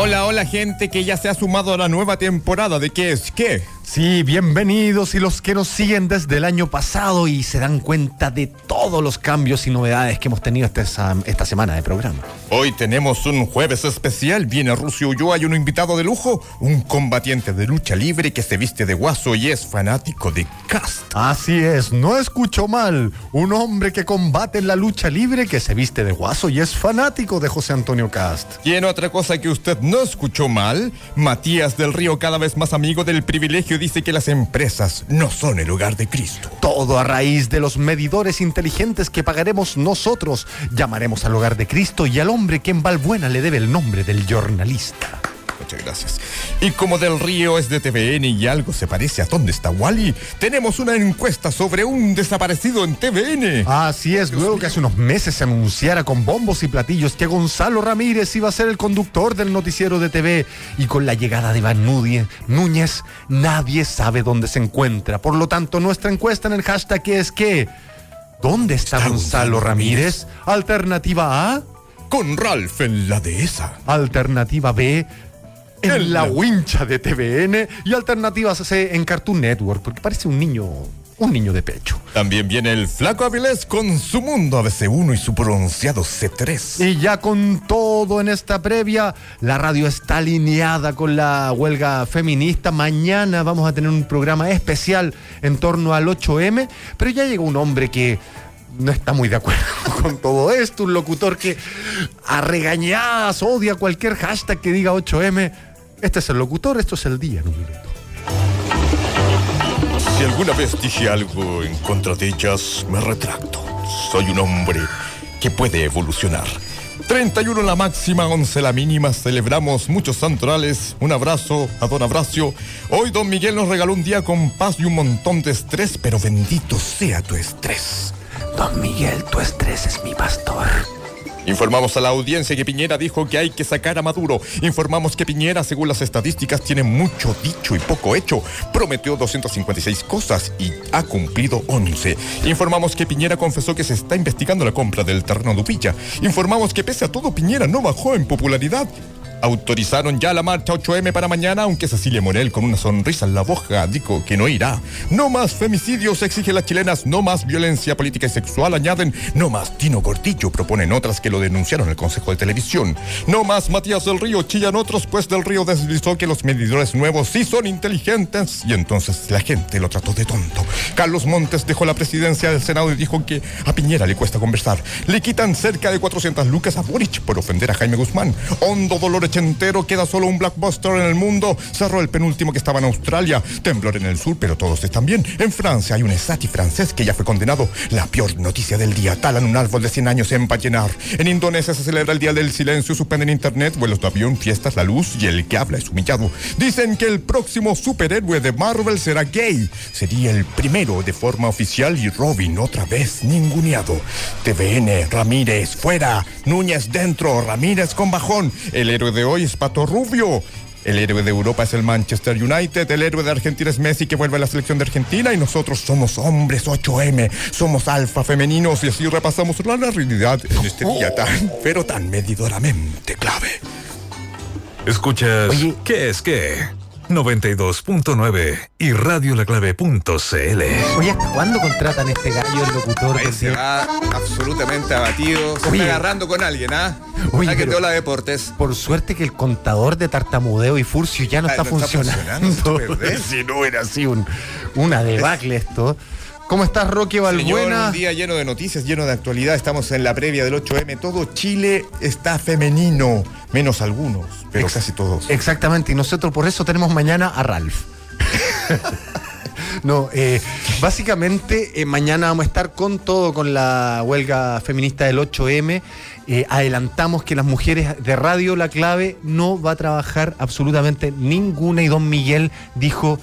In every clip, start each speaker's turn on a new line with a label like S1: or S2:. S1: Hola, hola gente que ya se ha sumado a la nueva temporada de ¿Qué es qué?
S2: Sí, bienvenidos y los que nos siguen desde el año pasado y se dan cuenta de todos los cambios y novedades que hemos tenido esta, esta semana de programa.
S1: Hoy tenemos un jueves especial, viene Rusio Ulloa y un invitado de lujo, un combatiente de lucha libre que se viste de guaso y es fanático de Cast.
S2: Así es, no escucho mal, un hombre que combate en la lucha libre que se viste de guaso y es fanático de José Antonio Cast.
S1: Y en otra cosa que usted no escuchó mal, Matías del Río cada vez más amigo del privilegio dice que las empresas no son el hogar de Cristo.
S2: Todo a raíz de los medidores inteligentes que pagaremos nosotros. Llamaremos al hogar de Cristo y al hombre que en Valbuena le debe el nombre del jornalista.
S1: Muchas gracias. Y como Del Río es de TVN y algo se parece a ¿Dónde está Wally? Tenemos una encuesta sobre un desaparecido en TVN.
S2: Así es, luego que hace unos meses se anunciara con bombos y platillos que Gonzalo Ramírez iba a ser el conductor del noticiero de TV. Y con la llegada de Iván Núñez, Núñez nadie sabe dónde se encuentra. Por lo tanto, nuestra encuesta en el hashtag es que... ¿Dónde está, está Gonzalo Ramírez? Ramírez? Alternativa A...
S1: Con Ralph en la dehesa.
S2: Alternativa B, en el... la wincha de TVN y alternativas C en Cartoon Network, porque parece un niño, un niño de pecho.
S1: También viene el flaco Avilés con su mundo ABC1 y su pronunciado C3.
S2: Y ya con todo en esta previa, la radio está alineada con la huelga feminista. Mañana vamos a tener un programa especial en torno al 8M, pero ya llegó un hombre que no está muy de acuerdo con todo esto, un locutor que a regañadas odia cualquier hashtag que diga 8M. Este es el locutor, esto es el día en un minuto.
S1: Si alguna vez dije algo en contra de ellas, me retracto. Soy un hombre que puede evolucionar. 31 la máxima, 11 la mínima. Celebramos muchos santorales. Un abrazo a don Abracio. Hoy don Miguel nos regaló un día con paz y un montón de estrés, pero bendito sea tu estrés.
S2: Don Miguel, tu estrés es mi pastor.
S1: Informamos a la audiencia que Piñera dijo que hay que sacar a Maduro. Informamos que Piñera, según las estadísticas, tiene mucho dicho y poco hecho. Prometió 256 cosas y ha cumplido 11. Informamos que Piñera confesó que se está investigando la compra del terreno de Upilla. Informamos que pese a todo Piñera no bajó en popularidad. Autorizaron ya la marcha 8M para mañana, aunque Cecilia Morel con una sonrisa en la boca dijo que no irá. No más femicidios, exigen las chilenas, no más violencia política y sexual, añaden, no más Tino Gordillo, proponen otras que lo denunciaron el Consejo de Televisión. No más Matías del Río, chillan otros, pues del Río deslizó que los medidores nuevos sí son inteligentes y entonces la gente lo trató de tonto. Carlos Montes dejó la presidencia del Senado y dijo que a Piñera le cuesta conversar. Le quitan cerca de 400 lucas a Boric por ofender a Jaime Guzmán. Hondo dolor entero, queda solo un blockbuster en el mundo. Cerró el penúltimo que estaba en Australia. Temblor en el sur, pero todos están bien. En Francia hay un esati francés que ya fue condenado. La peor noticia del día. Talan un árbol de 100 años en Vallenar. En Indonesia se celebra el Día del Silencio. Suspenden internet, vuelos de avión, fiestas, la luz y el que habla es humillado. Dicen que el próximo superhéroe de Marvel será gay. Sería el primero de forma oficial y Robin otra vez ninguneado. TVN, Ramírez, fuera. Núñez dentro, Ramírez con bajón. El héroe de hoy es Pato Rubio. El héroe de Europa es el Manchester United, el héroe de Argentina es Messi que vuelve a la selección de Argentina y nosotros somos hombres 8M, somos alfa femeninos y así repasamos la realidad en este
S3: Oh.
S1: día tan, pero tan medidoramente clave.
S4: Escuchas, Oye. ¿qué es qué? 92.9 y radiolaclave.cl.
S2: Oye, ¿hasta cuándo contratan a este gallo, el locutor?
S3: Ahí se va absolutamente abatido. Se Oye. está agarrando con alguien, ¿ah? ¿eh? Oye, que te deportes.
S2: Por suerte que el contador de tartamudeo y furcio ya no, ah, está, no funcionando. está, funcionando. si no era así un, una debacle esto. ¿Cómo estás, Roque Balbuena? Señor,
S3: un día lleno de noticias, lleno de actualidad. Estamos en la previa del 8M. Todo Chile está femenino, menos algunos, pero Ex casi todos.
S2: Exactamente, y nosotros por eso tenemos mañana a Ralph. no, eh, básicamente eh, mañana vamos a estar con todo, con la huelga feminista del 8M. Eh, adelantamos que las mujeres de radio, la clave, no va a trabajar absolutamente ninguna. Y don Miguel dijo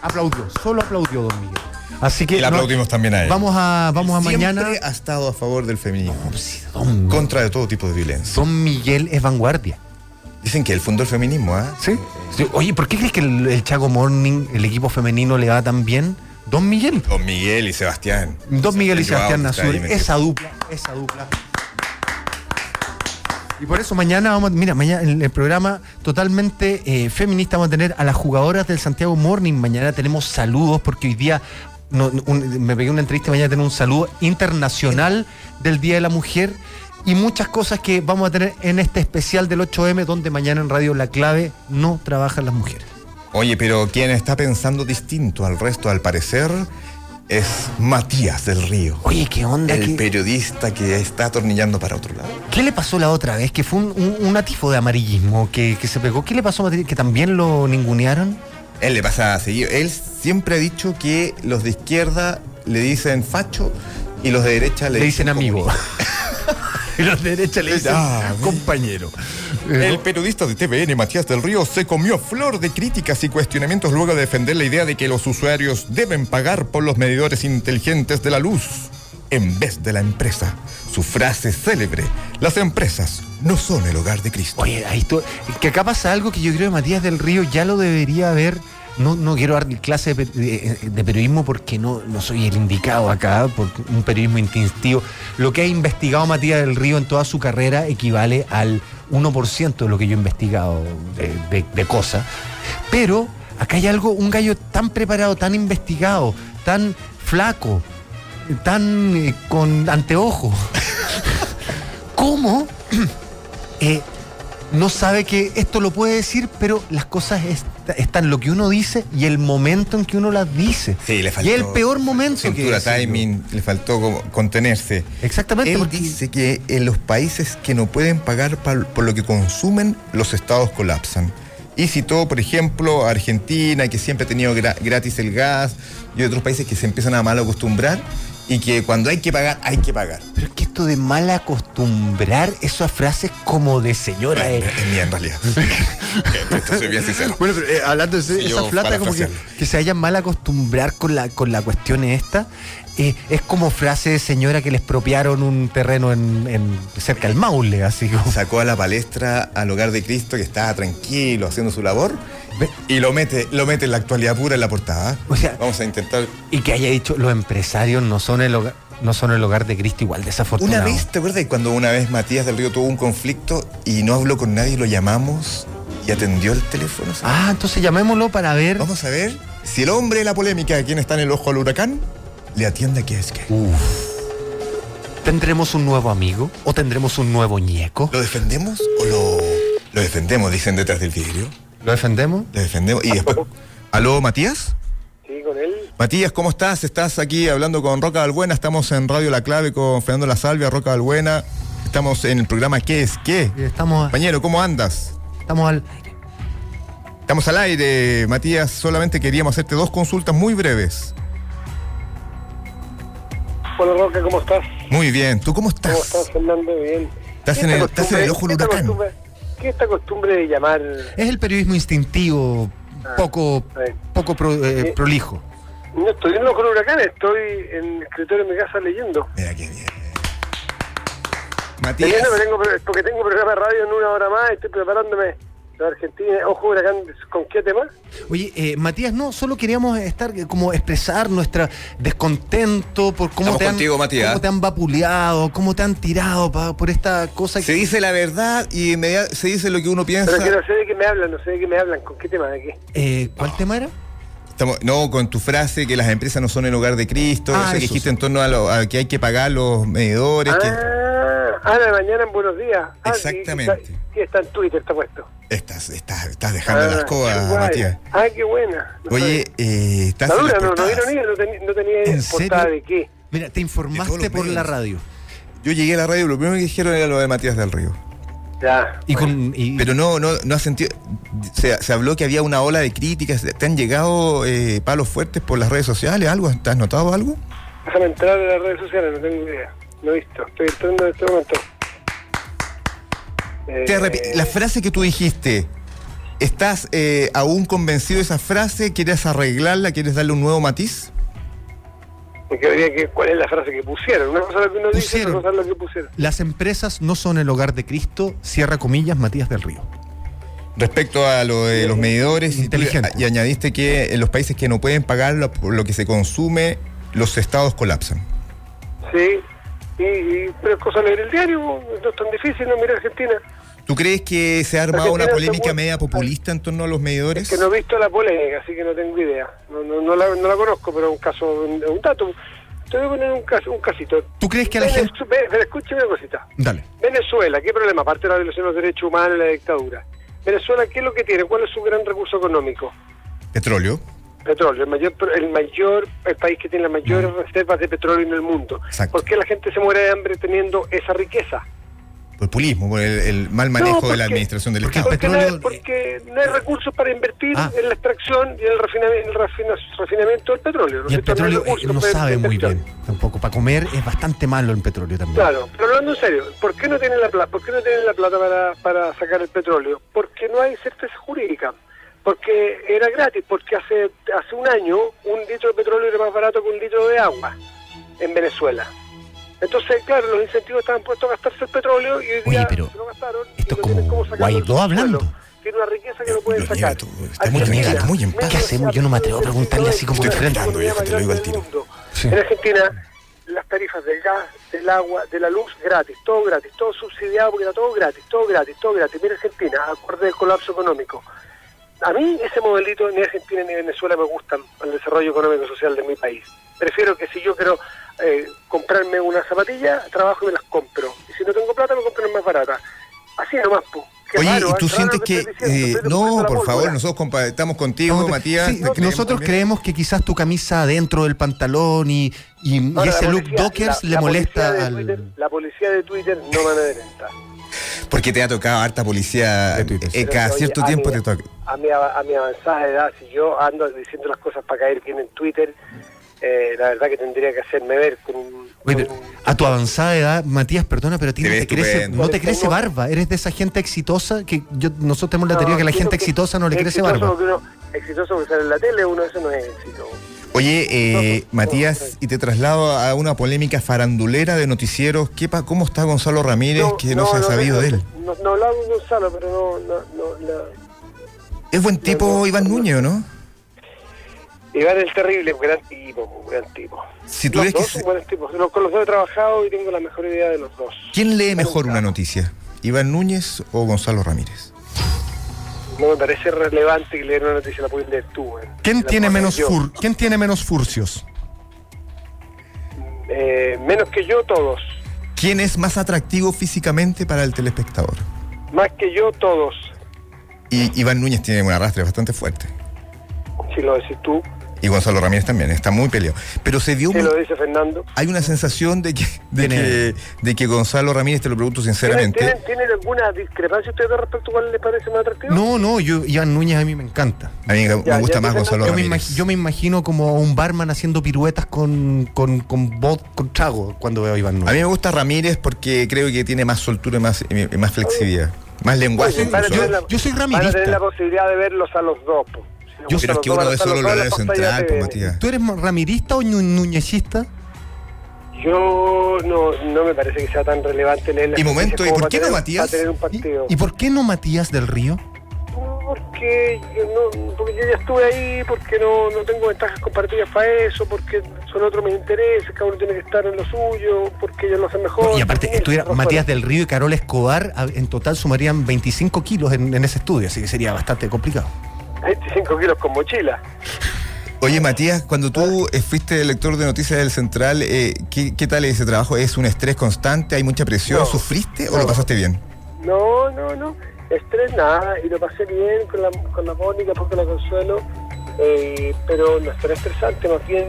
S2: aplaudió, solo aplaudió Don Miguel. Así que
S1: y le aplaudimos no, también a él.
S2: Vamos a, vamos a
S3: Siempre
S2: mañana.
S3: ha estado a favor del feminismo. No, sí, don contra de todo tipo de violencia.
S2: Don Miguel es vanguardia.
S3: Dicen que él fundó el feminismo, ¿ah?
S2: ¿eh? ¿Sí? ¿Sí? Oye, ¿por qué crees que el, el, Chaco Morning, el equipo femenino, le va tan bien? Don Miguel.
S3: Don Miguel y Sebastián.
S2: Don Miguel y Sebastián Nazur. Esa dupla, esa dupla. Y por eso mañana vamos, a- mira, mañana en el programa totalmente eh, feminista vamos a tener a las jugadoras del Santiago Morning. Mañana tenemos saludos porque hoy día no- no, un- me pegué una entrevista, mañana tenemos un saludo internacional del Día de la Mujer y muchas cosas que vamos a tener en este especial del 8M donde mañana en Radio La Clave no trabajan las mujeres.
S1: Oye, pero quien está pensando distinto al resto, al parecer, es Matías del Río.
S2: Oye, qué onda.
S1: El
S2: ¿Qué,
S1: periodista que está atornillando para otro lado.
S2: qué le pasó la otra vez? Que fue un, un, un atifo de amarillismo que, que se pegó. ¿Qué le pasó a Matías? ¿Que también lo ningunearon?
S1: Él le pasa seguido. Él siempre ha dicho que los de izquierda le dicen facho y los de derecha le,
S2: Le dicen amigo.
S1: Y los de derecha le dicen
S5: Ah,
S1: compañero.
S5: El periodista de TVN Matías del Río se comió flor de críticas y cuestionamientos luego de defender la idea de que los usuarios deben pagar por los medidores inteligentes de la luz en vez de la empresa. Su frase célebre, las empresas no son el hogar de Cristo.
S2: Oye, ahí tú, que acá pasa algo que yo creo que Matías del Río ya lo debería haber. No, no quiero dar clase de, per- de- de periodismo porque no, no soy el indicado acá, por un periodismo instintivo. Lo que ha investigado Matías del Río en toda su carrera equivale al 1% de lo que yo he investigado de, de- de cosas. Pero acá hay algo, un gallo tan preparado, tan investigado, tan flaco, tan eh, con anteojos. ¿Cómo? eh, no sabe que esto lo puede decir, pero las cosas est- están lo que uno dice y el momento en que uno las dice.
S1: Sí, le faltó
S2: y el peor momento que
S1: Cintura,
S2: decirlo.
S1: timing, le faltó como contenerse.
S2: Exactamente,
S1: Él
S2: porque-
S1: dice que en los países que no pueden pagar pa- por lo que consumen, los estados colapsan. Y citó, por ejemplo, a Argentina, que siempre ha tenido gra- gratis el gas, y otros países que se empiezan a mal acostumbrar, y que cuando hay que pagar, hay que pagar.
S2: Pero es que esto de mal acostumbrar esas frases como de señora. eh.
S1: Es mía en realidad. Esto soy bien sincero.
S2: Bueno, pero eh, hablando de ese-
S1: Sí,
S2: esa
S1: yo
S2: plata, como que,
S1: parafraseando.
S2: que se hayan mal acostumbrar con la, con la cuestión esta, eh, es como frase de señora que les propiaron un terreno en, en- cerca del Maule, así como.
S1: Sacó a la palestra al hogar de Cristo, que estaba tranquilo haciendo su labor, y lo mete, lo mete en la actualidad pura en la portada.
S2: O sea-
S1: Vamos a intentar
S2: Y que haya dicho, los empresarios no son el hogar, no son el hogar de Cristo igual
S1: Una
S2: desafortunado.
S1: vez, ¿te acuerdas de cuando una vez Matías del Río tuvo un conflicto y no habló con nadie, lo llamamos y atendió el teléfono?
S2: Ah, entonces llamémoslo para ver.
S1: Vamos a ver si el hombre de la polémica, quien está en el ojo al huracán, le atiende a que es que.
S2: ¿Tendremos un nuevo amigo? ¿O tendremos un nuevo ñeco?
S1: ¿Lo defendemos o lo, lo defendemos? Dicen detrás del vidrio.
S2: ¿Lo defendemos?
S1: Lo defendemos y después... ¿Aló, Matías?
S6: Sí, con él.
S1: Matías, ¿cómo estás? Estás aquí hablando con Roca Balbuena. Estamos en Radio La Clave con Fernando La Salvia, Roca Balbuena. Estamos en el programa ¿Qué es qué?
S2: Estamos,
S1: Compañero, ¿cómo andas?
S2: estamos al.
S1: Estamos al aire, Matías. Solamente queríamos hacerte dos consultas muy breves.
S6: Hola Roca, ¿cómo estás?
S1: Muy bien. ¿Tú cómo estás?
S6: ¿Cómo estás, Fernando? Bien.
S1: Estás
S6: ¿Qué
S1: en el-
S6: esta
S1: estás en
S6: costumbre-
S1: el ojo del
S6: esta
S1: huracán.
S6: costumbre- ¿Qué esta costumbre de llamar?
S2: Es el periodismo instintivo, poco,
S6: sí.
S2: poco pro- eh,
S6: Sí.
S2: prolijo.
S6: No estoy en el ojo del huracán, estoy en el escritorio de mi casa leyendo.
S1: Mira qué bien. eh.
S6: Leyendo
S1: Matías,
S6: porque tengo, porque tengo programa de radio en una hora más, estoy preparándome la Argentina. Ojo del huracán, ¿con qué tema?
S2: Oye, eh, Matías, no, solo queríamos estar eh, como expresar nuestra descontento por cómo,
S1: Estamos
S2: te, han,
S1: contigo, Matías.
S2: cómo te han vapuleado, cómo te han tirado pa- por esta cosa
S1: se dice la verdad y inmediat- se dice lo que uno piensa.
S6: Pero que no sé de qué me hablan, no sé de qué me hablan, ¿con qué tema? ¿De qué?
S2: Eh, ¿Cuál tema era?
S1: Estamos- no, con tu frase que las empresas no son el hogar de Cristo,
S2: Ah,
S1: eso que
S2: eso,
S1: dijiste
S2: sí.
S1: en torno a, lo- a que hay que pagar los medidores. que-
S6: Ah, ah, la de mañana en Buenos Días. Ah, sí,
S1: Exactamente.
S6: está- Sí, está en Twitter, está puesto.
S1: Estás, estás, estás dejando
S6: Ah,
S1: las
S6: qué
S1: cosas,
S6: guay.
S1: Matías.
S6: Ah, qué buena. No
S1: Oye,
S6: sabía.
S1: eh, estás
S6: La
S1: en
S6: dura,
S1: las
S6: no, no vieron
S1: portadas.
S6: ni- no, teni- no tenía
S2: ¿En
S6: portada
S2: serio?
S6: de qué.
S2: Mira, te
S1: De todos
S2: informaste
S1: los
S2: por la
S1: medios.
S2: radio.
S1: Yo llegué a la radio, lo primero que dijeron era lo de Matías del Río.
S6: Ya.
S2: Y con, y-
S1: Pero no, no, no has sentido. Se, se habló que había una ola de críticas. ¿Te han llegado eh, palos fuertes por las redes sociales? ¿Algo? ¿Te has notado algo?
S6: Déjame entrar en las redes sociales, no tengo idea. No he visto, estoy entrando en este momento. Eh,
S1: Te arrepi- la frase que tú dijiste, ¿estás eh, aún convencido de esa frase? ¿Quieres arreglarla? ¿Quieres darle un nuego matiz?
S6: porque habría que, ¿Cuál es la frase que pusieron? Una cosa es lo que uno dice,
S2: Pusieron.
S6: otra cosa es lo que pusieron.
S2: Las empresas no son el hogar de Cristo, cierra comillas, Matías del Río.
S1: Respecto a lo de los medidores, y tú-
S2: Inteligente.
S1: y añadiste que en los países que no pueden pagar lo, lo que se consume, los estados colapsan.
S6: Sí, Y, y- pero es cosa de leer el diario, po. no es tan difícil no mirar Argentina.
S1: ¿Tú crees que se ha armado
S6: Argentina
S1: una
S6: está
S1: polémica
S6: muy-
S1: media populista en torno a los medidores?
S6: Que no he visto la polémica, así que no tengo idea. No, no, no la, no la conozco, pero es un caso, un, un dato. Te voy a poner un, caso, un casito.
S1: ¿Tú crees que a la
S6: Venez-
S1: gente-
S6: ve- ve- escúchame una cosita.
S2: Dale.
S6: Venezuela, ¿qué problema? Aparte de la violación de los derechos humanos y la dictadura. Venezuela, ¿qué es lo que tiene? ¿Cuál es su gran recurso económico?
S1: Petróleo.
S6: Petróleo, el mayor, el mayor el país que tiene las mayores reservas de petróleo en el mundo.
S1: Exacto.
S6: ¿Por qué la gente se muere de hambre teniendo esa riqueza?
S1: Populismo, por el, el mal manejo
S6: No,
S1: de
S6: porque-
S1: la administración del
S2: porque el
S6: Porque,
S1: Estado.
S2: petróleo- eh,
S6: no, hay- porque no hay recursos para invertir
S2: Ah.
S6: en la extracción y en el, refina- en el refina- refinamiento del petróleo. ¿no
S2: Y
S6: es
S2: el
S6: cierto? No hay
S2: petróleo eh,
S6: recursos
S2: no
S6: para
S2: sabe muy
S6: inversión.
S2: bien tampoco. Para comer es bastante malo el petróleo también.
S6: Claro, pero hablando en serio, ¿por qué no tienen la plata? ¿Por qué no tienen la plata para, para sacar el petróleo? Porque no hay certeza jurídica. Porque era gratis, porque hace hace un año un litro de petróleo era más barato que un litro de agua en Venezuela. Entonces, claro, los incentivos estaban puestos a gastarse el petróleo y hoy
S2: Oye,
S6: día
S2: pero
S6: se lo gastaron. y
S2: esto
S6: no
S2: como
S6: tienen cómo sacarlo
S2: Guaidó
S6: del suelo.
S2: hablando.
S6: Tiene una riqueza que no
S1: Lo
S6: pueden
S1: niega
S6: sacar.
S1: todo, está muy
S6: Argentina,
S1: tranquilo, muy en paz.
S2: ¿Qué hacemos? Yo no me atrevo a preguntarle así como-
S6: Estoy
S1: tratando, viejo, te lo digo al tiro.
S6: mundo.
S2: Sí.
S6: En Argentina, las tarifas del gas, del agua, de la luz, gratis, todo gratis, todo subsidiado, porque era todo gratis, todo gratis, todo gratis. Mira Argentina, acorde del colapso económico. A mí ese modelito ni Argentina ni Venezuela me gustan para el desarrollo económico y social de mi país. Prefiero que si yo quiero eh, comprarme una zapatilla, trabajo y me las compro. Y si no tengo plata, me compro una más barata. Así nomás, pues.
S1: Oye, ¿y tú sientes que... eh, no, por favor, nosotros compa- estamos contigo,
S2: No,
S1: Matías.
S2: sí,
S1: te queremos
S2: nosotros
S1: también.
S2: creemos que quizás tu camisa dentro del pantalón y, y- y
S6: Ahora,
S2: ese
S6: la
S2: look
S6: policía-
S2: dockers
S6: la-
S2: le
S6: la
S2: molesta
S6: policía de
S2: al...
S6: Twitter- la policía de Twitter no van a adelantar.
S1: Porque te ha tocado harta policía
S2: De Twitter.
S1: eh, cada
S6: Oye,
S1: cierto
S6: a
S1: tiempo
S6: mi-
S1: te toca.
S6: A mi, av- a mi avanzada edad, si yo ando diciendo las cosas para caer bien en Twitter, eh, la verdad que tendría que hacerme ver con un...
S2: Oye, pero
S6: con un-
S2: a tu avanzada edad, Matías, perdona, pero a ti
S1: Te
S2: no,
S1: ves
S2: te crece,
S1: estupendo.
S2: no te crece barba. Eres de esa gente exitosa que yo, nosotros tenemos la teoría que la
S6: creo
S2: gente exitosa no le
S6: es
S2: crece
S6: exitoso
S2: barba.
S6: porque uno- exitoso porque sale en la tele, uno eso no es éxito.
S1: Oye, eh,
S6: No, no, no,
S1: Matías,
S6: no.
S1: y te traslado a una polémica farandulera de noticieros. ¿Qué pa- ¿Cómo está Gonzalo Ramírez que no, se ha sabido
S6: no,
S1: de él?
S6: No, no hablaba con Gonzalo, pero no... no, no, no.
S1: Es buen tipo
S6: no, no,
S1: Iván
S6: no.
S1: Núñez, ¿o ¿no?
S6: Iván el Terrible, un gran tipo, un gran tipo.
S1: Si tú
S6: los
S1: ves que
S6: dos
S1: se-
S6: son buenos tipos. Los- con los dos he trabajado y tengo la mejor idea de los dos.
S1: ¿Quién lee mejor
S6: Nunca.
S1: una noticia? ¿Iván Núñez o Gonzalo Ramírez?
S6: No me parece relevante que leer una noticia, la puedes leer tú. eh. güey.
S2: ¿Quién
S6: La
S2: tiene,
S6: puedo leer
S2: menos
S6: yo.
S2: fur- ¿Quién tiene menos furcios?
S6: Eh, menos que yo, todos.
S1: ¿Quién es más atractivo físicamente para el telespectador?
S6: Más que yo, todos.
S1: Y Iván Núñez tiene un arrastre bastante fuerte.
S6: Si lo decís tú,
S1: Y Gonzalo Ramírez también, está muy peleado. Pero se dio...
S6: si
S1: muy-
S6: lo dice Fernando.
S1: Hay una sensación de que, de,
S2: Tiene-
S1: que, de que Gonzalo Ramírez, te lo pregunto
S6: ¿Tienen,
S1: sinceramente,
S6: tienen, tienen alguna discrepancia ustedes respecto a cuál les parece más atractivo?
S2: No, no, yo, Iván Núñez a mí me encanta.
S1: a mí me-
S6: Ya,
S1: me gusta
S6: ya,
S1: más
S6: ya,
S1: Gonzalo
S6: ya.
S2: Yo me,
S1: Ramírez.
S2: imag- yo me imagino como a un barman haciendo piruetas con, con, con, bot, con trago cuando veo a Iván
S1: A
S2: Núñez.
S1: mí me gusta Ramírez porque creo que tiene más soltura y más, y más flexibilidad. Más lenguaje.
S6: Oye, van a
S1: incluso.
S6: tener
S2: yo soy
S6: Van a tener
S2: ramirista.
S6: la posibilidad de verlos a los dos. po. Si les
S2: Yo-
S6: gustan
S1: Pero es
S6: los
S1: que
S6: dos,
S1: uno
S6: van a
S1: ve
S6: estar
S1: solo
S6: los
S1: el
S6: dos en la
S1: horario
S6: pantalla
S1: central, pues,
S6: TVN.
S1: Matías.
S2: ¿Tú eres más ramirista o ñu- nuñecista?
S6: Yo no, no me parece que sea tan relevante leer las
S1: Y momento,
S6: noticias
S1: ¿y
S6: como
S1: por qué
S6: para tener-
S1: no,
S6: para
S1: Matías?
S6: tener un
S2: ¿Y,
S6: partido.
S2: y por qué no Matías del Río?
S6: Porque yo, no, porque yo ya estuve ahí, porque no, no tengo ventajas comparativas para eso, porque son otros mis intereses, cada uno tiene que estar en lo suyo, porque ellos lo hacen mejor.
S2: y aparte,
S6: porque-
S2: estuviera
S6: no,
S2: Matías
S6: bueno.
S2: del Río y Carol Escobar, a- en total sumarían 25 kilos en, en ese estudio, así que sería bastante complicado.
S6: 25 kilos con mochila.
S1: Oye, Matías, cuando tú eh, fuiste lector de noticias del Central, eh, ¿qué, qué tal ese trabajo? ¿Es un estrés constante? ¿Hay mucha presión?
S6: No.
S1: ¿Sufriste o
S6: No.
S1: lo pasaste bien?
S6: No, no, no. Estrés nada, y lo pasé bien con la, con la Mónica, porque la consuelo, eh, pero no es tan estresante, más bien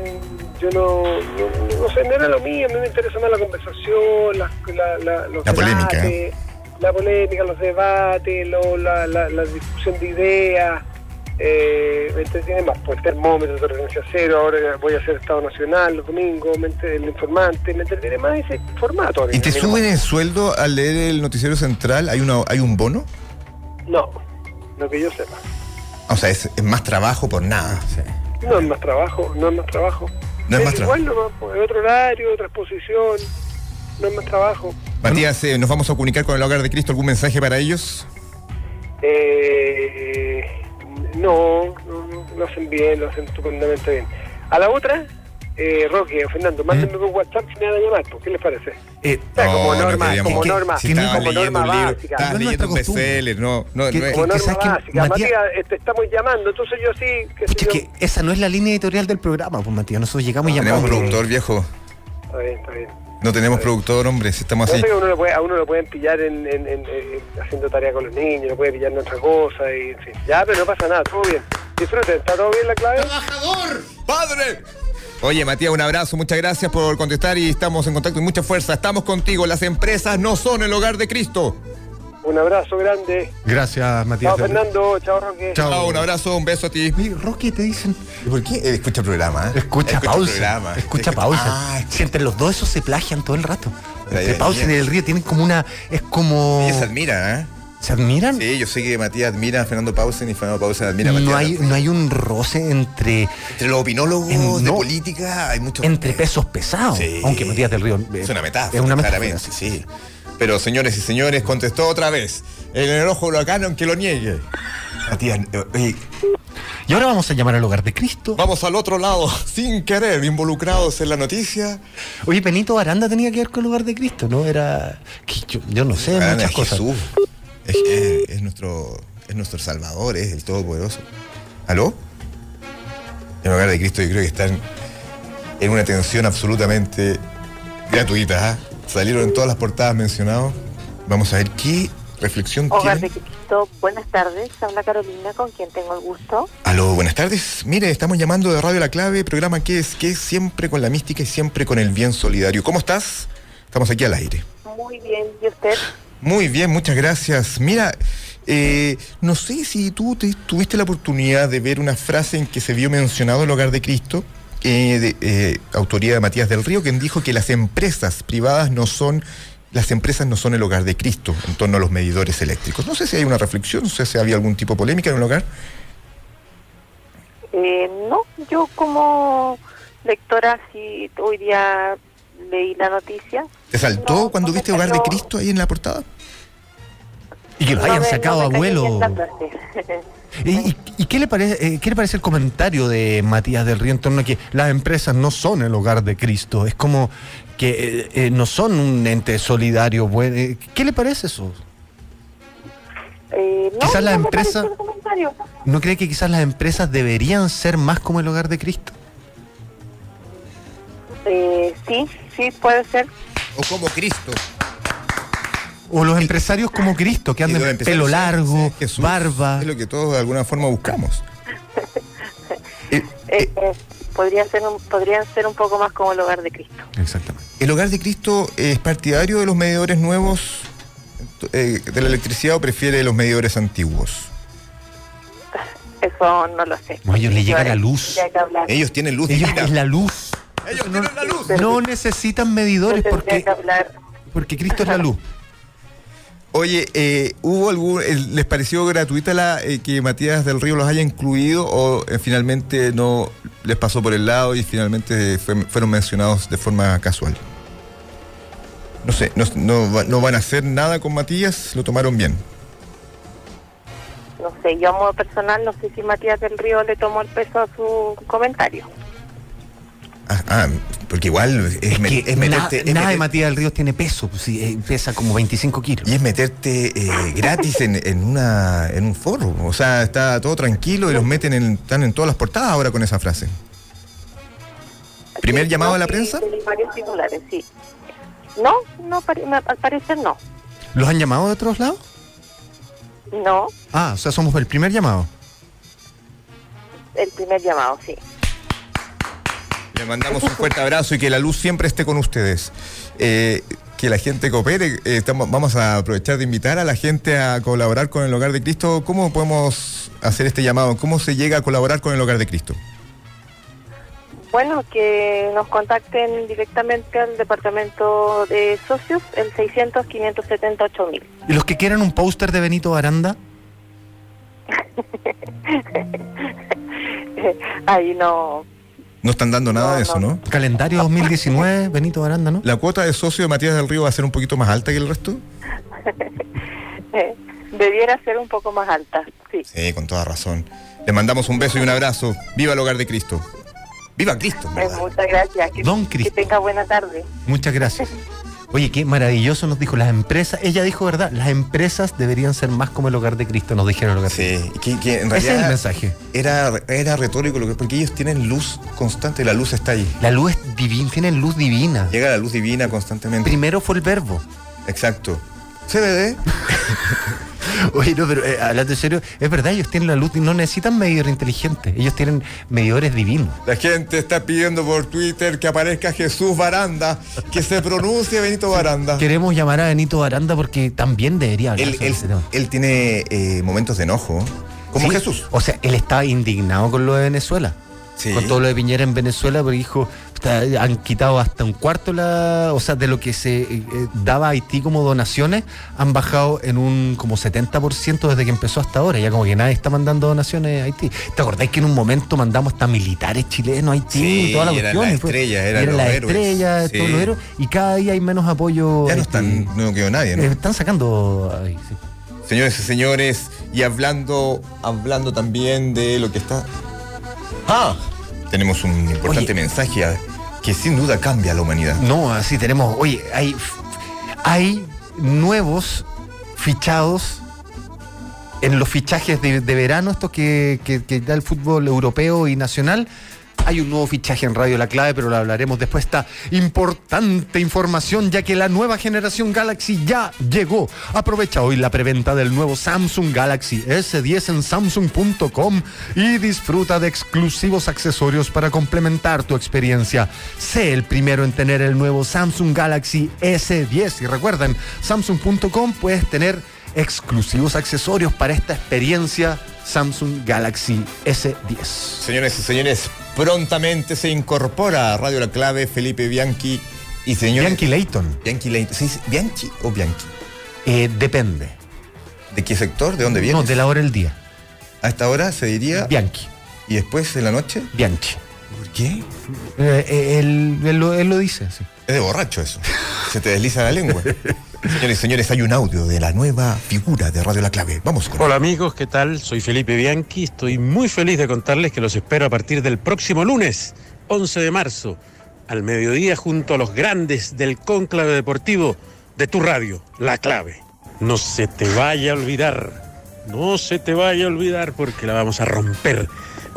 S6: yo no, no, no sé, no era lo mío, a mí me interesa más la conversación, la, la, la- los
S1: La polémica, ¿eh?
S6: debates, la polémica, los debates, lo- la, la- la discusión de ideas, eh, me entretiene más, pues el termómetro, tolerancia cero, ahora voy a hacer Estado Nacional los domingos, me entre- el informante, me entretiene más ese formato. a mí,
S1: ¿Y te
S6: a mí no
S1: suben el sueldo al leer el noticiero central? ¿Hay, una, hay un bono?
S6: me- No, lo que yo sepa.
S1: O sea, es, es más trabajo por nada.
S6: No es más trabajo, no es más trabajo.
S1: No es más
S6: igual nomás, po, es otro horario, otra exposición, no es más trabajo.
S1: Matías, eh, ¿nos vamos a comunicar con el hogar de Cristo? ¿Algún mensaje para ellos?
S6: Eh, no, no, no, lo hacen bien, lo hacen estupendamente bien. A la otra, eh, Roque o Fernando, mándenme por WhatsApp que me van a llamar, ¿por qué les parece?
S2: Eh,
S6: O sea, como
S1: ¿Mm? No, no
S6: norma,
S1: queríamos-
S6: como
S1: que-
S6: norma,
S1: si
S2: que no-
S1: estabas
S6: como
S1: leyendo
S6: norma
S1: un libro,
S6: básica.
S1: estabas
S2: No es
S1: Ah, leyendo
S2: nuestra
S1: un
S2: costumbre.
S1: bestseller, no, no,
S2: Que-
S1: no es-
S6: Como
S2: que
S6: norma
S2: sabes que,
S6: básica.
S2: Matías-
S6: Matías, eh, te estamos llamando, entonces yo sí, qué sé
S2: Pucha,
S6: yo.
S2: que esa no es la línea editorial del programa, pues Matías. Nosotros llegamos y
S1: tenemos
S2: llamamos.
S1: productor viejo,
S6: Está bien, está bien.
S1: no tenemos productor, hombre, si estamos
S6: Yo
S1: así.
S6: sé que uno lo puede- a uno lo pueden pillar en, en- en- en- haciendo tarea con los niños, lo puede pillar en otra cosa, y en fin. Ya, pero no pasa nada, todo bien. Disfruten, ¿está todo bien la clave?
S1: ¡Padre! Oye, Matías, un abrazo, muchas gracias por contestar y estamos en contacto y mucha fuerza. Estamos contigo, las empresas no son el hogar de Cristo.
S6: Un abrazo grande.
S2: Gracias, Matías.
S6: Chao Fernando, chao Roque.
S2: Chao.
S1: Chao, un abrazo, un beso a ti.
S2: Oye, Rocky, te dicen.
S1: ¿Por qué? Escucha el programa. ¿eh?
S2: Escucha, pausa.
S1: el programa.
S2: Escucha pausa.
S1: Ah,
S2: Si entre los dos esos se plagian todo el rato.
S1: Ya,
S2: Entre
S1: ya,
S2: pausa
S1: ya.
S2: y el río tienen como una. Es como.
S1: ella se admira, ¿eh?
S2: ¿Se admiran?
S1: Sí, yo sé que Matías admira a Fernando Pausen y Fernando Pausen admira a Matías.
S2: no, hay, no hay un roce entre,
S1: Entre los opinólogos
S2: En-
S1: de
S2: Eh, no.
S1: política hay muchos...
S2: entre pesos pesados.
S1: Sí.
S2: Aunque Matías del Río. eh,
S1: Es una metáfora,
S2: Es una metáfora.
S1: claramente, sí. Pero señores y señores, contestó otra vez. El enojo huracán, aunque lo niegue. Matías, eh, oye,
S2: Y ahora vamos a llamar al hogar de Cristo.
S1: vamos al otro lado, sin querer, involucrados en la noticia.
S2: Oye, Benito Aranda tenía que ver con el hogar de Cristo, ¿no? Era. que yo, yo no sé,
S1: Arana
S2: muchas
S1: es
S2: cosas.
S1: Jesús. Es, es- es nuestro, es nuestro Salvador, es el Todopoderoso. ¿Aló? El hogar de Cristo yo creo que están en una tensión absolutamente gratuita. ¿ah? Salieron en todas las portadas mencionados. Vamos a ver qué reflexión
S7: Hogar de
S1: tienen.
S7: Cristo, buenas tardes. Habla Carolina, con quien tengo el gusto.
S1: Aló, buenas tardes. Mire, estamos llamando de Radio La Clave, programa que es que es siempre con la mística y siempre con el bien solidario. ¿Cómo estás? Estamos aquí al aire.
S7: Muy bien, ¿y usted?
S1: Muy bien, muchas gracias. Mira, eh, no sé si tú te- tuviste la oportunidad de ver una frase en que se vio mencionado el hogar de Cristo, eh, de, eh, autoría de Matías del Río, quien dijo que las empresas privadas no son las empresas no son el hogar de Cristo en torno a los medidores eléctricos. No sé si hay una reflexión, no sé si había algún tipo de polémica en el hogar.
S7: Eh, no, yo como lectora, sí, hoy día leí la noticia.
S1: ¿Te saltó
S7: No,
S1: cuando
S7: no me
S1: viste hogar de
S7: saltó.
S1: Cristo ahí en la portada?
S2: Y que lo
S7: No
S2: hayan
S7: me- no
S2: sacado
S7: me cayó
S2: abuelo.
S7: bien la frase.
S2: ¿Y, y- y qué, le parece, eh, qué le parece el comentario de Matías del Río en torno a que las empresas no son el hogar de Cristo? Es como que eh, eh, no son un ente solidario. buen- eh, ¿Qué le parece eso?
S7: Eh, no,
S2: Quizás la
S7: no me
S2: empresa-
S7: pareció el comentario.
S2: ¿No cree que quizás las empresas deberían ser más como el hogar de Cristo?
S7: Eh, sí, sí, puede ser.
S1: O como Cristo.
S2: O los empresarios como Cristo, que
S1: Y los
S2: andan
S1: empresarios
S2: pelo
S1: son-
S2: largo,
S1: sí, Jesús,
S2: barba.
S1: Es lo que todos de alguna forma buscamos. Eh,
S7: Eh, eh, podría ser un, podrían ser un poco más como el hogar de Cristo.
S2: Exactamente.
S1: ¿El hogar de Cristo es partidario de los medidores nuevos eh, de la electricidad o prefiere los medidores antiguos?
S7: Eso no lo sé.
S2: No, a ellos les llega la luz.
S7: Tendría que hablar.
S1: Ellos tienen luz
S2: Ellos
S1: divina.
S2: es la luz.
S1: Ellos tienen la luz.
S2: No necesitan medidores
S7: Yo tendría
S2: porque,
S7: que hablar.
S2: porque Cristo es la luz.
S1: Oye, eh, ¿hubo algún, eh, les pareció gratuita la eh, que Matías del Río los haya incluido o eh, finalmente no les pasó por el lado y finalmente eh, fue- fueron mencionados de forma casual? No sé, no, no va- no van a hacer nada con Matías, lo tomaron bien.
S7: no sé, yo a modo personal no sé si Matías del Río le tomó el peso a su comentario.
S1: Ah, ah, porque igual es,
S2: Es
S1: me-
S2: que
S1: es
S2: na-
S1: meterte- es
S2: nada de
S1: meterte-
S2: Matías del Río tiene peso, pues, sí, eh, pesa como 25 kilos.
S1: Y es meterte eh, gratis en, en una, en un foro. O sea, está todo tranquilo y los meten en, están en todas las portadas ahora con esa frase. ¿Primer
S7: Sí,
S1: llamado
S7: no,
S1: a la
S7: sí,
S1: prensa?
S7: sí, varios titulares, sí. No, no, pare- me- al parecer no.
S2: ¿Los han llamado de otros lados?
S7: No,
S2: Ah, o sea, somos el primer llamado.
S7: el primer llamado, sí.
S1: Le mandamos un fuerte abrazo y que la luz siempre esté con ustedes. Eh, que la gente coopere. Eh, estamos, vamos a aprovechar de invitar a la gente a colaborar con el Hogar de Cristo. ¿Cómo podemos hacer este llamado? ¿Cómo se llega a colaborar con el Hogar de Cristo?
S7: Bueno, que nos contacten directamente al departamento de socios, el 600-578 mil.
S2: ¿Y los que quieran un póster de Benito Aranda?
S7: Ahí no,
S1: No están dando nada
S7: No,
S1: de eso,
S7: no.
S1: ¿no?
S2: Calendario 2019, Benito Aranda, ¿no?
S1: ¿La cuota de socio de Matías del Río va a ser un poquito más alta que el resto?
S7: eh, debiera ser un poco más alta, sí.
S1: Sí, con toda razón. Le mandamos un beso y un abrazo. Viva el hogar de Cristo.
S5: Viva Cristo, en
S7: Pues
S5: ¿verdad?
S7: muchas gracias. Que,
S2: Don
S7: que
S2: Cristo.
S7: tenga buena tarde.
S2: Muchas gracias. Oye, qué maravilloso nos dijo las empresas. Ella dijo, ¿verdad? Las empresas deberían ser más como el hogar de Cristo, nos dijeron el hogar de Cristo.
S1: Sí, que, que en
S2: Ese
S1: realidad
S2: es el mensaje.
S1: Era, era retórico, lo que, porque ellos tienen luz constante, la luz está ahí.
S2: La luz es divina, tienen luz divina.
S1: Llega la luz divina constantemente.
S2: Primero fue el verbo.
S1: Exacto. CBD,
S2: Oye, no, pero eh, hablando en serio, es verdad, ellos tienen la luz y no necesitan medidores inteligentes, ellos tienen medidores divinos.
S1: la gente está pidiendo por Twitter que aparezca Jesús Baranda, que se pronuncie Benito Baranda.
S2: Queremos llamar a Benito Aranda porque también debería hablar
S1: Él,
S2: sobre
S1: él,
S2: ese tema.
S1: él tiene eh, momentos de enojo, como
S2: Sí,
S1: Jesús.
S2: O sea, él estaba indignado con lo de Venezuela.
S1: Sí.
S2: Con todo lo de Piñera en Venezuela, porque dijo, "Puta, han quitado hasta un cuarto la, o sea, de lo que se eh, eh, daba a Haití como donaciones, han bajado en un como 70% desde que empezó hasta ahora. Ya como que nadie está mandando donaciones a Haití. ¿Te acordás que en un momento mandamos hasta militares chilenos a Haití
S1: Sí,
S2: y toda la
S1: eran
S2: cuestión?
S1: las
S2: Y fue-
S1: estrellas,
S2: y
S1: eran los
S2: las
S1: héroes.
S2: estrellas, todos
S1: Sí.
S2: los héroes, y cada día hay menos apoyo.
S1: Ya no
S2: Haití.
S1: están, no quedó nadie, ¿no?
S2: Eh, están sacando. ay, sí.
S1: Señores y señores, y hablando, hablando también de lo que está. ¡Ah! Tenemos un importante
S2: Oye.
S1: mensaje a- que sin duda cambia a la humanidad.
S2: No, ah. así tenemos. Oye, hay, hay nuevos fichados en los fichajes de, de verano, estos que, que- que da el fútbol europeo y nacional. Hay un nuevo fichaje en Radio La Clave, pero lo hablaremos después. Esta importante información, ya que la nueva generación Galaxy ya llegó. Aprovecha hoy la preventa del nuevo Samsung Galaxy S10 en Samsung.com y disfruta de exclusivos accesorios para complementar tu experiencia. Sé el primero en tener el nuevo Samsung Galaxy S10. Y recuerden, Samsung.com puedes tener exclusivos accesorios para esta experiencia Samsung Galaxy S10.
S1: Señores y señores, prontamente se incorpora a Radio La Clave Felipe Bianchi y señores.
S2: Bianchi Layton,
S1: Bianchi Leite. ¿Se dice Bianchi o Bianchi?
S2: eh, depende.
S1: ¿De qué sector? ¿De dónde viene?
S2: No, de la hora del día.
S1: A esta hora se diría.
S2: Bianchi,
S1: ¿Y después de la noche?
S2: Bianchi.
S1: ¿Por qué?
S2: Eh, eh, él, él lo, él lo dice, sí.
S1: Es de borracho eso. Se te desliza la lengua. Señores y señores, hay un audio de la nueva figura de Radio La Clave. Vamos con él.
S8: Hola amigos, ¿qué tal? Soy Felipe Bianchi, estoy muy feliz de contarles que los espero a partir del próximo lunes, 11 de marzo, al mediodía junto a los grandes del cónclave deportivo de tu radio, La Clave. No se te vaya a olvidar, no se te vaya a olvidar porque la vamos a romper,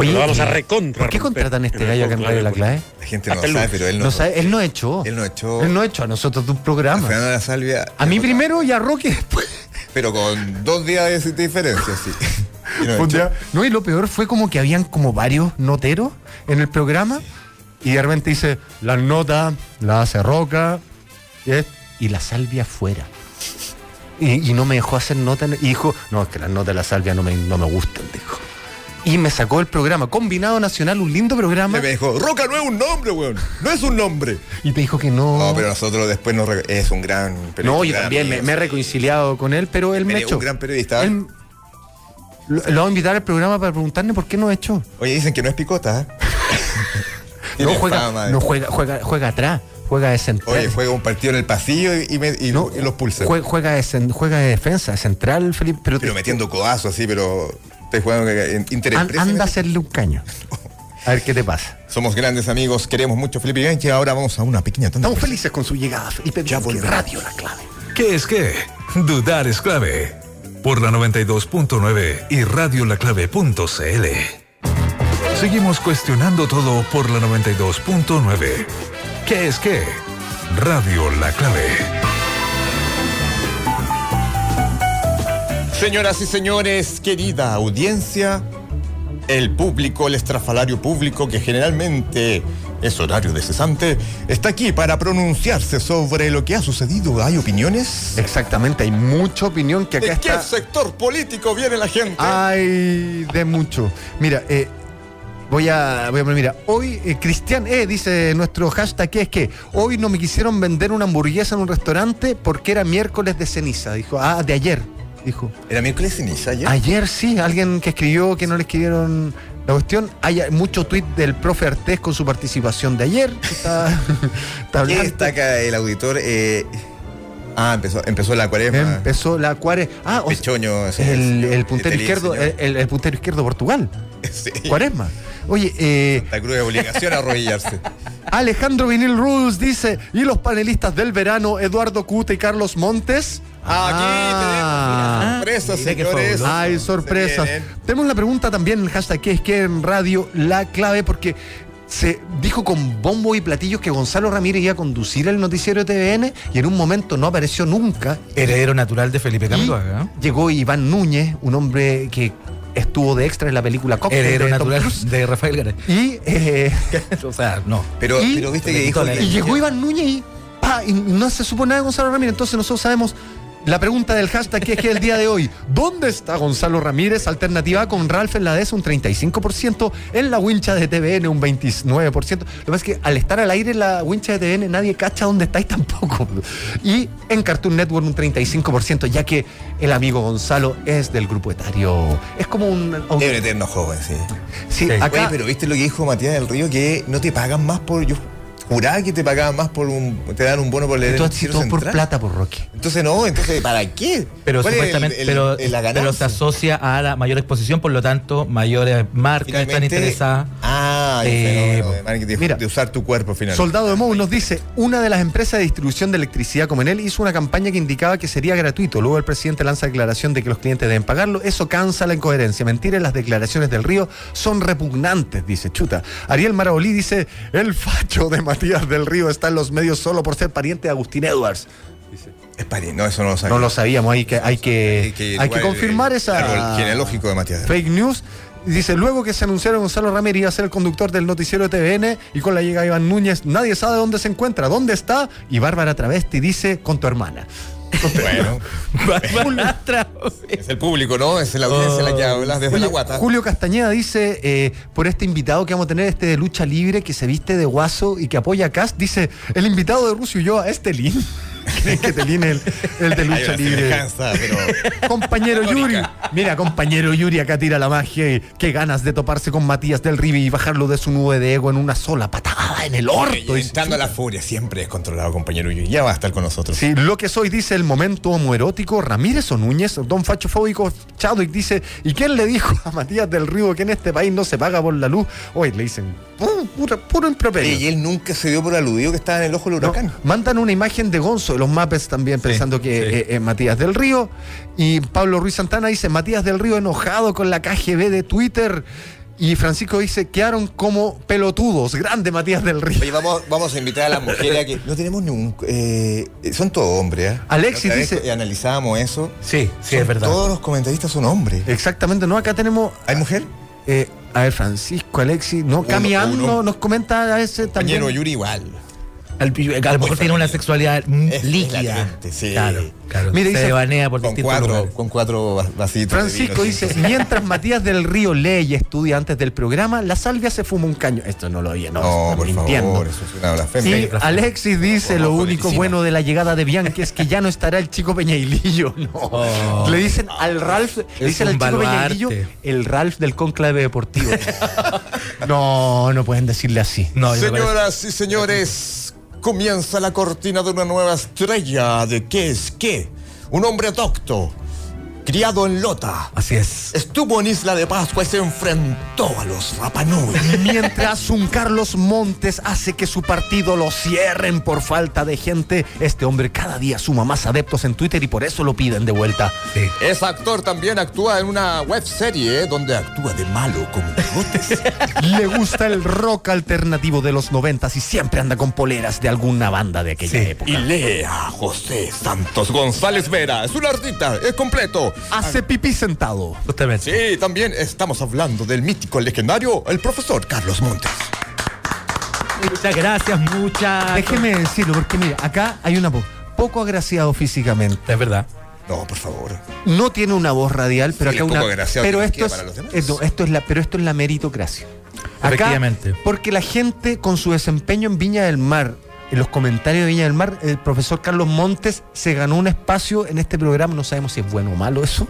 S2: Oye,
S8: la vamos a
S2: eh,
S8: recontra
S2: ¿Por qué
S8: romper
S2: contratan a este
S8: el
S2: gallo acá en
S8: cónclave
S2: Radio La Clave?
S1: La gente Este, no
S8: Hasta el
S1: sabe,
S8: lunes.
S1: pero él no.
S2: No sabe, él no echó.
S1: Él no echó.
S2: Él no echó a nosotros de un programa.
S1: Fernando La Salvia.
S2: A mí primero y a Roque después.
S1: Pero con dos días de diferencia, sí. Y no
S2: Un
S1: echó.
S2: día- No, y lo peor fue como que habían como varios noteros en el programa y de repente dice, la nota la hace Roca y es- y la salvia fuera. Y, y no me dejó hacer nota en- y dijo, no, es que las notas de la salvia no me, no me gustan, dijo. Y me sacó el programa, Combinado Nacional, un lindo programa,
S1: Y me dijo, Roca no es un nombre, weón. No es un nombre.
S2: y te dijo que no.
S1: No, pero nosotros después nos. re- Es un gran periodista.
S2: no,
S1: un
S2: yo
S1: gran
S2: también me,
S1: amigo.
S2: me he reconciliado con él, pero él me
S1: Pero es
S2: echó.
S1: un gran periodista.
S2: Él- lo, lo voy a invitar al programa para preguntarle por qué no echó.
S1: Oye, dicen que no es picota, ¿eh?
S2: No
S1: Tiene
S2: juega,
S1: fama de-
S2: no juega, juega, juega atrás, juega de central.
S1: Oye, juega un partido en el pasillo y, y me- y-
S2: No,
S1: y los pulsa.
S2: jue- Juega, de, cen- juega de defensa, de central, Felipe. Pero,
S1: Pero
S2: te-
S1: metiendo codazo así, pero estoy jugando en interés.
S2: an- anda a hacerle un caño. A ver qué te pasa.
S1: Somos grandes amigos, queremos mucho Felipe Bianchi. Ahora vamos a una pequeña tanda.
S2: Estamos felices con su llegada, Felipe.
S1: Ya
S2: Bianchi,
S1: volverá.
S2: Radio la clave.
S4: ¿Qué es qué? Dudar es clave. Por la 92.9 y radiolaclave.cl. Seguimos cuestionando todo por la 92.9. ¿Qué es qué? Radio La Clave.
S1: Señoras y señores, querida audiencia, el público, el estrafalario público, que generalmente es horario de cesante, está aquí para pronunciarse sobre lo que ha sucedido. ¿Hay opiniones?
S2: Exactamente, hay mucha opinión que acá
S1: ¿De qué
S2: está.
S1: sector político viene la gente?
S2: Ay, de mucho. Mira, eh, voy a, voy a poner, mira, hoy eh, Cristian E dice nuestro hashtag que es que hoy no me quisieron vender una hamburguesa en un restaurante porque era miércoles de ceniza. Dijo, ah, de ayer. Dijo.
S1: Era miércoles ceniza ya.
S2: Ayer sí, alguien que escribió que no le escribieron la cuestión. Hay mucho tweet del profe Artés con su participación de ayer. que Está, está
S1: ¿Qué
S2: hablando.
S1: destaca el auditor? Eh, Ah, empezó, empezó la cuaresma.
S2: Empezó la cuaresma. Ah, o sea,
S1: Pechoño,
S2: es
S1: ese-
S2: el, el puntero
S1: Telín,
S2: izquierdo,
S1: señor.
S2: el, el puntero izquierdo de Portugal.
S1: Sí.
S2: Cuaresma. Oye, eh,
S1: Santa Cruz es obligación a arrodillarse.
S2: Alejandro Vinil Rules dice, y los panelistas del verano, Eduardo Cute y Carlos Montes.
S1: Ah,
S2: Ah.
S1: Aquí tenemos una sorpresa,
S9: mira qué
S1: señores.
S9: fabuloso.
S2: Hay sorpresas.
S1: Se vienen.
S2: Tenemos la pregunta también en hashtag que es que en radio la clave porque se dijo con bombo y platillos que Gonzalo Ramírez iba a conducir el noticiero de TVN y en un momento no apareció nunca.
S9: Heredero natural de Felipe
S2: Y
S9: Camiloaga. ¿no?
S2: llegó Iván Núñez, un hombre que estuvo de extra en la película Cocktail de
S9: Heredero
S2: Tom
S9: natural
S2: Cruise.
S9: de Rafael Garay.
S2: Y, eh,
S9: o sea, no.
S1: Pero,
S2: Y-
S1: pero viste
S9: Se
S1: que
S9: le
S1: dijo
S9: quitó la
S1: que-
S2: y llegó Iván Núñez y, pa, y no se supo nada de Gonzalo Ramírez. Entonces nosotros sabemos la pregunta del hashtag que es que el día de hoy, ¿dónde está Gonzalo Ramírez? Alternativa A con Ralph en la DS un 35%, en la wincha de TVN un 29%. Lo que pasa es que al estar al aire en la wincha de TVN nadie cacha dónde estáis tampoco. Y en Cartoon Network un 35%, ya que el amigo Gonzalo es del grupo etario. Es como un... un-
S1: Es un eterno joven, sí.
S2: sí,
S9: sí.
S1: Oye,
S2: acá...
S1: pero viste lo que dijo Matías del Río, que no te pagan más por. Yo juraba que te pagaban más por un. Te dan un bono por leer.
S2: Tú
S1: el
S2: has
S1: Noticiero
S2: sido por
S1: Central.
S2: plata, por Rocky.
S1: Entonces no, entonces ¿para qué?
S9: Pero
S1: ¿Cuál es el-
S9: supuestamente,
S1: el-
S9: pero,
S1: el- la
S9: pero se
S1: ganancia?
S9: asocia a la mayor exposición, por lo tanto, mayores marcas están
S1: Finalmente-
S9: interesadas.
S1: Ah, el
S9: Eh,
S1: fenómeno de, marketing, de-
S2: mira.
S1: de usar tu cuerpo finalmente.
S2: Soldado de Mou nos dice, una de las empresas de distribución de electricidad como Enel hizo una campaña que indicaba que sería gratuito. Luego el presidente lanza declaración de que los clientes deben pagarlo. Eso cansa la incoherencia. Mentira, las declaraciones del río son repugnantes, dice Chuta. Ariel Marabolí dice, el facho de Matías del Río está en los medios solo por ser pariente de Agustín Edwards.
S1: Es pari- no, eso no lo sabía.
S2: No lo sabíamos, hay que, hay
S1: Hay
S2: que, hay que
S1: igual,
S2: confirmar
S1: el-
S2: esa...
S1: el árbol genealógico de Matías del Río.
S2: Fake news. Dice, luego que se anunciaron Gonzalo Ramírez iba a ser el conductor del noticiero de TVN y con la llegada de Iván Núñez, nadie sabe dónde se encuentra, dónde está. Y Bárbara Travesti dice, con tu hermana.
S1: Bueno, es el público, ¿no? Es la audiencia la que hablas desde
S2: Oye,
S1: la guata.
S2: Oh, Julio Castañeda dice, eh, por este invitado que vamos a tener, este de lucha libre que se viste de guaso y que apoya a Cast, dice, el invitado de Rusio y yo es Telín. ¿Creen que Telín es el, el de
S1: Hay
S2: lucha
S1: una
S2: libre?
S1: semejanza, pero
S2: Compañero Yuri. Mira, compañero Yuri, acá tira la magia. y qué ganas de toparse con Matías del Ribi y bajarlo de su nube de ego en una sola patada en el orto.
S1: Estoy entrando a la furia, siempre es controlado, compañero Yuyu. Ya va a estar con nosotros.
S2: Sí, lo que soy dice el momento homoerótico. Ramírez o Núñez, don fachofóbico Chadwick dice: ¿Y quién le dijo a Matías del Río que en este país no se paga por la luz? Hoy le dicen: pu- puro, puro
S1: Oye,
S2: improperio.
S1: y él nunca se dio por aludido que estaba en el ojo del
S2: No,
S1: huracán.
S2: mandan una imagen de Gonzo de los Mapes también, pensando que
S9: sí.
S2: eh, eh, Matías del Río. Y Pablo Ruiz Santana dice: Matías del Río enojado con la KGB de Twitter. Y Francisco dice: Quedaron como pelotudos. Grande Matías del Río.
S1: Oye, vamos, vamos a invitar a las mujeres a que. No tenemos ningún. eh, son todos hombres, ¿eh?
S2: Alexis
S1: La otra vez
S2: dice-
S1: que Analizábamos eso.
S9: Sí, sí,
S1: son-
S9: es verdad.
S1: Todos los comentaristas son hombres.
S2: Exactamente, ¿no? Acá tenemos.
S1: ¿Hay mujer?
S2: eh, a ver, Francisco, Alexis, no,
S1: Uno,
S2: caminando
S1: uno.
S2: nos comenta a veces también.
S1: Compañero Yuri igual.
S9: Al- a lo mejor tiene una sexualidad mm,
S1: Es- es
S9: líquida.
S1: latente, sí.
S9: Claro, claro.
S2: Mira,
S9: se
S2: dice-
S9: devanea por
S1: Con
S9: distintos
S1: cuatro,
S9: lugares.
S1: con cuatro vas- vasitos. de
S2: Francisco
S1: vino,
S2: dice,
S1: sí.
S2: mientras Matías del Río lee y estudia antes del programa, la salvia se fuma un caño. Esto no lo oye, no,
S1: No,
S2: están
S1: por
S2: mintiendo.
S1: favor, eso es una blasfemia.
S2: Y Alexis dice
S1: Por
S2: lo
S1: favor,
S2: único
S1: medicina.
S2: bueno de la llegada de Bianchi es que ya no estará el chico Peñailillo. No.
S1: Oh.
S2: Le dicen al Ralph, le
S9: Es
S2: dicen al
S9: un
S2: chico
S9: baluarte.
S2: Peñailillo, el Ralph del conclave deportivo. no, no pueden decirle así.
S9: No, yo creo-
S1: Señoras y señores, comienza la cortina de una nueva estrella de qué es qué. Un hombre docto, criado en Lota.
S9: así es.
S1: Estuvo en Isla de Pascua y se enfrentó a los Rapanui.
S2: Mientras un Carlos Montes hace que su partido lo cierren por falta de gente, este hombre cada día suma más adeptos en Twitter y por eso lo piden de vuelta.
S9: Sí.
S1: Es actor también, actúa en una web serie donde actúa de malo con bigotes.
S2: Le gusta el rock alternativo de los noventas y siempre anda con poleras de alguna banda de aquella
S9: Sí.
S2: época.
S1: y lee a José Santos González Vera. Es un artista, es completo.
S2: Hace pipí sentado.
S9: Justamente.
S1: Sí, también estamos hablando del mítico, legendario, el profesor Carlos Montes.
S9: Muchas gracias, muchas.
S2: Déjeme decirlo, porque mira, acá hay una voz poco agraciado físicamente.
S9: Es verdad.
S1: No, por favor.
S2: No tiene una voz radial, pero
S1: Sí,
S2: acá
S1: poco
S2: una.
S1: agraciado
S2: Pero
S1: que nos
S2: esto
S1: queda
S2: es,
S1: para los demás.
S2: eh, no, esto es la, pero esto es la meritocracia. Acá,
S9: Efectivamente.
S2: porque la gente con su desempeño en Viña del Mar, en los comentarios de Viña del Mar, el profesor Carlos Montes se ganó un espacio en este programa, no sabemos si es bueno o malo eso,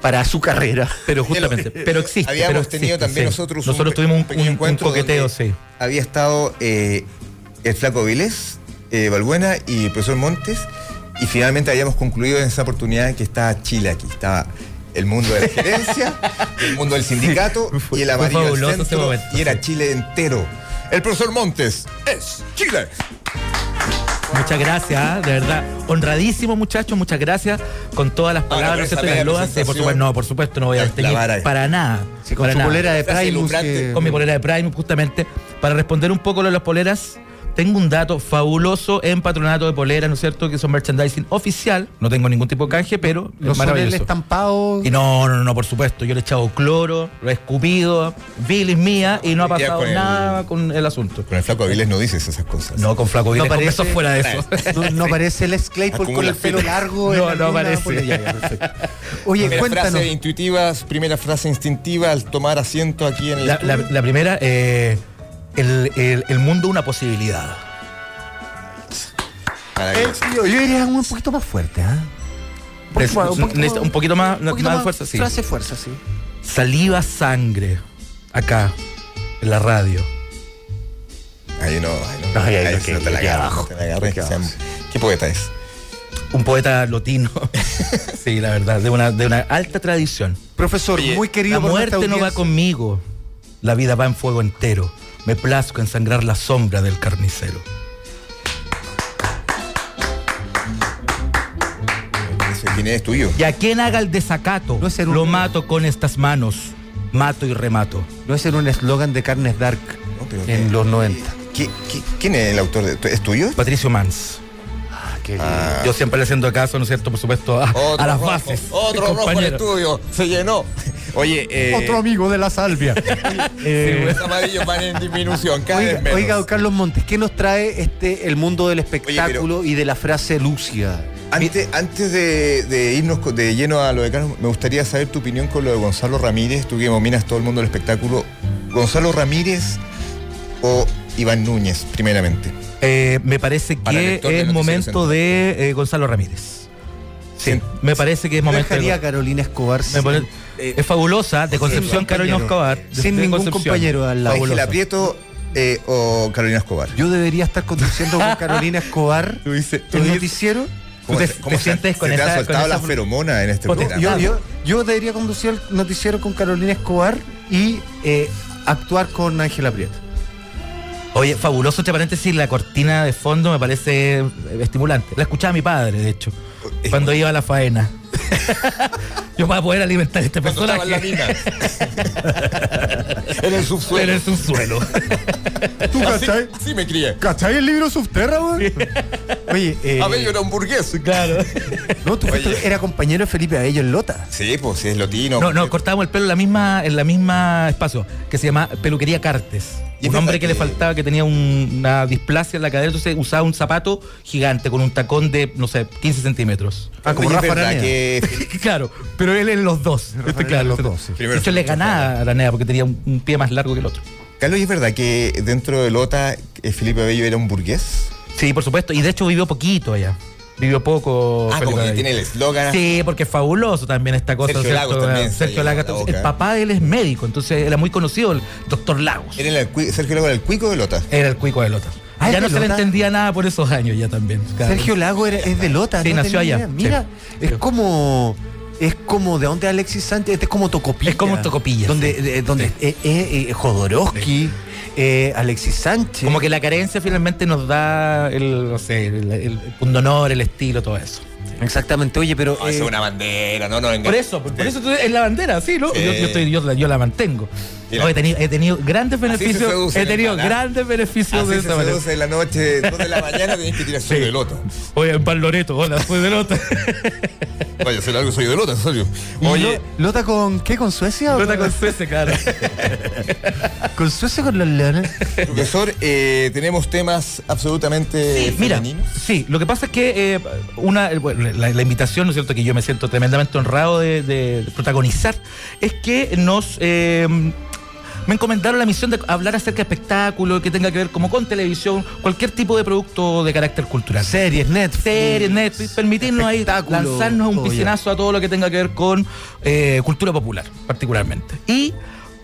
S2: para su carrera.
S9: Pero justamente.
S1: Pero-
S9: Pero existe.
S1: Habíamos
S9: pero
S1: tenido
S9: existe,
S1: también
S9: sí.
S1: nosotros
S9: Nosotros
S1: pe-
S9: tuvimos un-
S1: pequeño
S9: un- un
S1: encuentro
S9: coqueteo,
S1: donde
S9: sí.
S1: Había estado eh, el Flaco Vilés, eh, Balbuena y el profesor Montes. y finalmente habíamos concluido en esa oportunidad que estaba Chile aquí, estaba el mundo de la gerencia, el mundo del sindicato y el
S9: fue
S1: amarillo del
S9: fabuloso ese
S1: centro,
S9: momento,
S1: y era
S9: sí.
S1: Chile entero. El profesor Montes es Chile.
S9: Muchas gracias, ¿ah? de verdad. Honradísimo, muchachos, muchas gracias. Con todas las palabras,
S1: con
S9: ¿no es
S1: esa
S9: cierto? Y
S1: bella
S9: las loas. Sí, por
S1: presentación.
S9: supuesto, no, por supuesto, no voy a
S1: Es la
S9: teñir
S1: vara, eh.
S9: para nada.
S2: Sí, con
S9: para
S2: su
S9: nada.
S2: polera de
S1: Se hace
S2: Primus.
S1: ilumbrante.
S2: que-
S9: Con mi polera de Prime, justamente. Para responder un poco lo de las poleras, tengo un dato fabuloso en patronato de poleras, ¿no es cierto? Que son merchandising oficial. No tengo ningún tipo de canje, pero es
S2: Los sobre el
S9: maravilloso.
S2: estampado.
S9: Y no, no, no, no, por supuesto. Yo le he echado cloro, lo he escupido, bilis mía, y no ha
S1: Ya
S9: pasado
S1: con el-
S9: nada con el asunto.
S1: eh. Con el flaco Aviles no dices esas cosas.
S9: No, con flaco
S2: No
S9: bilis,
S2: parece-
S9: eso fuera de eso.
S2: No, no parece el ex Claypool con
S1: Acumula
S2: el pelo
S1: fibra.
S2: largo. en
S9: No, no
S2: alguna
S9: parece.
S2: polera. Ya, ya, perfecto. Oye,
S1: Primera
S2: cuéntanos.
S1: frase intuitiva, primera frase instintiva al tomar asiento aquí en el
S9: La,
S1: estudio.
S9: la- la primera, eh, el, el- el mundo una posibilidad.
S2: Eh,
S1: Maravilloso.
S2: yo, yo diría un poquito más fuerte, ¿ah? Un poquito
S9: Es-
S2: más-
S9: Pues, necesita un, poquito, más,
S2: un poquito
S9: más
S2: más
S9: fuerza, sí.
S2: Frase fuerza, sí.
S9: Saliva, sangre. Acá, en la radio.
S1: Ay, no, ay, no.
S2: Ay, ay,
S1: Ay,
S2: ok,
S1: si no te la
S2: aquí
S1: agarras,
S2: abajo,
S1: te la agarras,
S2: aquí
S1: que
S2: abajo.
S1: sean- ¿Qué poeta es?
S9: Un poeta lotino. sí, la verdad, de una, de una alta tradición.
S2: Profesor,
S1: Oye,
S2: muy querido
S9: La
S2: por nuestra
S9: muerte no va
S2: audiencia.
S9: conmigo. La vida va en fuego entero. Me plazco en sangrar la sombra del carnicero.
S1: Ese ¿Quién es tuyo?
S9: Y a quien haga el desacato,
S2: No es ser un-
S9: lo mato con estas manos. Mato y remato.
S2: No es era un eslogan de Carnes Dark
S1: No, pero
S2: en
S1: qué-
S2: los 90.
S1: ¿Qui- qui- quién es el autor? de- ¿Es tuyo?
S9: Patricio Mans.
S1: Ah.
S9: Yo siempre le haciendo caso, ¿no es cierto? Por supuesto, a,
S1: Otro
S9: a las
S1: rojo,
S9: bases.
S1: Otro rojo en el
S9: compañero.
S1: estudio. Se llenó. Oye, eh,
S2: Otro amigo de la salvia. Eh,
S1: los amarillos van en disminución. Cada vez
S2: oiga,
S1: menos.
S2: oiga, don Carlos Montes, ¿qué nos trae este el mundo del espectáculo y de la frase lúcida?
S1: Antes, antes de, de irnos co- de lleno a lo de Carlos, me gustaría saber tu opinión con lo de Gonzalo Ramírez, tú que dominas todo el mundo del espectáculo. ¿Gonzalo Ramírez o Iván Núñez, primeramente?
S9: Eh, me parece
S1: Para el
S9: que
S1: lector de
S9: es
S1: Noticiero
S9: momento
S1: Central.
S9: de eh, Gonzalo Ramírez. Sí,
S1: Sí.
S9: me parece que es
S2: Yo
S9: momento. de-
S2: dejaría a Carolina Escobar
S9: me
S2: sin,
S9: pare- es fabulosa, de Concepción Carolina
S2: compañero.
S9: Escobar. de-
S2: sin
S9: de
S2: ningún
S9: Concepción.
S2: compañero al lado.
S1: ¿Ángela Prieto eh, o Carolina Escobar?
S2: Yo debería estar conduciendo con Carolina Escobar
S1: Tú dices- tú
S2: el
S1: dices-
S2: noticiero.
S1: ¿Cómo
S9: te-
S1: se-
S9: te
S1: cómo se-
S9: sientes con
S1: se te
S9: esa-
S1: ha
S9: con
S1: soltado
S9: esa Pues,
S1: la
S9: fl-
S1: feromona en este
S9: Poten-
S1: programa.
S2: Yo, yo- yo debería conducir el noticiero con Carolina Escobar y eh, actuar con Ángela Prieto.
S9: Oye, fabuloso, entre paréntesis, la cortina de fondo me parece eh, estimulante. La escuchaba mi padre, de hecho,
S1: Es-
S9: cuando iba a la faena. Yo para poder alimentar a este
S1: Cuando estaba
S9: personaje.
S1: en la mina. en el subsuelo.
S9: Pero es un suelo.
S2: ¿Tú
S1: Así, así Ah, me crié.
S2: ¿Cachai el libro Subterra, güey? Oye, eh,
S1: Abello Ah, era un burgués.
S9: claro.
S2: no, tú fuiste-
S1: Oye.
S2: era compañero de Felipe Abello en Lota.
S1: Sí, pues sí, es lotino.
S9: No, no, cortábamos el pelo en la misma, en la misma espacio, que se llama peluquería Cartes.
S1: Y es
S9: un hombre
S1: verdad
S9: que le
S1: que-
S9: faltaba, que tenía un- una displasia en la cadera, entonces usaba un zapato gigante con un tacón de, no sé, 15 centímetros.
S2: Ah, como
S1: Oye, es
S2: Rafa
S1: verdad
S2: Araneda.
S1: que este
S9: Claro, pero él en los dos.
S2: Rafael
S9: claro,
S2: en los
S9: este-
S2: dos, sí.
S9: De hecho, le ganaba a Araneda porque tenía un, un pie más largo que el otro.
S1: Carlos, ¿y es verdad que dentro de Lota eh, Felipe Abello era un burgués?
S9: Sí, por supuesto. Y de hecho vivió poquito allá. Vivió poco.
S1: Ah,
S9: Felipe
S1: como que
S9: Abello.
S1: tiene el eslogan.
S9: Sí, porque es fabuloso también esta cosa.
S1: Sergio
S9: ¿cierto?
S1: Lagos también está
S9: Sergio
S1: ahí
S9: Lagos.
S1: en la
S9: entonces,
S1: boca.
S9: El papá de él es médico, entonces era muy conocido, el doctor Lagos.
S1: Era el cui- Sergio Lago era el cuico de Lota.
S9: Era el cuico de Lota.
S2: Ah,
S9: ya
S2: ¿es
S9: no
S2: de
S9: se le
S2: Lota?
S9: entendía nada Ah, por esos años ya también. claro.
S2: Sergio Lago era- es de Lota.
S9: Sí,
S2: no
S9: nació
S2: tenía
S9: allá,
S2: idea. Mira,
S9: sí.
S2: es como... Es como de donde Alexis Sánchez, este es como Tocopilla.
S9: Es como Tocopilla,
S2: Donde, eh, donde eh, eh, eh, Jodorowsky, eh, Alexis Sánchez.
S9: Como que la carencia finalmente nos da el, no sé, el, el pundonor, el estilo, todo eso.
S2: Exactamente, oye, pero.
S1: No, esa
S2: eh,
S1: es una bandera, no, no, venga.
S9: Por eso, por, por eso tú- es la bandera, sí, ¿no?
S1: Sí.
S9: Yo, yo estoy- yo la, yo la mantengo.
S1: Y la-
S9: No, he, tenido, he tenido grandes beneficios.
S1: seduce
S9: He
S1: el
S9: tenido
S1: pan, ¿ah?
S9: grandes beneficios
S1: Así se
S9: de esa manera.
S1: seduce en la noche, 2 de la mañana tenés que tirar soy
S9: Sí.
S1: de Lota.
S9: Oye, en Pan Loreto, hola, soy de Lota.
S1: Vaya, soy algo soy de Lota, en serio.
S2: ¿y
S1: Oye,
S2: Lo- ¿Lota con qué? ¿Con Suecia? o
S9: Lota con Suecia, claro.
S2: con Suecia con los leones.
S1: profesor, eh, tenemos temas absolutamente
S9: Sí, mira,
S1: femeninos.
S9: sí, lo que pasa es que eh, una, eh, bueno, la, la invitación, ¿no es cierto?, que yo me siento tremendamente honrado de, de protagonizar, es que nos... eh, me encomendaron la misión de hablar acerca de espectáculos que tenga que ver como con televisión, cualquier tipo de producto de carácter cultural.
S2: Series, Netflix.
S9: series, Netflix, permitirnos ahí
S2: espectáculos,
S9: lanzarnos un
S2: todo ya.
S9: piscinazo a todo lo que tenga que ver con eh, cultura popular, particularmente. Y,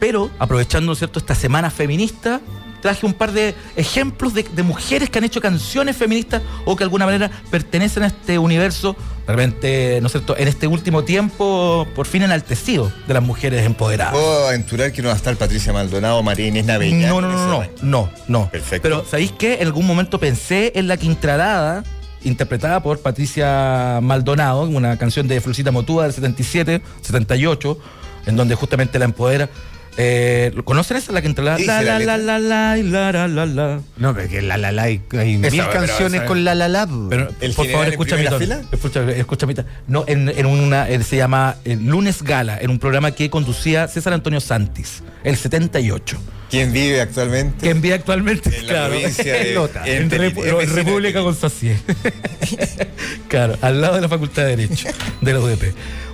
S9: pero aprovechando, ¿no es ¿cierto?, esta semana feminista, traje un par de ejemplos de, de mujeres que han hecho canciones feministas o que de alguna manera pertenecen a este universo, de repente, ¿no es cierto?, en este último tiempo, por fin enaltecido de las mujeres empoderadas.
S1: Puedo aventurar que no va a estar Patricia Maldonado, María Inés Naveña.
S9: No, no, no, no, no, no.
S1: Perfecto.
S9: Pero ¿sabéis qué? En algún momento pensé en La Quintralada, interpretada por Patricia Maldonado, en una canción de Florcita Motúa del 77, 78, en donde justamente la empodera. Eh, ¿Conocen esa La Quintralada?
S1: Sí,
S9: La,
S1: sí, la
S9: la, la, la, la, y la, la, la, la.
S2: No, pero que la la la hay, hay mil
S1: pero
S2: canciones
S1: esa-
S2: con la la la.
S9: Pero,
S1: ¿El
S9: por
S1: general
S9: favor,
S1: en
S9: escúchame,
S1: primera
S9: Tony.
S1: fila?
S9: Escúchame, escúchame. No, en, en una, eh, se llama eh, Lunes Gala, en un programa que conducía César Antonio Santis, el 78.
S1: ¿Quién vive actualmente?
S9: Que envía actualmente,
S1: En la
S9: claro,
S1: provincia de-
S9: en Lota,
S1: en
S9: en,
S1: Teni-
S9: Repu-
S1: en vecino
S9: no, en
S1: de
S9: República
S1: Teni-
S9: Constancia. claro, al lado de la Facultad de Derecho de la UDP.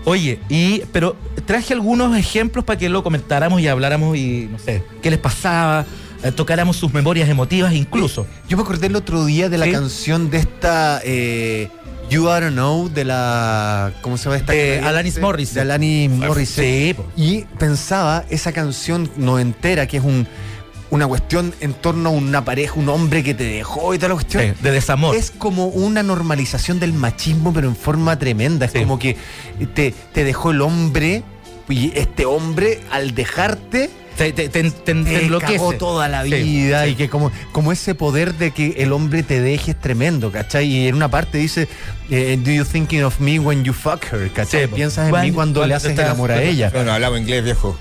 S9: Oye, y pero traje algunos ejemplos para que lo comentáramos y habláramos y no sé, qué les pasaba, eh, tocáramos sus memorias emotivas incluso.
S2: Yo me acordé el otro día de la
S9: Sí.
S2: canción de esta eh, You I Don't Know de la. ¿Cómo se llama esta?
S9: De
S2: canadiense?
S9: Alanis Morissette.
S2: De Alanis Morissette.
S9: Sí, po.
S2: Y pensaba esa canción noventera, que es un, una cuestión en torno a una pareja, un hombre que te dejó y toda la cuestión.
S9: Sí, de desamor.
S2: Es como una normalización del machismo, pero en forma tremenda. Es
S9: Sí.
S2: como que te, te dejó el hombre y este hombre al dejarte
S9: te, te, te, te- te
S2: te
S9: enloquece.
S2: Eh, cagó toda la
S9: Sí,
S2: vida
S9: sí.
S2: y que como, como ese poder de que el hombre te deje es tremendo, ¿cachai? Y en una parte dice, eh, do you thinking of me when you fuck her, ¿cachai?
S9: Sí, po.
S2: Piensas en
S9: Cuando-
S2: mí
S9: cuando
S2: cuando le
S9: te
S2: haces el
S9: estás-
S2: amor a ella.
S1: No, no hablaba inglés, viejo.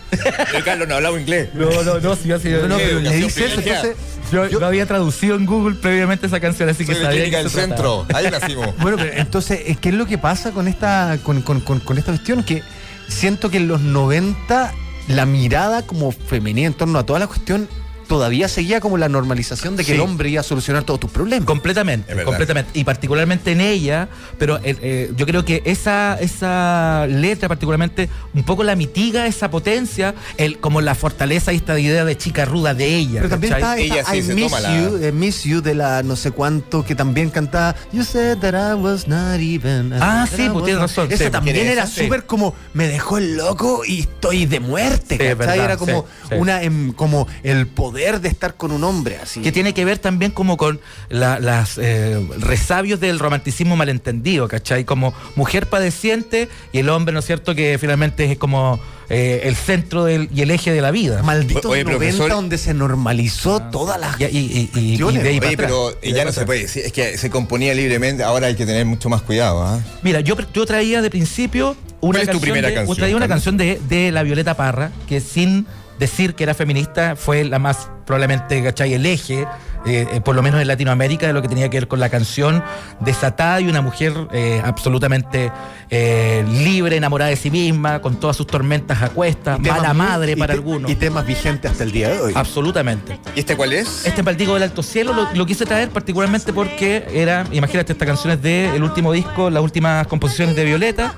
S1: El Carlos no hablaba inglés.
S9: No, no, no, sí, yo sí,
S2: No, no, pero le
S1: Educación
S2: dice eso,
S1: privilegiada.
S2: entonces...
S9: yo, yo había traducido en Google previamente esa canción, así que
S1: Soy de
S9: sabía
S1: Clínica
S9: que
S1: del
S9: se trataba.
S1: Centro. Ahí nacimos.
S2: Bueno, pero entonces, eh, ¿qué es lo que pasa con esta, con, con- con- con esta cuestión? Que siento que en los 90 la mirada como femenina en torno a toda la cuestión todavía seguía como la normalización de
S9: Sí.
S2: que el hombre iba a solucionar todos tus problemas.
S1: Es
S9: Completamente,
S1: verdad.
S9: completamente. Y particularmente en ella, pero eh, eh, yo creo que esa, esa letra particularmente un poco la mitiga esa potencia, el, como la fortaleza y esta idea de chica ruda de ella.
S2: Pero también
S9: ¿cachai?
S2: está
S1: Ella
S2: esta
S1: sí
S2: I
S1: se
S2: Miss
S1: toma la-
S2: You, eh, Miss You de la no sé cuánto, que también cantaba You said that I was not even.
S9: Ah,
S2: that
S9: sí,
S2: I
S9: pues,
S2: was
S9: tienes
S2: not-
S9: razón,
S2: Esa
S9: sí,
S2: también
S9: tiene
S2: era
S9: esa, sí.
S2: súper como me dejó el loco y estoy de muerte.
S9: Sí,
S2: ¿cachai?
S9: es verdad,
S2: era como
S9: sí, sí.
S2: una em, como el poder de estar con un hombre así.
S9: que tiene que ver también como con la- las eh, resabios del romanticismo malentendido, ¿cachai? Como mujer padeciente y el hombre, ¿no es cierto?, que finalmente es como eh, el centro del- y el eje de la vida. Ah.
S2: Maldito
S1: Oye,
S2: 90
S1: profesor.
S2: donde se normalizó todas las
S9: Y, y- y- y- y
S2: Cuestiones,
S9: de ahí para
S1: Oye,
S9: atrás.
S1: pero
S9: Y
S1: ya
S9: de ahí
S1: no
S9: para
S1: se
S9: atrás.
S1: puede decir. Es que se componía libremente. Ahora hay que tener mucho más cuidado. ¿ah?
S9: Mira, yo, yo traía de principio una
S1: ¿Cuál es tu
S9: canción,
S1: primera
S9: de,
S1: canción,
S9: traía una
S1: Carlos?
S9: canción de, de la Violeta Parra que sin decir que era feminista fue la más probablemente, ¿cachai? El eje, eh, eh, por lo menos en Latinoamérica, de lo que tenía que ver con la canción desatada y una mujer eh, absolutamente eh, libre, enamorada de sí misma, con todas sus tormentas a cuestas,
S2: temas
S9: mala
S2: muy-
S9: madre
S2: y
S9: para
S2: te-
S9: algunos.
S2: Y temas vigentes hasta el día de hoy.
S9: absolutamente.
S1: ¿Y este cuál es?
S9: Este Maldigo del Alto Cielo lo, lo quise traer particularmente porque era, imagínate, estas canciones del último disco, las últimas composiciones de Violeta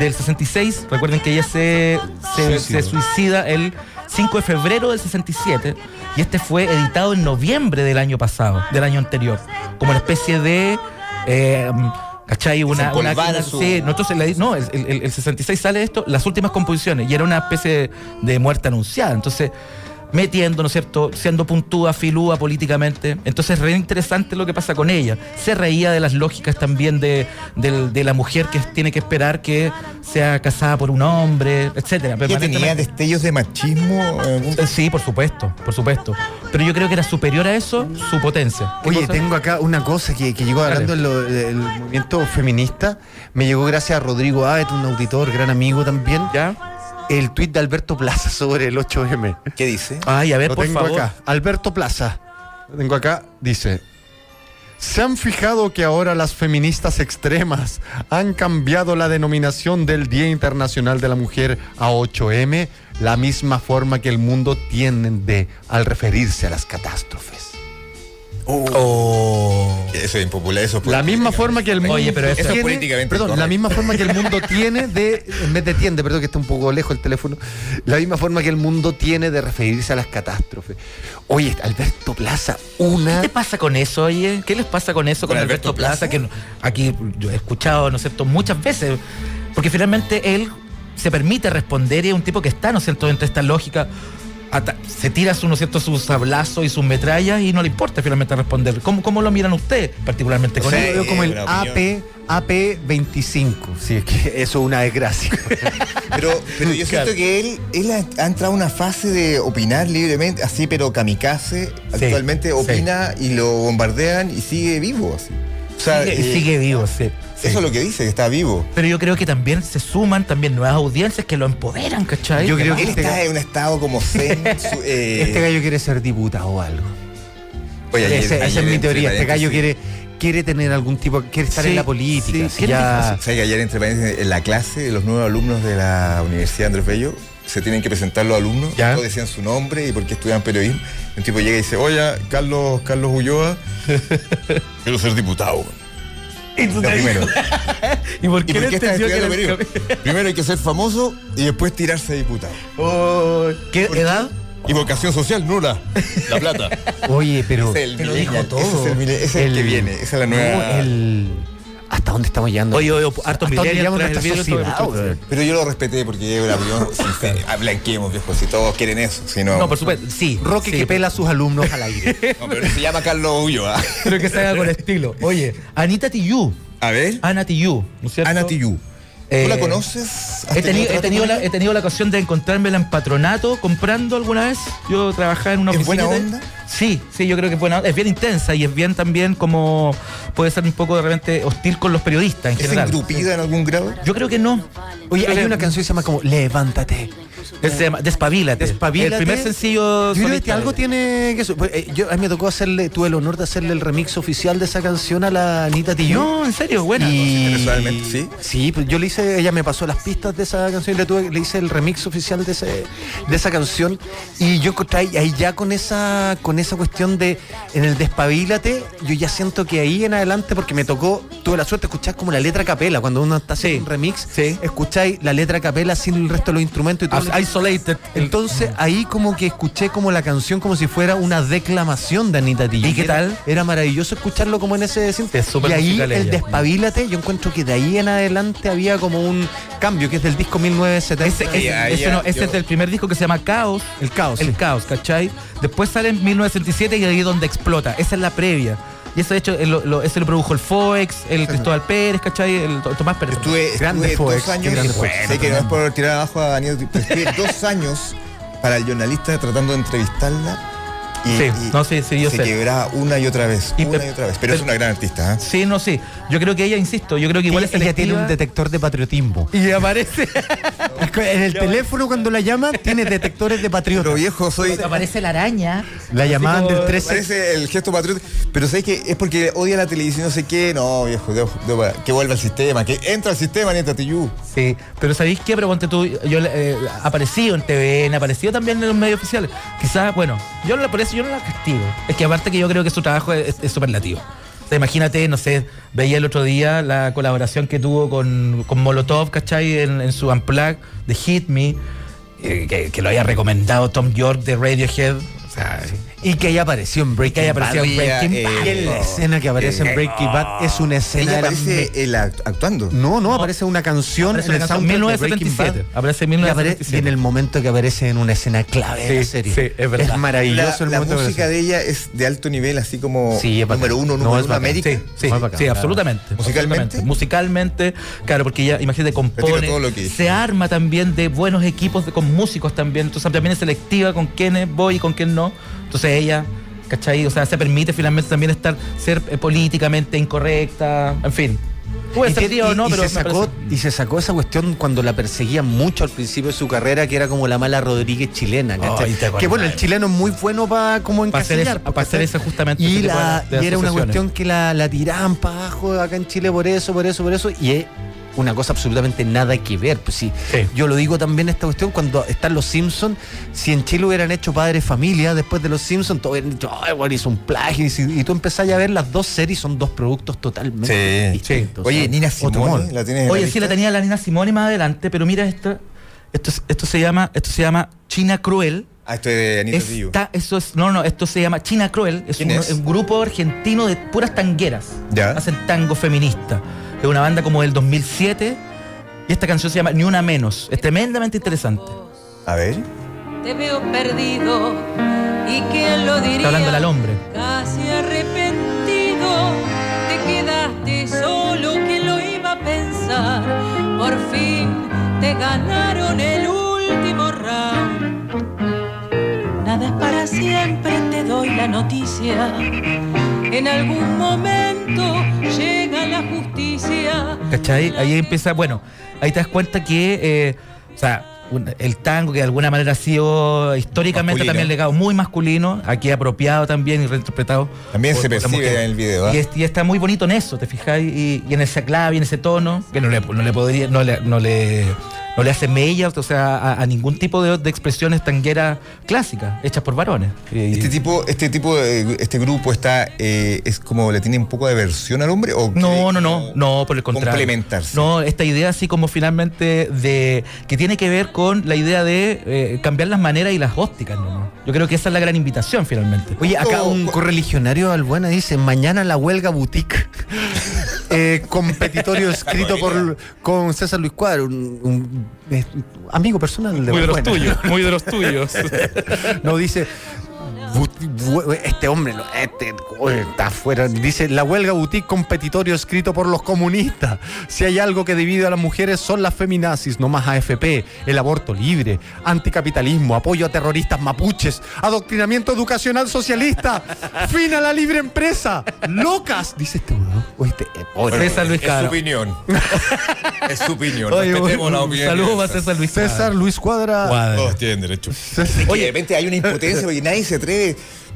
S9: del 66. Recuerden que ella se, se, se suicida el 5 de febrero del 67 y este fue editado en noviembre del año pasado, del año anterior, como una especie de... eh, ¿Cachai? Una, una,
S1: empolvara
S9: una-
S1: su-
S9: sí, no, entonces la- no, el, el- el 66 sale esto, las últimas composiciones, y era una especie de, de muerte anunciada. Entonces, metiendo, ¿no es cierto?, siendo puntúa, filúa políticamente. Entonces, re interesante lo que pasa con ella. Se reía de las lógicas también de, del- de la mujer que tiene que esperar que sea casada por un hombre, etcétera.
S1: ¿Ya tenía
S9: permanentemente.
S1: destellos de machismo? en algún-
S9: Eh, Sí, por supuesto, por supuesto. Pero yo creo que era superior a eso su potencia. ¿Qué
S2: Oye,
S9: cosa?
S2: tengo acá una cosa que, que llegó hablando en lo- del movimiento feminista. Me llegó gracias a Rodrigo Abet, un auditor, gran amigo también.
S9: ¿Ya?
S2: El tuit de Alberto Plaza sobre el 8M.
S1: ¿Qué dice?
S9: Ay, a ver,
S2: Lo
S9: por
S2: tengo
S9: favor.
S2: acá. Alberto Plaza. Lo tengo acá. Dice. ¿Se han fijado que ahora las feministas extremas han cambiado la denominación del Día Internacional de la Mujer a 8M? La misma forma que el mundo tiene de al referirse a las catástrofes.
S9: Oh.
S1: Eso es impopular. Eso es
S2: La misma forma que el mundo
S9: Oye, pero eso es
S2: tiene,
S1: políticamente
S2: perdón, la
S1: incorrecto.
S2: misma forma que el mundo tiene de en vez de tiende, perdón que está un poco lejos el teléfono, la misma forma que el mundo tiene de referirse a las catástrofes. Oye, Alberto Plaza, una
S9: ¿Qué te pasa con eso, oye? ¿Qué les pasa con eso con,
S1: ¿Con
S9: Alberto,
S1: Alberto
S9: Plaza?
S1: Plaza?
S9: Que no- aquí yo he escuchado, ¿no es cierto?, muchas veces. Porque finalmente él se permite responder y es un tipo que está, ¿no es cierto?, dentro de esta lógica ata- se tira su, ¿no es cierto? sus sablazos y sus metrallas y no le importa finalmente responder. ¿Cómo, cómo lo miran ustedes particularmente con
S1: Sí.
S2: Yo lo veo como el
S1: Buena
S2: AP, AP25. Sí, es que eso es una desgracia.
S1: Pero, pero yo siento que él, él ha, ha entrado a una fase de opinar libremente, así, pero kamikaze. actualmente opina y lo bombardean y sigue vivo, así. O sea,
S9: sigue,
S1: eh,
S9: sigue vivo, sí.
S1: eso es lo que dice, que está vivo.
S9: Pero yo creo que también se suman también nuevas audiencias que lo empoderan, ¿cachai?
S2: Yo creo que
S1: Él
S2: este
S1: está
S2: gallo-
S1: en un estado como zen. su- eh,
S2: Este gallo quiere ser diputado o algo.
S1: oye, ayer-
S2: Ese- esa
S1: ayer,
S2: es mi
S1: entre
S2: teoría. Este
S1: paréntesis,
S2: gallo quiere, quiere tener algún tipo, quiere estar
S9: Sí,
S2: en la política.
S9: sí,
S2: si
S9: quiere
S2: ya-
S1: O sea, que ayer, entre paréntesis, en la clase de los nuevos alumnos de la Universidad Andrés Bello, se tienen que presentar los alumnos,
S2: Ya.
S1: todos decían su nombre y por qué estudian periodismo. Un tipo llega y dice, oye, Carlos, Carlos Ulloa, quiero ser diputado.
S9: Y tú
S1: Lo
S9: te-
S1: primero.
S9: ¿Y por
S1: ¿Y
S9: qué,
S1: por
S9: no
S1: qué estás
S9: entendió que
S1: estudiando
S9: era el
S1: periodismo? Primero hay que ser famoso y después tirarse de diputado.
S9: cam- Oh, ¿Qué edad?
S5: Y vocación social nula. La plata.
S2: Oye, pero.
S1: Ese es el
S9: Pero dijo
S1: millennial,
S9: todo.
S1: Ese es el, mille- ese es el que
S2: el-
S1: viene, esa es la
S2: no,
S1: nueva...
S2: el- ¿Hasta dónde estamos llegando?
S9: Oye, oye, hartos
S2: ¿Hasta dónde
S9: millennials
S2: llegamos
S9: tras
S2: nuestra
S9: el vidrio, todo el
S2: sociedad,
S9: mundo.
S2: weón?
S1: Pero yo lo respeté porque yo era avión, sincero. Ah, Blanqueemos, viejo, si todos quieren eso. Si no,
S9: No, por supuesto, sí.
S2: Roque
S9: sí,
S2: que pela a sus alumnos al aire.
S1: No, pero se llama Carlos ¿ah? Ulloa.
S9: Pero que salga con estilo. Oye, Anita Tiyu.
S1: A ver,
S9: Ana Tiyu, ¿no es cierto?
S1: Ana Tiyu.
S9: Eh,
S1: ¿Tú la conoces? ¿Has
S9: He tenido, he,
S1: trato
S9: tenido
S1: con
S9: la,
S1: ella?
S9: he tenido la ocasión de encontrármela en patronato comprando alguna vez. Yo trabajaba en una
S1: ¿Es
S9: oficina.
S1: buena
S9: de-
S1: onda?
S9: Sí, sí, yo creo que es buena onda. Es bien intensa y es bien también como puede ser un poco de repente hostil con los periodistas en
S1: ¿Es
S9: general.
S1: engrupida en algún grado?
S9: Yo creo que no.
S2: Oye, hay una canción que se llama como Levántate.
S9: que se llama Despabilate.
S2: Despabilate.
S9: El primer sencillo.
S2: Yo creo
S9: solista
S2: que algo
S9: de-
S2: tiene que su- pues, eh, yo, a mí me tocó hacerle, tuve el honor de hacerle el remix oficial de esa canción a la Anita Tillú.
S9: No, en serio, buena.
S1: Personalmente, sí.
S2: Sí, pues yo le hice, ella me pasó las pistas de esa canción, le, tuve, le hice el remix oficial de, ese, de esa canción y yo encontré ahí ahí ya con esa, con esa cuestión de en el despabilate, yo ya siento que ahí en adelante, porque me tocó, tuve la suerte de escuchar como la letra a capela, cuando uno está haciendo
S9: Sí,
S2: un remix,
S9: sí.
S2: escucháis la letra a capela sin el resto de los instrumentos y todo.
S9: As- Isolated.
S2: Entonces ahí como que escuché como la canción como si fuera una declamación de Anita Tillú.
S9: ¿Y qué
S2: Era-
S9: tal?
S2: Era maravilloso escucharlo como en ese
S9: Es súper
S2: Y ahí
S9: musical
S2: el
S9: ella.
S2: despabilate, yo encuentro que de ahí en adelante había como un cambio, que es del disco 1970.
S9: Ese, ese-
S1: Ya,
S9: ese
S1: ya,
S9: no, ese
S1: yo-
S9: es del primer disco que se llama Caos.
S2: el caos.
S9: El caos, ¿cachai? Después sale en 1967 y ahí es donde explota. Esa es la previa. Y eso, de hecho, eh, lo, lo- ese lo produjo el Foex, el Cristóbal Pérez, ¿cachai? El to- Tomás Pérez.
S1: Estuve,
S2: Grande
S1: estuve dos
S2: Fox, qué
S1: años.
S2: grande Fox.
S1: sé que no es por tirar abajo a Daniel. pero Estuve dos años para el jornalista tratando de entrevistarla. Y,
S9: Sí,
S1: y
S9: no, sí, sí, yo
S1: se
S9: sé.
S1: quebraba una y otra vez.
S9: Y
S1: una
S9: pe-
S1: y otra vez. Pero
S9: pe-
S1: es una gran artista. ¿eh?
S9: Sí, no, sí. Yo creo que ella, insisto, yo creo que igual
S2: ella, ella tiene un
S9: selectiva.
S2: detector de patriotismo.
S9: Y aparece.
S2: Es que en el teléfono cuando la llaman tiene detectores de
S1: Pero
S2: patriota.
S1: viejo, soy.
S9: aparece la araña.
S2: La llamaban
S9: como-
S2: del 13.
S1: Parece el gesto patriótico. Pero sé que es porque odia la televisión, no sé qué. No, viejo, debo- debo- que vuelva al sistema. Que entra al sistema, Anita Tillú.
S9: Sí, pero ¿sabéis qué? Pero ponte tú, yo eh, aparecido en TVN, aparecido también en los medios oficiales. Quizás, bueno, yo no la- por eso yo no la castigo. Es que aparte que yo creo que su trabajo es, es superlativo. O sea, imagínate, no sé, veía el otro día la colaboración que tuvo con, con Molotov, ¿cachai? En, en su Unplugged de Hit Me, eh, que, que lo había recomendado Tom York de Radiohead. O sea,
S2: Y que ella apareció en
S9: que
S2: Breaking
S9: haya aparecido en
S1: Había,
S9: Breaking Bad.
S1: eh,
S2: Y en la escena que aparece
S9: Eh,
S2: en Breaking Bad es una escena
S1: Ella
S2: de la-
S1: aparece el act- actuando.
S2: No, no, aparece una canción
S9: Aparece
S2: en
S9: una
S2: el
S9: canción,
S2: soundtrack de Breaking
S9: 1977.
S2: Bad.
S9: Aparece en
S2: Y apare-
S9: 1977.
S2: Y en el momento que aparece en una escena clave de la
S9: Sí,
S2: serie.
S9: sí, es verdad.
S2: maravilloso
S1: La,
S2: el
S1: la
S2: momento que
S1: música
S2: aparece.
S1: de ella es de alto nivel, así como
S2: Sí, es bacán.
S1: número uno,
S2: No,
S1: número
S2: es
S1: uno
S2: bacán.
S1: América.
S9: Sí, sí,
S2: Más bacán,
S9: sí,
S2: claro.
S9: absolutamente.
S1: ¿Musicalmente?
S9: absolutamente. Musicalmente, claro, porque ella, imagínate, compone,
S1: Retiro todo lo que dije.
S9: se arma también de buenos equipos de- con músicos también, entonces también es selectiva con quiénes voy y con quién no. Entonces ella, ¿cachai? O sea, se permite finalmente también estar, ser eh, políticamente incorrecta, en fin. Puede
S2: Y
S9: ser
S2: tiene-
S9: tía o
S2: y-
S9: no,
S2: y
S9: pero
S2: se
S9: me
S2: sacó,
S9: parece-
S2: y se sacó esa cuestión cuando la perseguían mucho al principio de su carrera, que era como la mala Rodríguez chilena. ¿cachai?
S9: Ay, te acordás.
S2: que bueno, el chileno es muy bueno para como
S9: Pa' hacer
S2: encasillar.
S9: eso- pa' hacer eso justamente,
S2: Y,
S9: ese tipo
S2: la-
S9: de- de
S2: y era una
S9: asociaciones.
S2: cuestión que la, la tiraban para abajo acá en Chile por eso, por eso, por eso. Y es una cosa absolutamente nada que ver. Pues sí,
S9: Sí.
S2: yo lo digo también esta cuestión cuando están los Simpsons. Si en Chile hubieran hecho Padre Familia después de los Simpsons, todos hubieran dicho, ay, bueno, hizo un plagio. Y, si- y tú empezás ya a ver las dos series, son dos productos totalmente
S1: Sí.
S2: distintos. o
S1: Oye,
S2: sea,
S1: Nina
S2: otro
S1: Simone,
S2: humor.
S1: ¿la tienes en
S9: Oye, sí, la
S1: lista?
S9: tenía la Nina Simone más adelante, pero mira esto, esto, es- esto se llama, esto se llama China Cruel.
S1: Ah, esto es de Anita Tillú.
S9: Está, eso es, no, no, esto se llama China Cruel. Es,
S1: ¿Quién
S9: un,
S1: es?
S9: un grupo argentino de puras tangueras.
S1: Ya.
S9: Hacen tango feminista. Es una banda como del 2007. Y esta canción se llama Ni Una Menos. Es tremendamente interesante.
S1: A ver.
S10: te veo perdido. ¿Y quién lo diría?
S9: Está hablando el hombre.
S10: Casi arrepentido, te quedaste solo, ¿quién lo iba a pensar? Por fin te ganaron el último round. Nada es para siempre, te doy la noticia. En algún momento llega la justicia.
S9: ¿Cachai? Ahí empieza, bueno, ahí te das cuenta que, eh, o sea, un- el tango que de alguna manera ha sido históricamente
S1: Masculino.
S9: también legado muy masculino, aquí apropiado también y reinterpretado.
S1: También
S9: por-
S1: se
S9: por la
S1: percibe
S9: mujer.
S1: en el video, ¿ah?
S9: Y, es- y está muy bonito en eso, ¿te fijáis? Y, y en esa clave, y en ese tono, que no le, no le podría, no le, no le, no le hace mella, o sea, a, a ningún tipo de, de expresiones tangueras clásicas, hechas por varones. Y-
S1: Este tipo, este tipo, de- este grupo está, eh, es como le tiene un poco de aversión al hombre o
S9: No,
S1: quiere
S9: no, no,
S1: como
S9: no, por el contrario.
S1: complementarse.
S9: No, esta idea así como finalmente de que tiene que ver con la idea de eh, cambiar las maneras y las ópticas, ¿no? Yo creo que esa es la gran invitación finalmente.
S2: Oye, acá
S1: Oh,
S2: un
S1: cu-
S2: correligionario de Albuena dice, mañana la huelga boutique. Eh, competitorio escrito por con César Luis Cuadro, un, un, eh, amigo personal de Balbuena.
S9: muy de los tuyos.
S2: No dice. "Bu- bu- Este hombre no, este, oye, está afuera. Dice la huelga boutique competitorio escrito por los comunistas. Si hay algo que divide a las mujeres son las feminazis, no más AFP, el aborto libre, anticapitalismo, apoyo a terroristas mapuches, adoctrinamiento educacional socialista, fin a la libre empresa, locas, dice este uno. Oye, este, eh,
S1: Bueno,
S9: César Luis
S1: es su
S9: Caro.
S1: opinión. es su opinión.
S9: Oye,
S1: Respetemos
S9: un-
S1: la
S9: un
S1: opinión.
S9: saludo
S1: de
S9: a César Luis
S2: César Luis Cuadra. Oh.
S9: Cuadra.
S5: Todos tienen derecho.
S1: Oye, de repente hay una impotencia y nadie se atreve.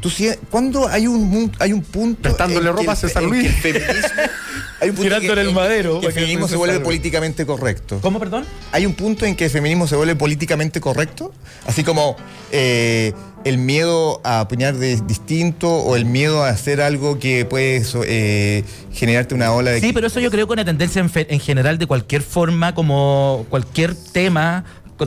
S1: Tú sí- ¿Cuándo hay un, mun- hay un punto.
S2: Prestándole
S1: en que
S2: ropa a
S1: el-
S2: César
S1: en que
S2: Luis.
S1: el feminismo- hay un punto en que-
S9: Tirándole el
S1: en-
S9: madero
S1: que
S9: para
S1: el
S9: que
S1: feminismo
S9: no se
S1: se vuelve
S9: salga.
S1: políticamente correcto.
S9: ¿Cómo, perdón?
S1: Hay un punto en que el feminismo se vuelve políticamente correcto, así como eh, el miedo a opinar de- distinto o el miedo a hacer algo que puede so- eh, generarte una ola de.
S9: Sí, pero eso yo creo que una tendencia en, fe- en general de cualquier forma, como cualquier tema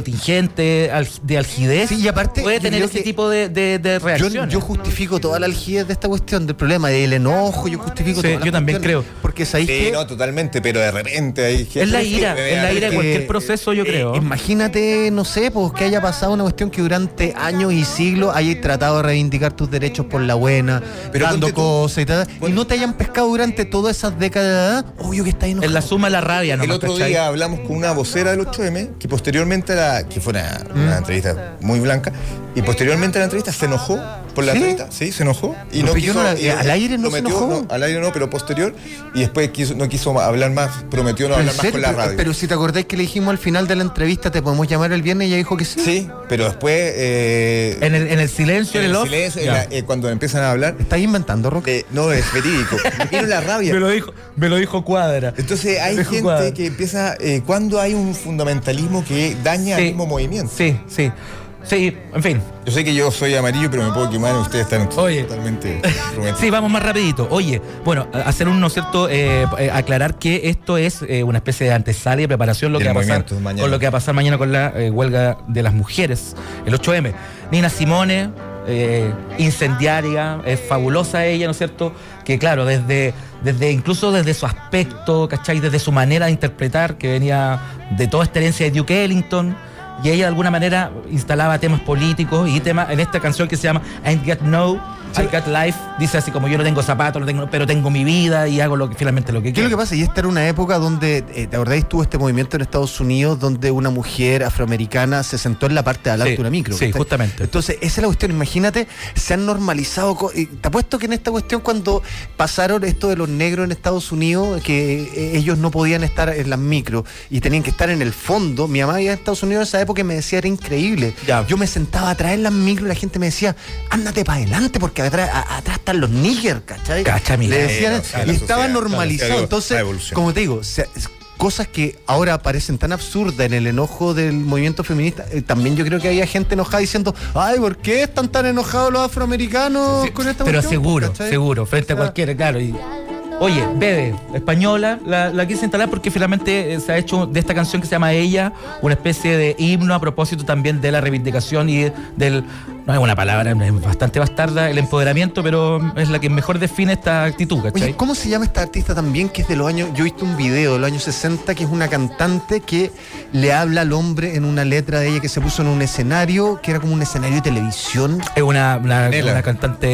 S9: contingente, al- de algidez,
S2: Sí, y aparte,
S9: puede
S2: yo
S9: tener
S2: creo
S9: ese
S2: que-
S9: tipo de, de, de
S2: Yo,
S9: reacciones.
S2: yo justifico toda la algidez de esta cuestión del problema, del enojo, yo justifico
S9: Sí,
S2: todas las
S9: yo también
S2: cuestiones,
S9: creo.
S2: Porque sabéis
S1: Sí,
S2: que
S1: no, totalmente, pero de repente hay gente
S9: es la
S1: que Eh,
S9: ira,
S1: me
S9: es la
S1: da-
S9: ira de
S2: que-
S9: cualquier proceso, yo creo.
S2: imagínate, no sé, pues que haya pasado una cuestión que durante años y siglos hayas tratado de reivindicar tus derechos por la buena,
S1: Pero
S2: dando
S1: ponte tú-
S2: cosas y tal, y
S1: ponte-
S2: no te hayan pescado durante todas esas décadas, obvio que está enojado.
S9: En la suma de la rabia, ¿no?
S1: El otro día hablamos con una vocera del 8M que posteriormente a la, que fue una,
S9: Mm.
S1: una entrevista muy blanca y posteriormente a la entrevista se enojó por la
S2: ¿Sí?
S1: entrevista, sí, se enojó y no,
S2: No, pero yo
S1: quiso
S2: no la-
S1: y-
S2: al aire no
S1: lo
S2: se enojó.
S1: al aire no, pero posterior y después quiso- no quiso hablar más, prometió no
S2: Pero en
S1: hablar más
S2: serio,
S1: con la
S2: pero-
S1: radio.
S2: pero si te acordás que le dijimos al final de la entrevista, te podemos llamar el viernes, y ella dijo que sí.
S1: sí, pero después eh,
S9: En el, en el silencio,
S1: en
S9: en
S1: el
S9: el, off,
S1: silencio, en
S9: ya.
S1: la- eh, cuando empiezan a hablar,
S2: ¿Estás inventando, Rock?
S1: eh, no es verídico. Vieron la rabia.
S9: Me lo dijo, me lo dijo Cuadra.
S1: Entonces hay
S9: Dejo
S1: gente
S9: cuadro.
S1: que empieza, eh, cuando hay un fundamentalismo que daña al
S9: Sí,
S1: mismo movimiento.
S9: Sí, sí. Sí, en fin.
S1: Yo sé que yo soy amarillo, pero me puedo quemar. Ustedes están
S9: Oye.
S1: totalmente prometidos.
S9: Sí, vamos más rapidito. Oye, bueno, a- hacer un, ¿no es cierto?, eh, eh, aclarar que esto es eh, una especie de antesala y preparación lo
S1: Del
S9: que va a pasar,
S1: movimiento mañana.
S9: con lo que va a pasar mañana con la eh, huelga de las mujeres, el 8M. Nina Simone, eh, incendiaria, es fabulosa ella, ¿no es cierto?, que claro, desde, desde incluso desde su aspecto, ¿cachai?, desde su manera de interpretar, que venía de toda esta herencia de Duke Ellington, y ella de alguna manera instalaba temas políticos y temas en esta canción que se llama Ain't Got No, I Got Life. Dice así como yo no tengo zapatos, no tengo, pero tengo mi vida y hago lo que, finalmente lo que
S2: ¿Qué es
S9: quiero.
S2: lo que pasa? Y esta era una época donde, eh, ¿te acordáis? Tuvo este movimiento en Estados Unidos donde una mujer afroamericana se sentó en la parte de adelante
S9: Sí,
S2: de una micro.
S9: sí,
S2: ¿cachai?
S9: justamente.
S2: Entonces, esa es la cuestión. Imagínate, se han normalizado. co- y Te apuesto que en esta cuestión, cuando pasaron esto de los negros en Estados Unidos, que eh, ellos no podían estar en las micro y tenían que estar en el fondo. Mi mamá iba a Estados Unidos en esa época y me decía, era increíble.
S9: Ya.
S2: Yo me sentaba atrás en las micro y la gente me decía, ándate para adelante porque atrás, a- atrás están los níger, ¿cachai?
S9: Cacha, mira. eh,
S2: Le decían,
S1: Sí, no, sí,
S2: y
S1: la
S2: estaba
S1: sociedad, claro,
S2: normalizado.
S1: digo, la
S2: Entonces,
S1: evolución.
S2: como te digo, se- es- cosas que ahora parecen tan absurdas en el enojo del movimiento feminista, eh, también yo creo que había gente enojada diciendo, ay, ¿por qué están tan enojados los afroamericanos
S9: Sí,
S2: con esta
S9: pero
S2: cuestión,
S9: seguro,
S2: ¿cachai?
S9: seguro, frente a
S2: O sea,
S9: cualquiera, claro. y- oye, Bebe, española, la, la quise instalar porque finalmente eh, se ha hecho de esta canción que se llama Ella una especie de himno a propósito también de la reivindicación y del No es una palabra, es bastante bastarda el empoderamiento, pero es la que mejor define esta actitud, ¿cachai?
S2: Oye, ¿cómo se llama esta artista también que es de los años... Yo he visto un video de los años 60 que es una cantante que le habla al hombre en una letra de ella que se puso en un escenario, que era como un escenario de televisión
S9: Es una, una,
S1: Nela.
S9: una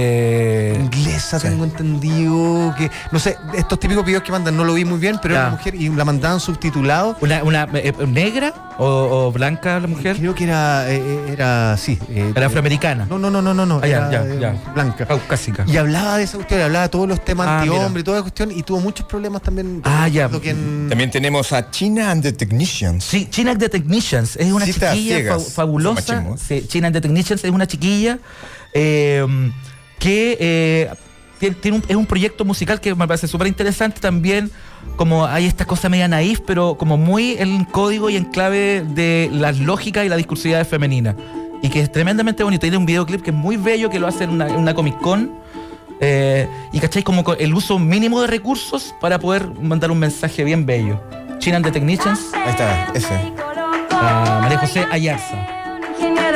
S9: cantante.
S2: inglesa, tengo entendido, que... No sé, estos típicos videos que mandan no lo vi muy bien, pero era
S9: Ya.
S2: una mujer y la mandaban subtitulado.
S9: Una, una eh, negra o, o blanca la mujer.
S2: Creo que era... eh, era sí. eh,
S9: Era afroamericana.
S2: No, no, no, no, no, no.
S9: Ah, ya,
S2: era,
S9: ya,
S2: eh,
S9: ya.
S2: Blanca.
S9: Caucásica.
S2: Y hablaba de esa cuestión, hablaba de todos los temas
S9: Ah,
S2: antihombre
S9: mira.
S2: y toda la cuestión, y tuvo muchos problemas también.
S9: Ah, ya.
S2: Recuerdo que en-
S1: También tenemos a China and the Technicians.
S9: Sí, China and the Technicians es una
S1: Citas
S9: chiquilla
S1: ciegas,
S9: fa- fabulosa.
S1: machismo.
S9: Sí, China and the Technicians es una chiquilla eh, que eh, tien- tiene un- es un proyecto musical que me parece súper interesante también. Como hay esta cosa media naif, pero como muy en código y en clave de las lógicas y la discursividad femenina. Y que es tremendamente bonito. Tiene un videoclip que es muy bello, que lo hace en una, en una Comic Con. eh, y cacháis como co- el uso mínimo de recursos para poder mandar un mensaje bien bello. China and the Technicians.
S1: Ahí está, ese.
S9: a Ah, María José Ayarza. Ella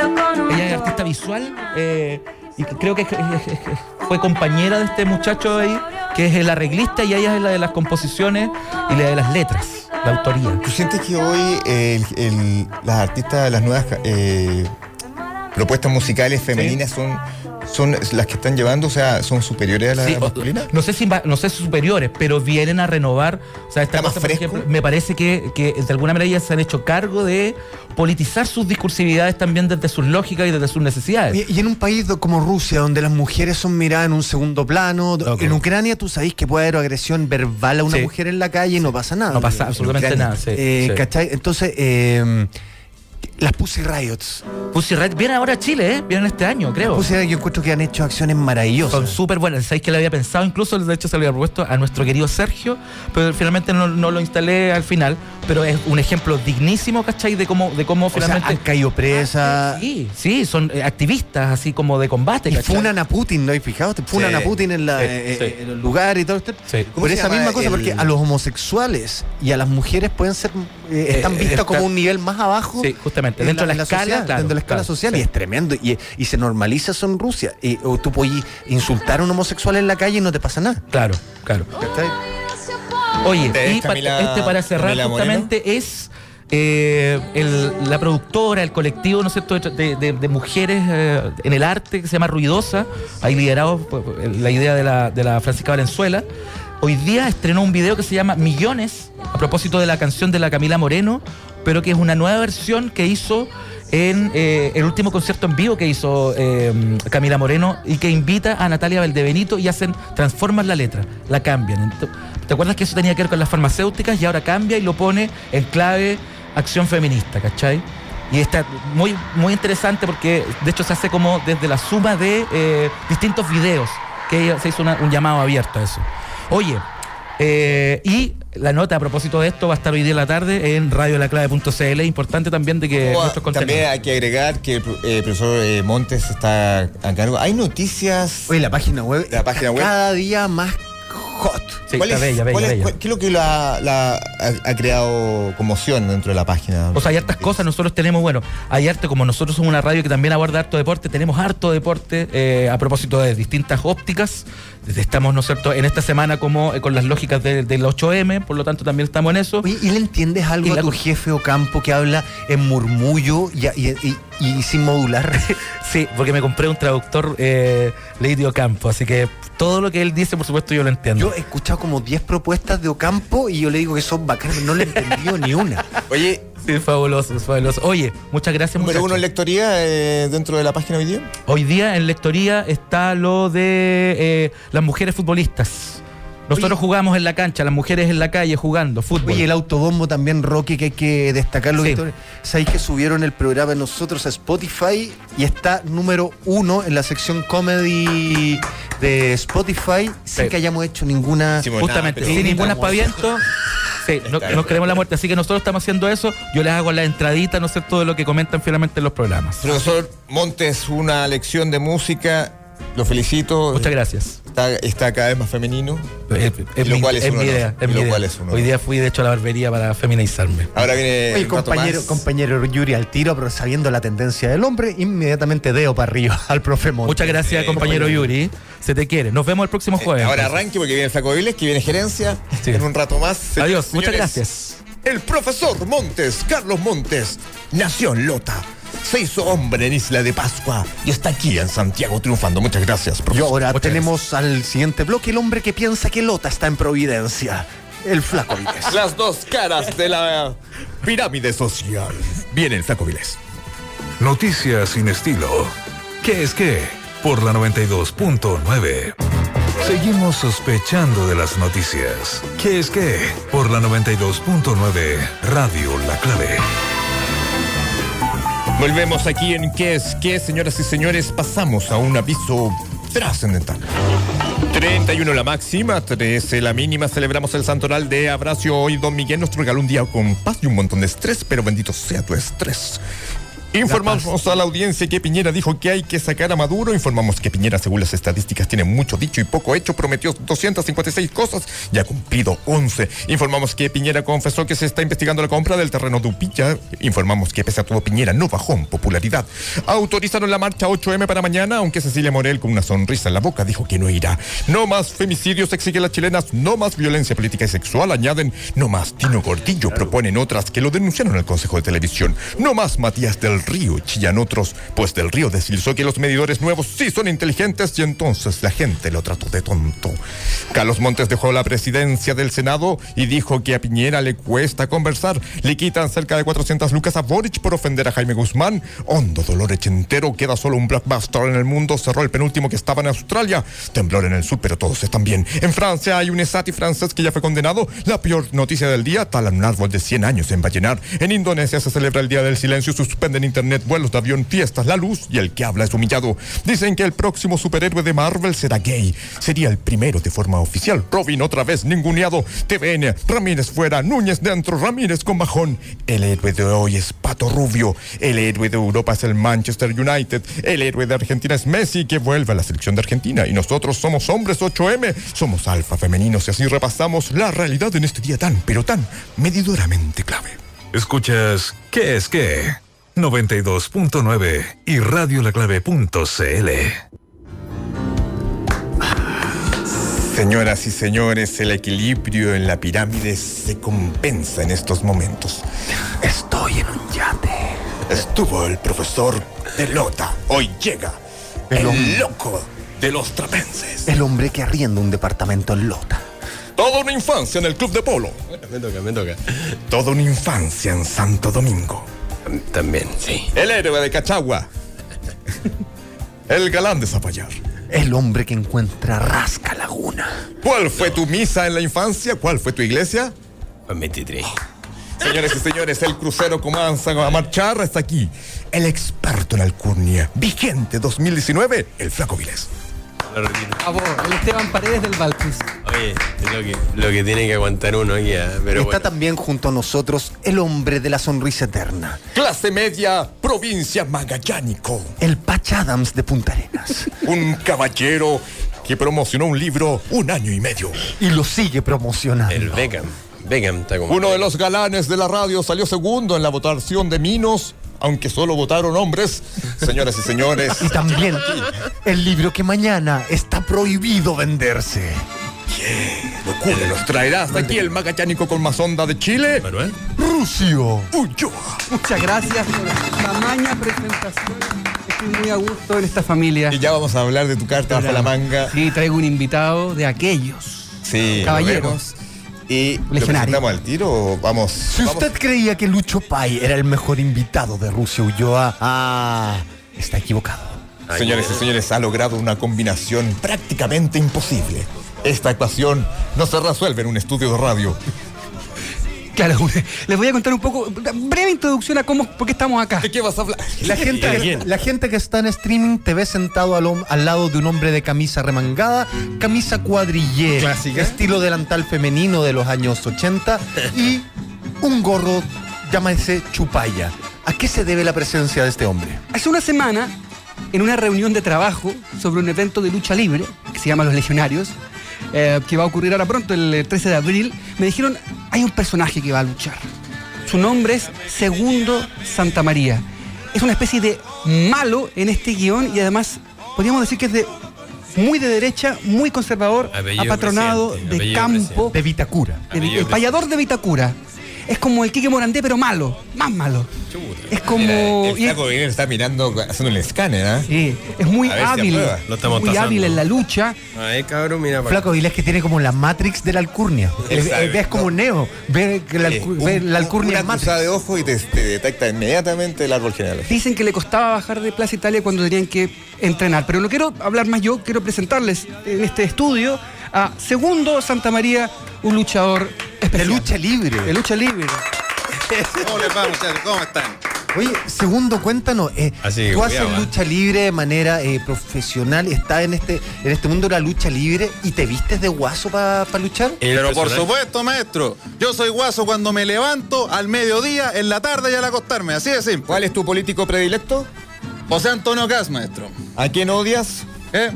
S11: Ella
S9: es artista visual eh, y que- creo que es- es- es- fue compañera de este muchacho ahí, que es el arreglista y ella es la de las composiciones y la de las letras, la autoría.
S1: ¿Tú sientes que hoy eh, el- el- las artistas, las nuevas eh, propuestas musicales femeninas son, son las que están llevando, o sea, son superiores a las
S9: Sí, o-
S1: masculinas?
S9: no sé si va- no sé si superiores, pero vienen a renovar. O sea, esta
S1: ¿Está más
S9: cosa, por
S1: fresco?
S9: ejemplo, me parece que, que de alguna manera ellas se han hecho cargo de politizar sus discursividades también desde sus lógicas y desde sus necesidades.
S2: Y, y en un país do- como Rusia, donde las mujeres son miradas en un segundo plano, do-
S9: Ok.
S2: en Ucrania tú sabés que puede haber agresión verbal a una
S9: Sí.
S2: mujer en la calle y no pasa nada.
S9: No pasa absolutamente
S1: Ucrania.
S9: nada. sí,
S2: Eh,
S9: sí.
S2: ¿cachai? Entonces, eh, las Pussy Riots.
S9: Pussy Riot viene ahora a Chile, ¿eh? Vienen este año, creo.
S2: Pussy Riot yo encuentro que han hecho acciones
S9: Son
S2: maravillosas.
S9: súper buenas. Sabéis que le había pensado, incluso de hecho se lo había propuesto a nuestro querido Sergio, pero finalmente no, no lo instalé al final. Pero es un ejemplo dignísimo, ¿cachai? De cómo, de cómo
S2: O sea,
S9: finalmente. Ah,
S2: han caído presa.
S9: sí, sí, son eh, activistas así como de combate.
S2: Y
S9: ¿cachai?
S2: funan a Putin, ¿no hay fijado? Te funan
S1: Sí.
S2: a Putin en, la,
S9: Sí,
S2: eh,
S9: sí.
S2: eh, en el lugar y todo. esto.
S9: Sí.
S1: ¿Cómo
S2: Por
S1: se
S2: Eh, esa
S1: llama
S2: misma cosa,
S1: el-
S2: porque a los homosexuales y a las mujeres pueden ser, eh, están
S9: Eh,
S2: vistas
S9: está-
S2: como un nivel más abajo.
S9: Sí, justamente.
S2: en
S9: Dentro de la escala,
S2: sociedad,
S9: claro,
S2: dentro de la escala
S9: claro,
S2: social.
S9: sí.
S2: Y es tremendo. Y, y se normaliza eso en Rusia. Y, o tú puedes insultar a un homosexual en la calle y no te pasa nada.
S9: Claro, claro.
S2: ¿cachai?
S9: Oye,
S1: ¿Te ves,
S9: y pa-
S1: Camila-
S9: este para cerrar
S1: Camila Moreno?
S9: justamente es eh, el- la productora, el colectivo, ¿no es cierto?, de, de- de mujeres eh, en el arte que se llama Ruidosa, ahí liderado pues, la idea de la, de la Francisca Valenzuela. Hoy día estrenó un video que se llama Millones, a propósito de la canción de la Camila Moreno, pero que es una nueva versión que hizo en eh, el último concierto en vivo que hizo eh, Camila Moreno y que invita a Natalia Valdebenito y hacen, transforman la letra, la cambian. Ento- ¿Te acuerdas que eso tenía que ver con las farmacéuticas y ahora cambia y lo pone en clave acción feminista, ¿cachai? Y está muy, muy interesante porque de hecho se hace como desde la suma de eh, distintos videos, que se hizo una- un llamado abierto a eso. Oye, eh, y la nota a propósito de esto va a estar hoy día en la tarde en radiolaclave.cl. Importante también de que nuestros
S1: También
S9: contenidos.
S1: hay que agregar que el pro- eh, profesor eh, Montes está a cargo. Hay noticias.
S2: Oye, la página web.
S1: La página web.
S2: Cada día más hot.
S9: Sí,
S1: ¿Cuál
S9: está
S1: es-
S9: bella, bella,
S1: cuál es-
S9: bella.
S1: cuál- ¿Qué es lo que la, la- ha, ha creado conmoción dentro de la página?
S9: O sea, hay hartas cosas, nosotros tenemos, bueno, hay arte, como nosotros somos una radio que también aborda harto deporte, tenemos harto deporte eh, a propósito de distintas ópticas. Desde- Estamos, ¿no es cierto?, en esta semana como eh, con las lógicas de- del 8M, por lo tanto también estamos en eso.
S2: Oye, ¿y le entiendes algo
S9: Y
S2: a
S9: la-
S2: tu jefe o campo que habla en murmullo y, y- y- y sin modular?
S9: Sí, porque me compré un traductor eh, Lady Ocampo, así que todo lo que él dice, por supuesto, yo lo entiendo.
S2: Yo he escuchado como 10 propuestas de Ocampo y yo le digo que son bacanas, no le he entendido ni una.
S1: Oye,
S9: Sí, es fabuloso, es fabuloso. Oye, muchas gracias.
S1: número
S9: muchachos.
S1: uno en lectoría eh, dentro de la página hoy día.
S9: Hoy día en lectoría está lo de eh, las mujeres futbolistas. Nosotros jugamos en la cancha, las mujeres en la calle jugando fútbol.
S2: Oye, el autobombo también, Rocky, que hay que destacarlo.
S9: Sí.
S2: Víctor. Sabéis que subieron el programa de nosotros a Spotify y está número uno en la sección comedy de Spotify sin
S9: Sí.
S2: que hayamos hecho ninguna...
S1: Hicimos
S9: Justamente,
S1: nada, pero-
S9: sin ningún aspaviento. Sí, no-
S1: bien.
S9: nos queremos la muerte, así que nosotros estamos haciendo eso. Yo les hago la entradita, Ah. ¿no es cierto?, de lo que comentan finalmente en los programas.
S1: Profesor Montes, una lección de música Lo felicito.
S9: Muchas gracias.
S1: Está, está cada vez más femenino.
S9: Es, es
S1: Lo
S9: mi,
S1: cual es
S9: es
S1: un
S9: mi
S1: honor.
S9: idea. es
S1: Lo
S9: mi idea.
S1: cual es un honor.
S9: Hoy día fui, de hecho, a la barbería para feminizarme.
S1: Ahora viene.
S2: Oye,
S1: el Pato
S2: compañero,
S1: Más.
S2: compañero Yuri al tiro, pero sabiendo la tendencia del hombre, inmediatamente deo para arriba al profe Montt.
S9: Muchas gracias,
S1: Eh,
S9: compañero
S1: compañero.
S9: Yuri. Se te quiere. Nos vemos el próximo
S1: Eh,
S9: jueves.
S1: Ahora arranque porque viene el Flaco Viles, que viene gerencia.
S9: Sí.
S1: En un rato más. Señoras
S9: Adiós.
S1: y
S9: Muchas
S1: señores,
S9: gracias.
S1: El profesor Montes, Carlos Montes, nació en Lota. Se hizo hombre en Isla de Pascua y está aquí en Santiago triunfando. Muchas gracias,
S2: Y
S1: profesor.
S2: ahora
S9: Muchas
S2: tenemos al siguiente bloque el hombre que piensa que Lota está en Providencia. El flaco Viles.
S1: Las dos caras de la pirámide social. Viene el Flaco Viles.
S4: Noticias sin estilo. ¿Qué es qué? Por la 92.9. Seguimos sospechando de las noticias. ¿Qué es qué? Por la 92.9. Radio La Clave.
S1: Volvemos aquí en ¿Qué es qué, señoras y señores? Pasamos a un aviso trascendental. 31 la máxima, 13 la mínima. Celebramos el santoral de Abracio. Hoy Don Miguel nos regaló un día con paz y un montón de estrés, pero bendito sea tu estrés. Informamos a la audiencia que Piñera dijo que hay que sacar a Maduro. Informamos que Piñera, según las estadísticas, tiene mucho dicho y poco hecho. Prometió 256 cosas y ha cumplido 11. Informamos que Piñera confesó que se está investigando la compra del terreno de Upilla. Informamos que, pese a todo, Piñera no bajó en popularidad. Autorizaron la marcha 8M para mañana, aunque Cecilia Morel, con una sonrisa en la boca, dijo que no irá. No más femicidios, exigen las chilenas. No más violencia política y sexual, añaden. No más Tino Gordillo, proponen otras que lo denunciaron al Consejo de Televisión. No más Matías del Río, chillan otros, pues del Río deslizó que los medidores nuevos sí son inteligentes y entonces la gente lo trató de tonto. Carlos Montes dejó la presidencia del Senado y dijo que a Piñera le cuesta conversar. Le quitan cerca de 400 lucas a Boric por ofender a Jaime Guzmán. Hondo dolor entero, queda solo un blockbuster en el mundo, cerró el penúltimo que estaba en Australia. Temblor en el sur, pero todos están bien. En Francia hay un esati francés que ya fue condenado. La peor noticia del día, talan un árbol de 100 años en Vallenar. En Indonesia se celebra el Día del Silencio, suspenden internet, vuelos de avión, fiestas, la luz y el que habla es humillado. Dicen que el próximo superhéroe de Marvel será gay. Sería el primero de forma oficial. Robin otra vez ninguneado. TVN, Ramírez fuera, Núñez dentro, Ramírez con bajón. El héroe de hoy es Pato Rubio. El héroe de Europa es el Manchester United. El héroe de Argentina es Messi que vuelve a la selección de Argentina. Y nosotros somos hombres 8M, somos alfa femeninos y así repasamos la realidad en este día tan, pero tan medidoramente clave.
S4: Escuchas ¿Qué es qué? 92.9 y radiolaclave.cl.
S1: Señoras y señores, el equilibrio en la pirámide se compensa en estos momentos. Estoy en un yate. Estuvo el profesor de Lota. Hoy llega el, loco de los trapenses.
S2: El hombre que arrienda un departamento en Lota.
S1: Toda una infancia en el club de polo.
S11: Me toca, me toca.
S1: Toda una infancia en Santo Domingo.
S11: También, sí.
S1: El héroe de Cachagua. El galán de Zapallar.
S2: El hombre que encuentra rasca laguna.
S1: ¿Cuál fue tu misa en la infancia? ¿Cuál fue tu iglesia? Oh.
S11: 23.
S1: Señores y señores, el crucero comienza a marchar hasta aquí. El experto en alcurnia, vigente 2019, el Flaco Vilés.
S11: Lo repito.
S12: Bravo, Oh, el Esteban Paredes del Baltis.
S11: Oye, es lo que, lo que tiene que aguantar uno aquí, ah, pero
S2: Está
S11: bueno.
S2: también junto a nosotros el hombre de la sonrisa eterna.
S1: Clase media, provincia magallánico.
S2: El Patch Adams de Punta Arenas.
S1: Un caballero que promocionó un libro un año y medio.
S2: y lo sigue promocionando.
S11: El Beckham. Beckham está como.
S1: Uno de los galanes de la radio salió segundo en la votación de Minos, aunque solo votaron hombres. Señoras y señores,
S2: Y también el libro que mañana está prohibido venderse.
S1: locura nos traerá hasta aquí el magallánico con más onda de Chile,
S11: Manuel.
S2: Rusio.
S1: Ulloa.
S12: Muchas gracias por tamaña presentación. Estoy muy a gusto en esta familia.
S1: Y ya vamos a hablar de tu carta bajo la manga.
S12: Sí, traigo un invitado de aquellos.
S1: Sí, lo
S12: Caballeros.
S1: vemos. Y ¿lo
S12: Legionario.
S1: presentamos al tiro o vamos?
S2: Si
S1: vamos?
S2: usted creía que Lucho Pai era el mejor invitado de Rusio Ulloa, ah, está equivocado.
S1: Señores y señores, ha logrado una combinación prácticamente imposible. Esta ecuación no se resuelve en un estudio de radio.
S12: Claro, les voy a contar un poco, una breve introducción a cómo, por qué estamos acá.
S1: ¿De qué vas a hablar?
S2: La gente, que, la gente que está en streaming te ve sentado al, hom- al lado de un hombre de camisa remangada, camisa cuadrillera,
S1: Clásica.
S2: estilo delantal femenino de los años 80 y un gorro, llámese chupalla. ¿A qué se debe la presencia de este hombre?
S12: Hace una semana en una reunión de trabajo sobre un evento de lucha libre que se llama Los Legionarios, eh, que va a ocurrir ahora pronto, el eh, 13 de abril, me dijeron, hay un personaje que va a luchar. Su nombre es Segundo Santa María. Es una especie de malo en este guión y además podríamos decir que es de muy de derecha, muy conservador,
S11: Apellido
S12: apatronado
S11: presidente,
S12: de
S11: apellido
S12: campo,
S2: De Vitacura.
S12: de-
S11: Apellido
S12: el payador de Vitacura. Es como el Quique Morandé, pero malo, más malo. Es como...
S1: El
S12: y es-
S1: flaco Guerrero está mirando, haciendo el escáner, ¿ah?
S12: Sí, es muy
S1: A ver si
S12: hábil,
S1: aprueba.
S11: Lo estamos
S12: muy
S11: tasando.
S12: hábil en la lucha.
S11: A ver, cabrón, mira. para
S2: Flaco Vilés que tiene como la Matrix de la alcurnia. Es,
S1: Exacto.
S2: es- es como Neo. Ve que la, alcu-
S1: Eh,
S2: ve la alcurnia en
S1: una
S2: Matrix.
S1: cruzada de ojo y te, te detecta inmediatamente el árbol general.
S12: Dicen que le costaba bajar de Plaza Italia cuando tenían que entrenar. Pero no quiero hablar más yo, quiero presentarles en este estudio a Segundo Santa María, un luchador
S2: De
S12: especial.
S2: lucha libre.
S12: De lucha libre.
S13: ¿Cómo les va, muchachos? ¿Cómo están?
S2: Oye, segundo, cuéntanos. eh,
S11: Así que
S2: tú
S11: cuidado,
S2: haces
S11: ¿eh?
S2: lucha libre de manera eh, profesional, estás en este, en este mundo de la lucha libre y te vistes de guaso para luchar.
S11: El
S13: Pero por
S11: personaje.
S13: supuesto, maestro. Yo soy guaso cuando me levanto, al mediodía, en la tarde y al acostarme. Así de simple.
S1: ¿Cuál es tu político predilecto?
S13: José Antonio Cas, maestro.
S1: ¿A quién odias?
S13: ¿Eh?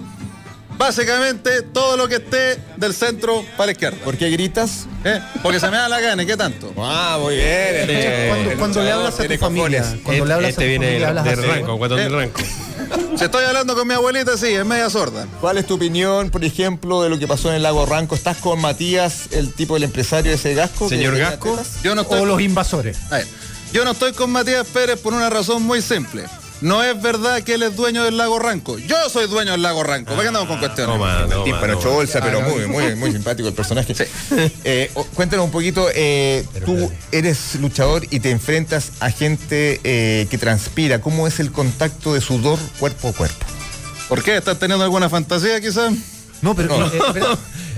S13: Básicamente todo lo que esté del centro para la izquierda.
S1: ¿Por qué gritas?
S13: ¿Eh? Porque se me da la gana, ¿y ¿qué tanto?
S1: Ah, muy bien.
S11: Eh,
S2: cuando cuando le hablas a tu
S1: tiene
S2: familia,
S1: cojones.
S2: cuando le hablas
S11: este
S2: a tu
S11: viene
S2: familia,
S11: del-
S2: hablas
S11: del
S2: así.
S11: ranco, guatón del
S13: Eh.
S11: ranco.
S13: Si estoy hablando con mi abuelita, sí, es media sorda.
S1: ¿Cuál es tu opinión, por ejemplo, de lo que pasó en el lago Ranco? ¿Estás con Matías, el tipo del empresario ese Gasco? que
S11: Señor
S1: tenía
S11: Gasco.
S1: tetas?
S13: Yo no estoy
S2: O los invasores.
S13: A ver, yo no estoy con Matías Pérez por una razón muy simple. No es verdad que él es dueño del lago Ranco. Yo soy dueño del lago Ranco. ¿Para qué andamos
S2: Ah,
S13: con cuestiones? Ah,
S11: Toma, toma,
S1: Tímpano,
S11: toma.
S1: ocho bolsa, pero muy, muy, muy simpático el personaje. Eh, o- cuéntanos un poquito, eh, tú eres luchador y te enfrentas a gente eh, que transpira. ¿Cómo es el contacto de sudor cuerpo a cuerpo?
S13: ¿Por qué? ¿Estás teniendo alguna fantasía quizás?
S2: No, pero
S1: No.
S2: eh, espera,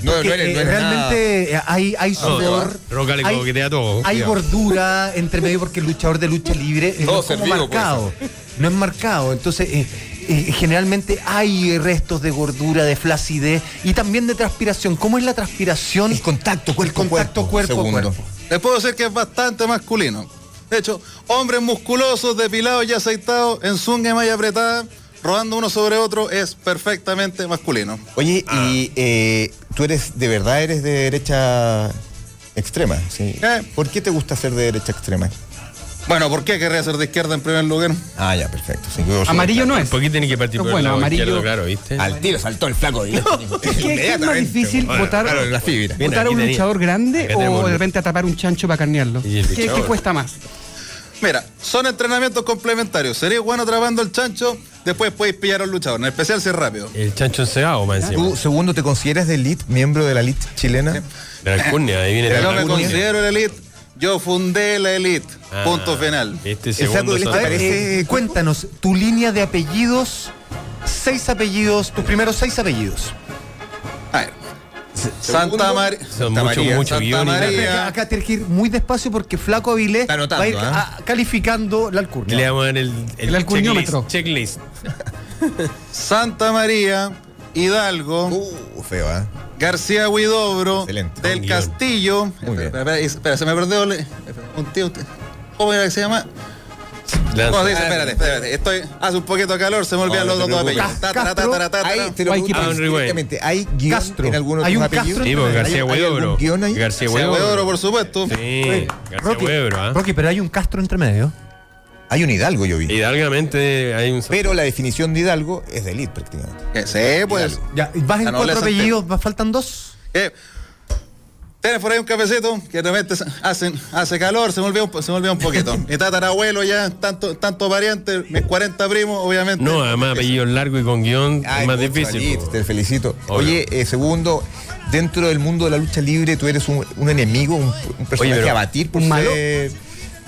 S1: No,
S2: porque,
S1: no eres-
S2: eh,
S1: no eres
S2: realmente eh, hay, hay
S11: No,
S2: sudor.
S11: Roca le
S2: hay-
S11: coquetea todo.
S2: Hay gordura entre medio porque el luchador de lucha libre eh,
S1: Todo
S2: no
S13: pues.
S2: es como
S1: servido,
S2: marcado. No es marcado. Entonces, eh, eh, generalmente hay restos de gordura, de flacidez y también de transpiración. ¿Cómo es la transpiración?
S1: El contacto cuerpo a
S2: El contacto cuerpo, a
S1: segundo.
S2: cuerpo.
S13: Les puedo decir que es bastante masculino. De hecho, hombres musculosos, depilados y aceitados, en zunga y malla apretada, rodando uno sobre otro, es perfectamente masculino.
S1: Oye,
S11: Ah.
S1: y eh, tú eres, de verdad eres de derecha extrema, ¿sí?
S13: Eh.
S1: ¿Por qué te gusta ser de derecha extrema?
S13: Bueno, ¿por qué querría ser de izquierda en primer lugar?
S1: Ah, ya, perfecto. sí, yo soy-
S12: Amarillo no es.
S11: ¿Por qué tiene que partir
S12: No,
S11: por el
S12: bueno,
S11: lado
S12: amarillo.
S11: izquierdo, claro, viste?
S1: Al tiro saltó el flaco. y-
S12: Es que- que es más
S1: Inmediatamente.
S11: ¿eh?
S12: difícil
S1: Bueno,
S12: votar,
S1: Claro, la fibra.
S11: Bien,
S12: votar a
S11: aquí
S12: un
S11: tenía-
S12: luchador grande
S11: acá tenemos
S12: o de
S11: un-
S12: repente atrapar un chancho para carnearlo.
S11: Y el
S12: ¿Qué,
S11: luchador.
S12: qué cuesta más?
S13: Mira, son entrenamientos complementarios. Sería bueno atrapando el chancho, después podéis pillar a un luchador, en especial si es rápido.
S11: El chancho enseado, más encima.
S1: ¿Tú, segundo, te consideras de elite, miembro de la elite chilena?
S11: De la alcurnia, ahí viene de
S13: Yo
S11: la
S13: me
S11: alcurnia.
S13: considero la elite, yo fundé la elite.
S11: Ah,
S13: punto final.
S11: Este
S1: Exacto,
S11: segundo
S1: ¿les
S11: son-
S2: A ver,
S1: parece-
S2: eh, cuéntanos, tu línea de apellidos, seis apellidos, tus primeros seis apellidos.
S13: A ver. Santa, Mar-
S11: Son
S13: Santa
S11: mucho,
S13: María.
S11: mucho
S13: Santa
S11: guión y nada.
S2: Acá,
S13: María.
S2: acá tienes que ir muy despacio porque Flaco Avilés
S13: Está anotando,
S2: va a ir
S13: ¿eh?
S2: a- calificando la alcurnia.
S11: Le vamos a dar el,
S12: El alcurniómetro.
S11: Checklist. checklist.
S13: Santa María, Hidalgo.
S1: Uh, feo, ¿ah?
S13: García Huidobro,
S1: Excelente.
S13: del
S11: Buen guión.
S13: Castillo.
S1: Muy bien.
S13: Espera, espera, espera, se me perdió le- espera, un tío. usted- ¿Cómo era que se llama?
S11: Lanza.
S13: No, dice, espérate, espérate. Estoy, hace un poquito de calor, se me olvidan
S1: No,
S13: los
S1: no te
S13: dos
S1: preocupes.
S13: apellidos. Ta, ta, ta, ta, ta, ta, ta, ta.
S1: Ahí te lo
S12: Guay,
S1: pregunto
S11: Ah, un rewind.
S1: directamente. ¿Hay guión
S2: Castro.
S1: en alguno de
S2: ¿Hay
S1: tus
S2: un
S1: apellidos?
S2: Castro?
S11: Sí, pues, García
S1: ¿Hay- hay algún
S11: Huidobro.
S1: guión ahí?
S11: García
S13: García Huidobro,
S11: Huidobro.
S13: por supuesto.
S11: Sí, García
S2: Rocky,
S11: Huidobro, ¿ah?
S2: Rocky, pero hay un Castro entre medio.
S1: Hay un Hidalgo, yo vi.
S11: Hidalgamente hay un...
S1: Pero la definición de Hidalgo es de elite, prácticamente.
S13: Que sí, pues.
S2: Ya, y
S1: Ah,
S2: vas en
S13: La
S2: cuatro
S13: nobleza
S2: apellidos, va- faltan dos.
S13: Eh, Tienes por ahí un cafecito que de repente se- hacen, hace calor, se me olvidó, un- se me olvidó un poquito. Mi tatarabuelo ya, tanto, tanto variante, mis 40 primos, obviamente.
S11: No,
S2: eh.
S11: además apellido largo y con guión
S1: Ay,
S11: es más
S1: mucho,
S11: difícil.
S1: Alito,
S11: po.
S1: Te felicito.
S11: Obvio.
S1: Oye, eh, segundo, dentro del mundo de la lucha libre, tú eres un, un enemigo, un, un personaje
S11: pero-
S1: a batir por,
S12: ¿Un malo?
S1: ser,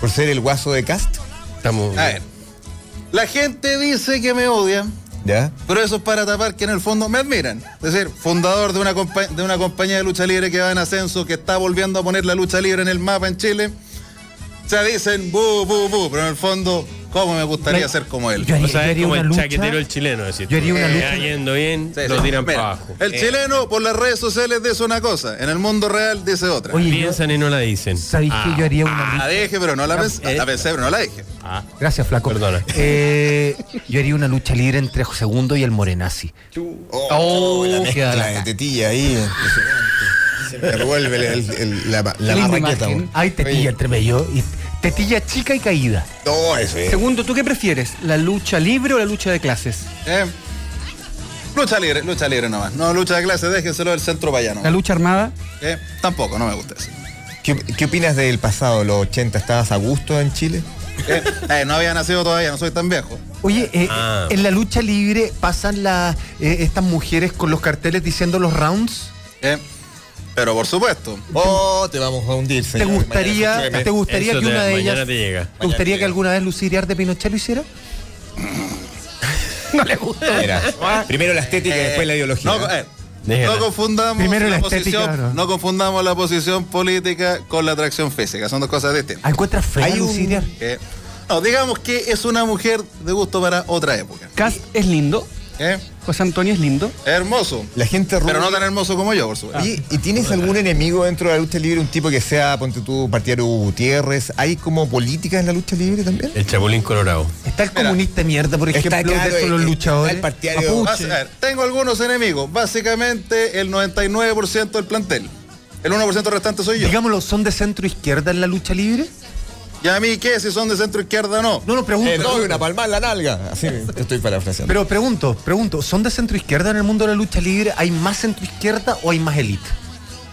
S1: por ser el guaso de cast.
S11: Estamos...
S13: A ver, la gente dice que me odia,
S1: ¿Ya?
S13: pero eso es para tapar que en el fondo me admiran. Es decir, fundador de una, compa- de una compañía de lucha libre que va en ascenso, que está volviendo a poner la lucha libre en el mapa en Chile. O sea, dicen, bu, bu, bu, pero en el fondo ¿Cómo me gustaría ser como él?
S11: Yo haría- O sea, yo es haría como una el lucha- chaquetero el chileno, decís
S13: Yo haría
S11: tú.
S13: una
S11: Eh,
S13: lucha-
S11: ya yendo bien, lo tiran
S13: Mira,
S11: para abajo.
S13: El
S11: Eh.
S13: chileno por las redes sociales dice una cosa, en el mundo real dice otra.
S11: Oye, Piensan y no la dicen.
S13: ¿Sabéis
S11: Ah, eh. Ah.
S13: que yo
S2: haría
S13: Ah, la dije, pero no la pensé, la pensé, pero no la dije.
S2: Gracias, Flaco.
S11: Perdona.
S2: Eh, yo haría una lucha libre entre Segundo y el Morenazi.
S1: Oh,
S2: Oh,
S1: la
S2: qué
S1: mezcla
S2: bacán.
S1: de tetilla ahí. impresionante. Se me revuelve el- el- el- la, la
S2: Linda
S1: marraqueta,
S2: imagen.
S1: weón.
S2: Hay tetilla entre medio. Y tetilla chica y caída.
S1: No, eso es.
S12: Segundo, ¿tú qué prefieres? ¿La lucha libre o la lucha de clases?
S13: Eh, lucha libre, lucha libre nomás. No, lucha de clase, déjenselo del centro payano.
S12: ¿La lucha armada?
S13: Eh, tampoco, no me gusta eso.
S1: ¿Qué, qué opinas del pasado, los 80? ¿Estabas a gusto en Chile?
S13: Eh, eh, no había nacido todavía, no soy tan viejo.
S2: Oye, eh,
S1: Ah.
S2: en la lucha libre pasan las eh, estas mujeres con los carteles diciendo los rounds.
S13: Eh, pero por supuesto.
S1: Oh, te vamos a hundir,
S2: ¿Te
S1: señor.
S2: gustaría,
S1: Mañana se
S2: te gustaría
S1: Eso
S2: que
S1: te-
S2: una de
S1: mañana
S2: ellas,
S1: te llega.
S2: te gustaría que alguna vez Luciriar de Pinochet lo hiciera?
S1: no le gusta.
S2: Ah.
S1: primero la estética y después la ideología.
S13: No, eh,
S1: Déjala.
S13: no confundamos
S1: Primero la
S13: posición,
S1: estética, ¿no?
S13: no confundamos la posición política con la atracción física, son dos cosas
S12: Ah,
S13: distintas.
S2: ¿Encuentras fea
S13: Hay un-
S2: Luciriar?
S13: Eh, no, digamos que es una mujer de gusto para otra época.
S12: Cast es lindo.
S13: ¿Eh?
S12: José Antonio es lindo. Ah.
S13: Hermoso.
S1: La gente rubia.
S13: Pero no tan hermoso como yo, por supuesto.
S1: Oye, ¿y tienes algún enemigo dentro de la lucha libre? Un tipo que sea, ponte tú, partidario de Hugo Gutiérrez. ¿Hay como política en la lucha libre también?
S11: El Chapulín Colorado.
S2: Está el comunista mierda, por ejemplo, dentro de los
S1: eh,
S2: luchadores.
S13: Vas a ver, tengo algunos enemigos. Básicamente el 99% del plantel. El 1% restante soy yo.
S2: Digámoslo, ¿son de centro izquierda en la lucha libre?
S13: ¿Y a mí qué? Si son de centro izquierda o no.
S2: No, no, pregunto.
S1: Eh, doy una palmada en la nalga. Así te eh, estoy parafraseando.
S2: Pero pregunto, pregunto, ¿son de centro izquierda en el mundo de la lucha libre? ¿Hay más centro izquierda o hay más élite?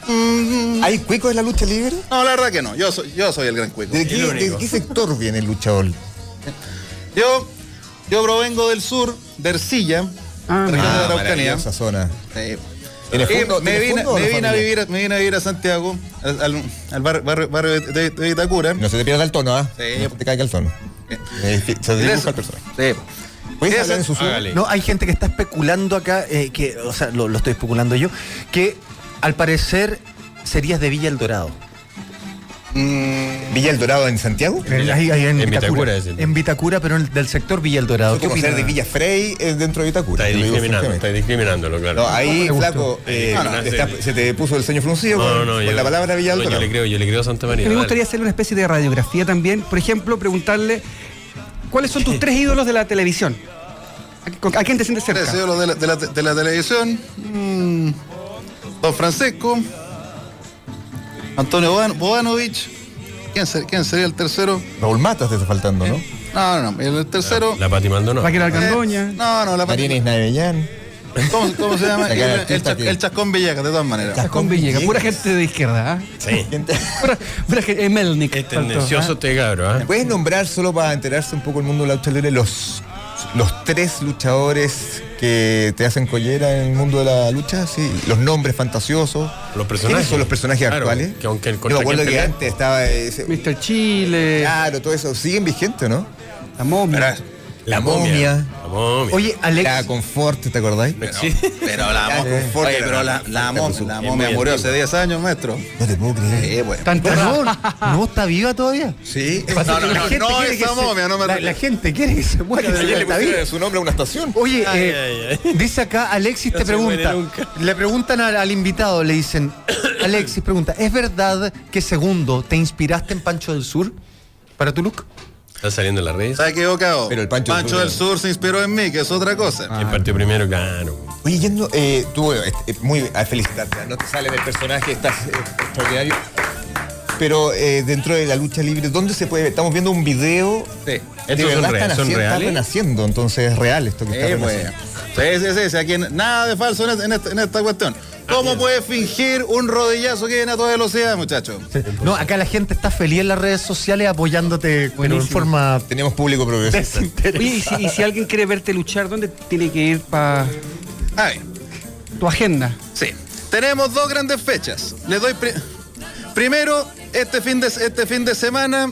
S13: Mm,
S1: ¿Hay cuicos en la lucha libre?
S13: No, la verdad que no. Yo soy, yo soy el gran cuico.
S1: ¿De qué, de qué sector viene el luchador?
S13: Yo, yo provengo del sur, de Ercilla,
S2: Ah,
S13: región de la Araucanía.
S1: maravillosa Ah, zona.
S13: Sí.
S1: ¿Tiene fondo-
S13: Y me
S1: tiene
S13: vine,
S1: fondo o no,
S13: me vine a
S1: familia?
S13: vivir, me vine a vivir a Santiago, al, al- al barrio, barrio- barrio de, de Itacura.
S1: No se te pierda el tono, ¿ah?
S13: Sí.
S1: No te caiga el tono. Eh, se te
S13: Eso-
S1: dibuja el personaje. ¿Puedes
S13: Eso-
S1: hablar en susurro?
S13: hágale.
S2: No, hay gente que está especulando acá, eh, que, o sea, lo, lo estoy especulando yo, que al parecer serías de Villa El Dorado.
S1: ¿Villa El Dorado en Santiago?
S2: En, ahí- ahí en Vitacura. En Vitacura, pero en- del sector Villa El Dorado.
S1: ¿Qué opinas de Villa Frey eh, dentro de Vitacura?
S11: Está
S1: Te lo digo
S11: discriminando,
S1: francamente.
S11: está discriminándolo, claro.
S1: No, ahí, flaco, eh,
S11: Ah, no,
S1: te está- se te puso el ceño fruncido con, con la palabra Villa
S11: no,
S1: del
S11: yo
S1: Dorado.
S11: le creo, yo le creo a Santa
S12: A
S11: María.
S12: mí me
S11: dale.
S12: gustaría hacerle una especie de radiografía también. Por ejemplo, preguntarle cuáles son tus tres ídolos de la televisión. ¿A, con- a quién te sientes cerca?
S13: Tres ídolos de la, de la- de la televisión. Mm, Don Francisco. Antonio Bodan- Bodanovich. ¿Quién, ser- quién sería el tercero?
S1: Raúl Matas te está faltando, ¿no?
S13: No, no, no. El tercero.
S11: La Pati Maldonado.
S13: Raquel Alcandoña. no, no, la
S1: Marina Isnavellán.
S13: ¿Cómo, cómo se llama?
S1: La
S13: El,
S1: cara
S13: el
S1: artista
S13: cha-
S1: que-
S13: el Chascón Villegas, de todas maneras.
S12: Chascón Villegas, pura gente de izquierda. ¿ah?
S11: Sí.
S12: Pura, pura gente- eh, Melnik.
S11: Es
S12: faltó,
S11: tendencioso
S12: ¿ah?
S11: este cabro, ¿ah?
S1: ¿Puedes nombrar, solo para enterarse un poco el mundo de la lucha libre, los, los tres luchadores que te hacen collera en el mundo de la lucha? Sí, los nombres fantasiosos.
S11: Los personajes.
S1: ¿Quiénes son los personajes
S11: Claro,
S1: actuales?
S11: que aunque el
S1: Yo me acuerdo que
S11: cortaquiente-
S1: antes estaba ese-
S12: Mr. Chile,
S1: Claro, todo eso. Siguen vigente, ¿no?
S12: la momia.
S11: La
S1: momia.
S11: La momia.
S2: Oye, Alex,
S1: La Confort, ¿te acordáis?
S11: No existe.
S13: Pero la, mo-
S1: Eh,
S13: oye, pero la, la, mo- la momia murió hace 10 años, maestro.
S1: No te puedo creer.
S13: Sí, bueno.
S12: Tan
S2: perdón, ¿no está viva todavía?
S1: Sí.
S13: No, no,
S2: La
S13: no,
S2: gente
S13: no
S2: quiere que
S13: esa
S2: se-
S13: momia, no me
S2: la, la gente quiere que se muera.
S1: Ayer le
S2: está viva.
S1: pusieron su nombre a una estación.
S2: Oye,
S11: Ay,
S2: eh,
S11: ay, ay.
S2: dice acá, Alexis
S11: No
S2: te
S11: se muere
S2: pregunta,
S11: nunca.
S2: le preguntan al, al invitado, le dicen, Alexis pregunta, ¿es verdad que segundo te inspiraste en Pancho del Sur para tu look?
S11: Está saliendo en las redes.
S13: Está equivocado.
S1: Pero el Pancho del Sur-
S13: del Sur se inspiró en mí, que es otra cosa.
S11: El partido primero, claro.
S1: Oye, yendo, eh, tú, eh, eh, muy a felicitarte, no te sale del personaje, estás eh, extraordinario. Pero eh, dentro de la lucha libre, ¿dónde se puede ver? Estamos viendo un video.
S13: Sí.
S1: este,
S11: Estos
S1: De
S11: son
S1: verdad
S11: reales, son
S1: están haciendo, están
S11: reales.
S1: renaciendo, entonces es real esto que está
S13: Eh,
S1: renaciendo.
S13: bueno. Sí, sí, sí, sí, aquí nada de falso en, es- en esta, en esta cuestión. ¿Cómo puedes fingir un rodillazo que viene a toda velocidad, muchacho?
S2: No, acá la gente está feliz en las redes sociales apoyándote pero en
S12: Buenísimo.
S2: forma
S1: Tenemos público progresista.
S12: Oye, y si, y si alguien quiere verte luchar, ¿dónde tiene que ir para
S13: A ver,
S12: tu agenda?
S13: sí. Tenemos dos grandes fechas. Les doy pri- primero, este fin, de, este fin de semana,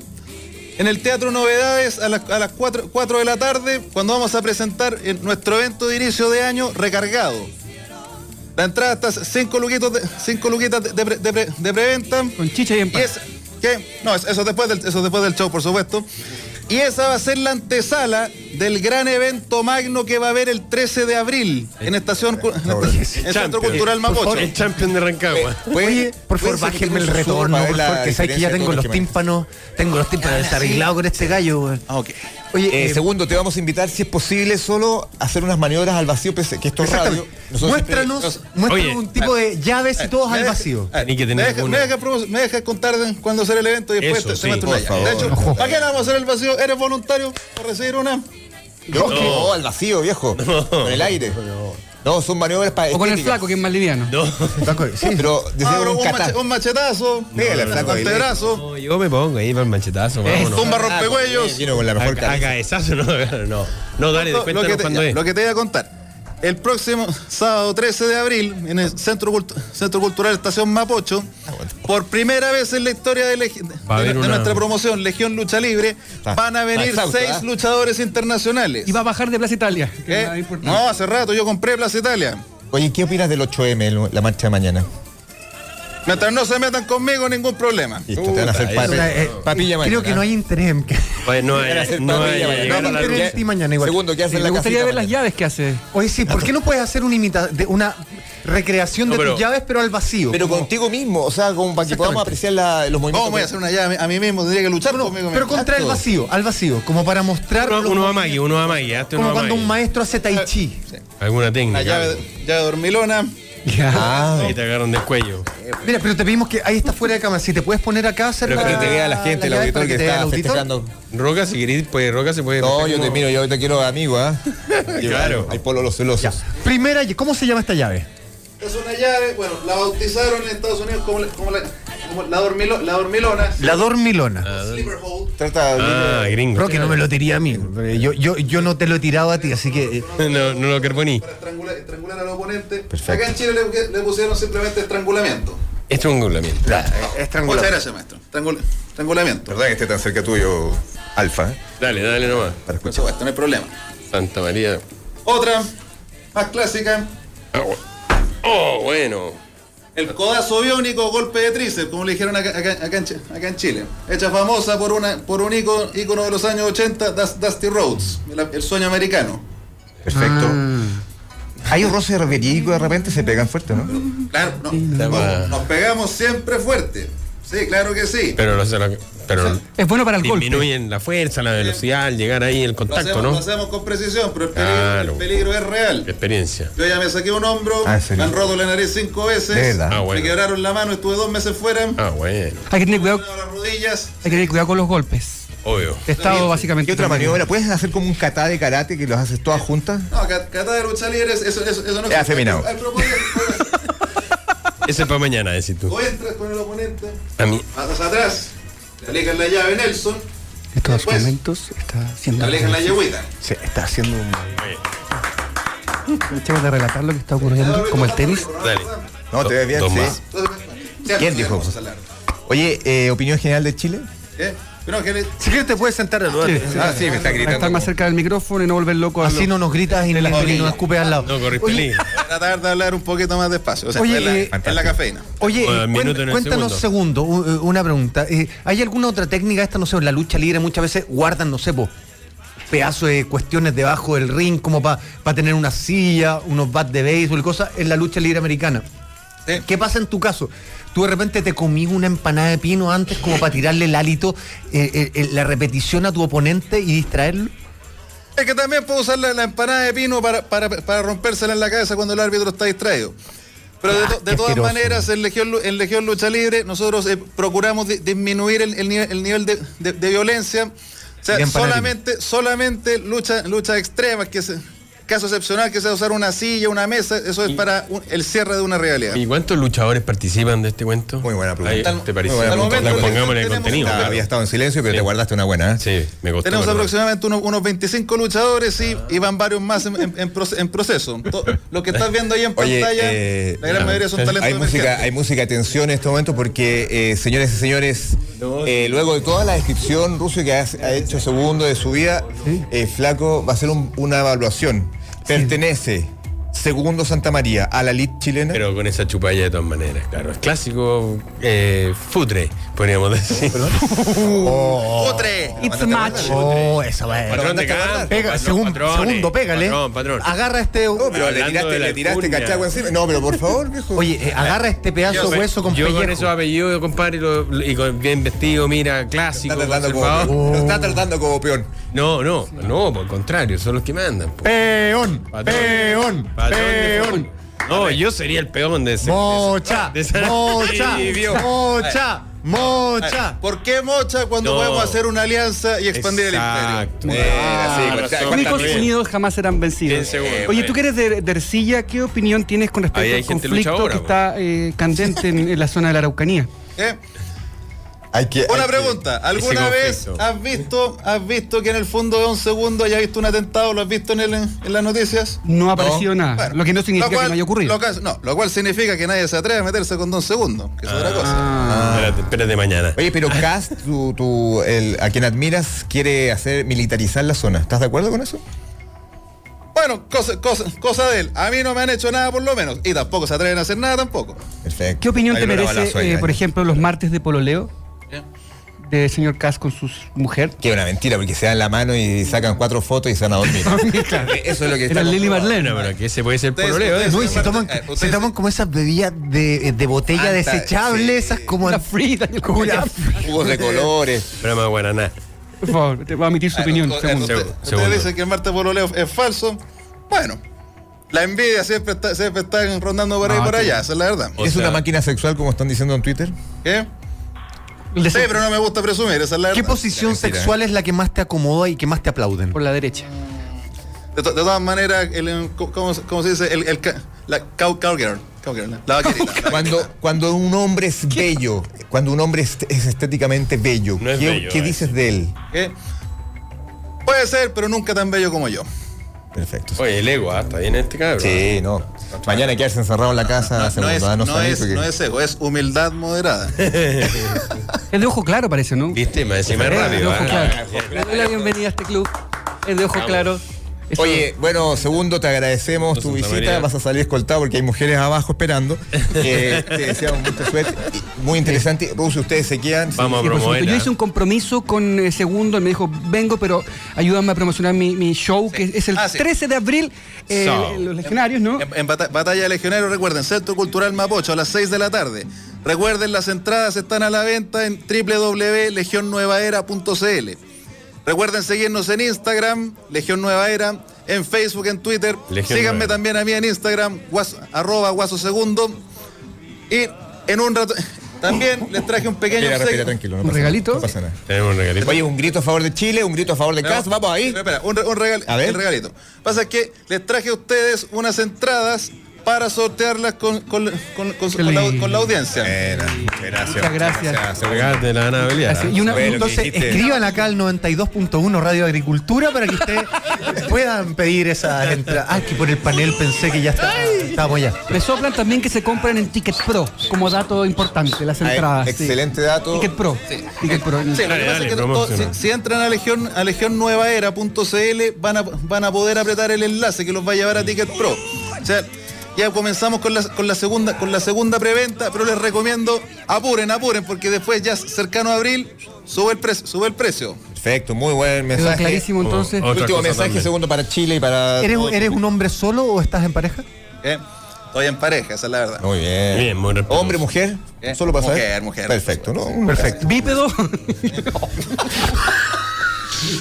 S13: en el Teatro Novedades, a las, a las 4, de la tarde, cuando vamos a presentar en nuestro evento de inicio de año recargado. La entrada está 5 luquitos de, cinco luquitas de, de pre- de pre- de preventa.
S12: Con chicha y en
S13: Y es que, no, es- eso es después del, eso es después del show, por supuesto. Y esa va a ser la antesala del gran evento magno que va a haber el 13 de abril en Estación Cu- en el Centro Cultural Mapocho. Eh,
S11: El champion de Rancagua.
S1: Pues,
S2: Oye, por favor, bájenme el retorno, por favor, que sabes que ya tengo los tímpanos, tengo los tímpanos desarreglados con este gallo, güey.
S1: Oye,
S2: eh,
S1: Ah, segundo, te vamos a invitar, si es posible, solo a hacer unas maniobras al vacío, pese que esto es radio.
S2: Exactamente.
S1: Nosotros
S2: Muéstranos,
S1: siempre- nos- eh,
S2: muéstranos
S1: Oye,
S2: un tipo de llaves y todos
S13: me
S2: al
S13: deja-
S2: vacío.
S13: Ah,
S11: Ni que
S13: Me
S11: tener
S13: deja, me, deja, promo- me deja contar de- cuándo será el evento y después
S11: Eso,
S13: te, te
S11: sí.
S13: muestro
S11: Por
S13: una
S11: favor.
S13: llave. De hecho,
S11: Ojo.
S13: ¿para qué le vamos a hacer el vacío? ¿Eres voluntario por recibir una?
S1: No, no, al vacío, viejo. Con el aire. No, son maniobras para.
S12: O con el flaco, que es más liviano. Ah,
S1: Pero desde
S13: Abro
S1: un
S13: un,
S1: catar.
S13: mache- un machetazo,
S1: Pégale al flaco ahí,
S13: antebrazo,
S11: Yo me pongo ahí para el manchetazo.
S13: eh,
S11: vámonos.
S13: tumba rompecuellos.
S1: Viene con la mejor
S11: A, a
S1: cara.
S11: cabezazo, no, no. No, dale,
S13: Lo- lo,
S11: cuéntanos
S13: que te,
S11: cuándo
S13: ya,
S11: es.
S13: lo que te voy a contar. El próximo sábado 13 de abril, en el Centro, Cultu- Centro Cultural Estación Mapocho,
S1: Ah,
S13: por primera vez en la historia de, Legi- de-
S11: Va a
S13: de
S11: haber una-
S13: nuestra promoción Legión Lucha Libre,
S1: Está-
S13: van a venir
S1: está exhausto,
S13: seis
S1: ¿eh?
S13: luchadores internacionales.
S12: Y va a bajar de Plaza Italia. que
S13: ¿Eh?
S12: es más importante.
S13: No, hace rato yo compré Plaza Italia.
S1: Oye, ¿qué opinas del 8M, el- la marcha de mañana?
S13: Mientras no se metan conmigo, ningún problema.
S1: Listo, te van a hacer
S11: Puta,
S1: papi-
S11: eso-
S2: eh,
S1: papilla mañana. Pues
S2: Creo que no hay interés en que...
S11: Oye, no
S1: Te van a
S11: hay,
S1: hacer
S11: no hay,
S1: papilla mañana.
S11: llegar a la
S2: No, no,
S11: luz.
S2: interés. Y mañana igual.
S1: Segundo, ¿qué
S12: Sí,
S1: hacen
S12: me
S1: la
S12: gustaría
S1: casita
S12: ver las
S1: mañana?
S12: llaves que hace.
S2: Oye, sí, ¿por qué no puedes hacer una, imita de una recreación
S11: No,
S2: de
S11: pero-
S2: tus llaves, pero al vacío?
S1: Pero
S2: Como-
S1: contigo mismo, o sea, como para que podamos apreciar la- los
S13: ¿Cómo
S1: movimientos.
S13: voy a hacer una llave a mí mismo? Tendría que luchar conmigo.
S2: Pero
S13: mismo.
S2: contra el vacío, al vacío, como para mostrar...
S11: Uno,
S2: los
S11: uno a
S2: movimientos,
S11: Maggie, uno a Maggie. hazte
S1: Este
S11: uno
S2: Como
S11: a
S2: cuando un
S11: Maggie.
S2: maestro hace tai chi.
S11: Alguna técnica.
S13: Una llave,
S11: algo.
S13: llave dormilona.
S11: Ahí te agarran del cuello.
S2: Mira, pero te pedimos que ahí está fuera de cámara. Si te puedes poner acá, hacer
S1: Pero que
S2: la-
S1: te vea la gente, el
S2: llave
S1: auditor
S2: para
S1: que
S2: te vea el
S1: está
S2: auditor.
S1: festejando.
S11: Roca, si querés, pues Roca se puede.
S1: No, yo te miro, yo te quiero amigo, ¿ah?
S11: Claro.
S1: Hay polo los
S2: Ya.
S1: celosos.
S2: Primera, ll- ¿cómo se llama esta llave?
S13: Es una llave, bueno, la bautizaron en Estados Unidos como la, como la, como la, dormilo- la dormilona.
S2: La dormilona.
S13: Sleeper hold.
S1: Trata de
S11: Ah, gringo.
S2: Roque, no me lo tiré a mí. pero Yo, yo, yo no te lo he tirado a ti, así que. eh,
S11: No, no lo carboní.
S13: Para estrangular, estrangular al oponente.
S1: Perfecto.
S13: Acá en Chile le, le pusieron simplemente estrangulamiento.
S11: Esto es un gulamiento.
S13: Muchas gracias, maestro. Estrangul- estrangulamiento.
S1: Perdón que esté tan cerca tuyo, Alfa, ¿eh?
S11: Dale, dale nomás.
S1: para
S13: Por
S1: escuchar.
S13: supuesto, no hay problema.
S11: Santa María.
S13: Otra, más clásica.
S11: Ah, Oh, bueno.
S13: El codazo biónico, golpe de tríceps, como le dijeron acá, acá- acá en, Chi- acá en Chile. Hecha famosa por, una, por un ícono, ícono de los años 80, Das- Dusty Rhodes, el, el sueño americano.
S1: Perfecto.
S12: Ah.
S1: Hay un roce verídico de repente, se pegan fuerte, ¿no?
S13: Claro, no, no, nos pegamos siempre fuerte. Sí, claro que sí.
S11: Pero no se lo- Pero
S12: Es bueno para el golpe.
S11: disminuyen la fuerza, la velocidad, al llegar ahí el
S13: Lo hacemos,
S11: contacto,
S13: lo
S11: ¿no?
S13: hacemos con precisión, pero el peligro,
S11: Claro.
S13: el peligro es real.
S11: Experiencia.
S13: Yo ya me saqué un hombro,
S1: Ah, ¿en serio?
S13: me han roto la nariz cinco veces,
S1: De verdad.
S11: Ah,
S13: me
S11: bueno.
S13: quebraron la mano, estuve dos meses fuera, me
S11: Ah, bueno.
S12: Hay que tener cuidado,
S13: quebraron las rodillas.
S12: hay que tener cuidado con los golpes.
S11: Obvio.
S12: He estado básicamente.
S1: ¿Qué otra
S12: también.
S1: maniobra? pues? ¿Puedes hacer como un kata de karate que los haces todas juntas?
S13: No, ca- catar de lucha libre, eso, eso, eso no
S1: Es afeminado.
S13: Al propósito,
S11: Ese es para mañana, decís tú.
S13: O entras con el oponente,
S11: A mí.
S13: pasas atrás, le aplicas la llave Nelson,
S12: Estos
S13: Después.
S12: momentos está
S13: le
S12: haciendo.
S13: aplicas la llave
S2: Se está haciendo un.
S12: Tengo que relatar lo que está ocurriendo, como el tenis.
S11: Dale.
S1: No, te ves bien,
S11: Dos
S1: sí.
S11: más.
S1: ¿Quién dijo? Oye, eh, ¿opinión general de Chile?
S13: ¿Eh? Pero que le-
S2: Si quieres, te puedes sentar al lado.
S1: Ah, sí, me está
S12: Para estar más cerca del micrófono y no volver loco a
S2: Así
S12: los-
S2: no nos gritas y, ni- ni nos escupes al lado.
S11: No corres
S2: Oye,
S11: peligro.
S13: tratar de hablar un poquito más despacio, o sea,
S2: Oye,
S13: en, la,
S2: eh,
S13: en la
S1: fantástico.
S13: cafeína.
S2: Oye,
S11: Bueno,
S2: eh,
S11: el minuto
S2: cuen-
S11: en el
S2: cuéntanos segundo, u- u- una pregunta. Eh, ¿Hay alguna otra técnica? Esta, no sé, en la lucha libre muchas veces guardan, no sé, po, pedazo de cuestiones debajo del ring, como para tener una silla, unos bats de béisbol, y cosas, en la lucha libre americana.
S13: Sí.
S2: ¿Qué pasa en tu caso? Tú de repente te comí una empanada de pino antes como para tirarle el hálito, eh, eh, eh, la repetición a tu oponente y distraerlo.
S13: Es que también puedo usar la, la empanada de pino para, para, para rompérsela en la cabeza cuando el árbitro está distraído. Pero de, to- de
S2: Ah, qué
S13: todas
S2: asqueroso.
S13: maneras, en Legión, Lu- en Legión Lucha Libre, nosotros eh, procuramos di- disminuir el, el nivel, el nivel de, de- de violencia. O sea,
S2: Bien, Panarino.
S13: solamente, solamente lucha, lucha extremas, que es caso excepcional, que sea usar una silla, una mesa, eso es para un- el cierre de una realidad.
S11: ¿Y cuántos luchadores participan de este cuento?
S1: Muy buena pregunta.
S11: Ahí, ¿Te parece?
S1: Muy buena pregunta.
S11: Pongámosle el
S13: Tenemos-
S11: contenido.
S13: Claro.
S1: Había estado en silencio, pero
S11: Sí.
S1: te guardaste una buena, ¿eh?
S11: Sí, me costó.
S13: Pues Tenemos
S11: pero-
S13: aproximadamente unos, unos 25 luchadores y, y van varios más en, en- en proce- en proceso. To- Lo que estás viendo ahí en
S1: Oye,
S13: pantalla,
S1: eh,
S13: la gran
S11: no,
S13: mayoría son talentos
S1: Hay música,
S13: emergentes.
S1: hay música de tensión en este momento porque, eh, señores y señores, eh, luego de toda la descripción ruso que ha, ha hecho segundo de su vida, eh, Flaco va a hacer un- una evaluación. Pertenece, Segundo, Santa María, a la elite chilena.
S11: Pero con esa chupalla de todas maneras, claro. Es clásico eh, futre, podríamos decir.
S1: ¡Otre!
S2: It's match. Oh, esa va a-
S11: Patrón de campo,
S2: Pega,
S11: patrón,
S2: segun-
S11: patrones,
S2: segundo, pégale.
S11: patrón, patrón.
S2: Agarra este.
S1: No, pero le
S11: Hablando de
S1: tiraste,
S11: la
S1: le tiraste
S11: alcurnia.
S1: cachaco encima. No, pero por favor, viejo.
S2: Oye, eh, agarra este pedazo
S11: Yo
S2: de
S11: con-
S2: hueso con
S11: Yo con
S2: pellejo.
S11: esos apellidos, compadre, lo- y con bien vestido, mira, clásico,
S1: Está tratando como
S11: conservador.
S1: peón.
S2: Oh.
S1: Lo está tratando como peón.
S11: No, no, no, por el contrario, son los que mandan. po.
S2: Peón,
S11: Patrón.
S2: peón,
S11: Patrón de
S2: peón.
S11: fútbol. No, yo sería el peón de ese.
S2: Mocha,
S11: de esa-
S2: mocha,
S11: Sí, vio.
S2: mocha, mocha.
S13: ¿Por qué mocha cuando
S11: No.
S13: podemos hacer una alianza y expandir el
S11: Exacto.
S13: imperio?
S1: Eh, Era
S11: Ah,
S1: así,
S11: razón.
S1: cuánta-
S12: Únicos
S1: cuánta-
S11: bien.
S12: unidos jamás serán
S11: Bien
S12: vencidos.
S11: seguro.
S12: Oye, tú que eres de, de Ercilla, ¿qué opinión tienes con respecto
S11: Ahí hay
S12: al
S11: gente
S12: conflicto
S11: luchadora,
S12: que
S11: po.
S12: está eh, candente en, en la zona de la Araucanía?
S13: ¿Eh?
S1: Hay que- hay
S13: Una
S1: que-
S13: pregunta, ¿alguna
S11: ese
S13: vez
S11: conflicto.
S13: has visto, has visto que en el fondo de un segundo haya visto un atentado? ¿Lo has visto en, el- en las noticias?
S12: No ha aparecido nada,
S13: Bueno,
S12: lo que no significa
S13: lo cual-
S12: que no haya ocurrido.
S13: Lo cual- no, lo cual significa que nadie se atreve a meterse con Don Segundo, que es otra cosa.
S12: Ah.
S11: Espérate, espérate mañana.
S1: Oye, pero Cast, tu, tu- el- a quien admiras, quiere hacer militarizar la zona. ¿Estás de acuerdo con eso?
S13: Bueno, cosa, cosa, cosa de él. A mí no me han hecho nada por lo menos. Y tampoco se atreven a hacer nada tampoco.
S11: Eh,
S1: Perfecto.
S12: ¿Qué opinión
S1: Hay
S12: te
S1: un
S12: merece,
S1: balazo ahí,
S12: eh,
S1: ahí.
S12: por ejemplo, los martes de pololeo de señor Cas con su mujer?
S1: Que es una mentira, porque se dan la mano y sacan cuatro fotos y se van a dormir. Eh, Eso es lo que
S12: Era
S1: está
S12: Lili
S1: comprobado.
S12: Marlene.
S11: No, pero que ese puede ser
S13: Ustedes-
S11: pololeo, ¿eh?
S13: ustedes-
S2: No, y se toman,
S13: Eh, ustedes-
S2: se toman como esas bebidas de, de botella
S1: Anta-
S2: desechable,
S1: sí.
S2: esas como
S12: La Frida,
S2: como la-
S1: Jugos de colores.
S11: Pero más guaraná.
S12: Por favor, te voy a omitir su
S13: Ah,
S12: opinión.
S13: usted-
S12: segundo.
S13: usted-
S11: Segundo,
S13: usted
S11: segundo.
S13: dice que el Marte Pololeo es falso. Bueno, la envidia siempre está, siempre está rondando por ahí y
S12: No,
S13: por
S12: sí.
S13: allá, esa es la verdad.
S11: Ah, O
S1: ¿Es
S11: sea-
S1: una máquina sexual como están diciendo en Twitter?
S13: ¿Qué?
S12: El de
S13: Sí, pero no me gusta presumir, esa es la
S2: ¿Qué
S13: verdad.
S2: posición
S1: mentira.
S2: sexual es la que más te acomoda y que más te aplauden?
S12: Por la derecha.
S13: De, to- de todas maneras, el, em, co- ¿cómo, se- cómo se dice? El, el ca- la cow, cowgirl. Cowgirl, la vaquerita. la
S1: Cuando, cuando un hombre es bello, cuando un hombre es, es estéticamente bello,
S11: No es
S1: ¿qué,
S11: bello,
S1: qué
S11: eh.
S1: dices de él?
S13: vaquerita. ¿Qué? Puede ser, pero nunca tan bello como yo.
S1: Perfecto.
S11: Oye, el ego, ah, está bien este cabrón.
S1: Sí, no. Mañana quedarse encerrado en la casa,
S13: No,
S1: segundo,
S13: es,
S1: ah, no
S13: no
S1: salir
S13: es-
S1: porque-
S13: no es ego, es humildad moderada.
S12: Es de ojo claro, parece, ¿no?
S11: Viste, más encima es
S12: Es de
S11: rápido.
S12: ojo
S11: ah.
S12: claro. Le doy la bienvenida a este club. Es de ojo claro. Eso-
S1: Oye, bueno, segundo, te agradecemos tu
S11: Santa
S1: visita.
S11: María.
S1: Vas a salir escoltado porque hay mujeres abajo esperando. Eh, te deseamos mucha suerte. Y Muy interesante. Rusi, ustedes se quedan.
S11: Vamos a
S12: Sí, por supuesto.
S11: promover.
S12: Yo
S11: ah.
S12: hice un compromiso con eh, Segundo, él me dijo, vengo, pero ayúdame a promocionar mi, mi show, que es el
S13: Ah, sí.
S12: 13 de abril, eh,
S11: So.
S12: los legionarios, ¿no?
S13: En, en bata- Batalla de Legionarios, recuerden, Centro Cultural Mapocho a las 6 de la tarde. Recuerden, las entradas están a la venta en www.legionnuevaera.cl. Recuerden seguirnos en Instagram, Legión Nueva Era, en Facebook, en Twitter.
S11: Legión
S13: Síganme
S11: Nueva.
S13: también a mí en Instagram, guaso- arroba guaso segundo. Y en un rato, también les traje un pequeño...
S1: Mira, respira
S13: obsequio.
S1: tranquilo. No
S12: ¿Un
S1: pasa nada,
S12: regalito?
S1: no pasa nada.
S11: Tenemos un regalito.
S1: Oye, un grito a favor de Chile, un grito a favor de
S13: Pero-
S1: Cas. Vamos ahí.
S13: Espera, espera, un, re- un regal-
S1: A ver.
S13: el regalito. Pasa que les traje a ustedes unas entradas para sortearlas con, con- con- con-
S12: Qué
S13: con la,
S12: lindo.
S13: con la audiencia.
S1: gracias.
S12: Muchas gracias.
S11: Regate la gana de pelear,
S12: Así,
S11: ah.
S12: y una-
S1: Bueno,
S2: Entonces,
S1: que dijiste-
S2: escriban acá al 92.1 Radio Agricultura para que ustedes puedan pedir esas entradas. Ah, es que por el panel pensé que ya está, estábamos ya.
S12: Me soplan también que se compran en Ticket Pro, como dato importante, las entradas. sí.
S1: Excelente dato.
S12: Ticket Pro. Ticket Pro.
S13: Sí, lo que
S11: Dale,
S13: pasa
S11: dale,
S13: es que to-
S11: promociona.
S13: si, si entran a legión a legionnuevaera.cl van a, van a poder apretar el enlace que los va a llevar a Ticket Pro. O sea, ya comenzamos con la, con la segunda con la segunda preventa, pero les recomiendo apuren, apuren porque después ya cercano a abril sube el precio, sube el precio.
S1: Perfecto, muy buen
S12: Quedó
S1: mensaje.
S12: clarísimo entonces.
S11: Otra
S1: Último
S11: cosa
S1: mensaje,
S11: también.
S1: segundo para Chile y para.
S2: ¿Eres, ¿Eres un hombre solo o estás en pareja?
S13: ¿eh? Estoy en pareja, esa es la verdad.
S1: Muy bien.
S11: Bien, muy respetuoso.
S1: Hombre, mujer.
S13: Eh,
S1: Solo para saber.
S13: mujer, mujer.
S1: Perfecto, ¿no?
S2: Perfecto.
S12: Bípedo.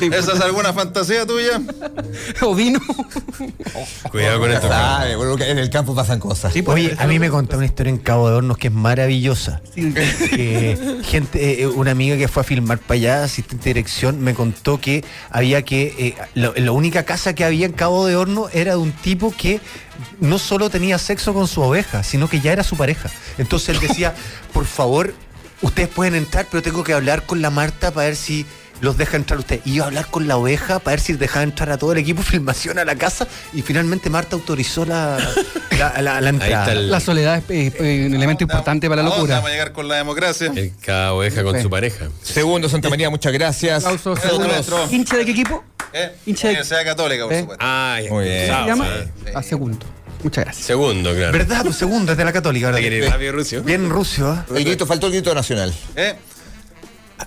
S13: ¿Esa es alguna fantasía tuya?
S12: Ovino.
S11: Cuidado con esto. cabrón.
S1: Sabe, bueno, que en el campo pasan cosas.
S2: Oye, a mí me contó una historia en Cabo de Hornos que es maravillosa. Que gente, eh, una amiga que fue a filmar para allá, asistente de dirección, me contó que había que. eh, la, la única casa que había en Cabo de Horno era de un tipo que no solo tenía sexo con su oveja, sino que ya era su pareja. Entonces él decía, por favor, ustedes pueden entrar, pero tengo que hablar con la Marta para ver si. Los deja entrar usted. Y iba a hablar con la oveja para ver si dejaba entrar a todo el equipo filmación a la casa. Y finalmente Marta autorizó la, la, la- la entrada.
S11: está el-
S12: La soledad es eh, eh, un elemento importante para la
S13: ¿A dónde
S12: locura.
S13: Vamos a llegar con la democracia.
S11: El- Cada oveja con su pareja.
S1: Segundo, Santa María, muchas gracias.
S12: Aplausos.
S13: Segundo nuestro.
S12: ¿Hincha de qué equipo?
S13: ¿eh?
S12: Hincha de-
S13: Universidad Católica, por
S12: ¿Eh?
S13: supuesto.
S11: Ay,
S1: Muy bien.
S12: ¿Se
S11: chao,
S12: llama?
S11: sí.
S12: A segundo. Muchas gracias.
S11: Segundo, claro.
S2: ¿Verdad? Pues segundo, es de la Católica. ¿verdad?
S11: Quiere Fabio Rusio.
S2: Bien rucio, ¿ah?
S1: El grito, faltó el grito nacional.
S13: ¿Eh?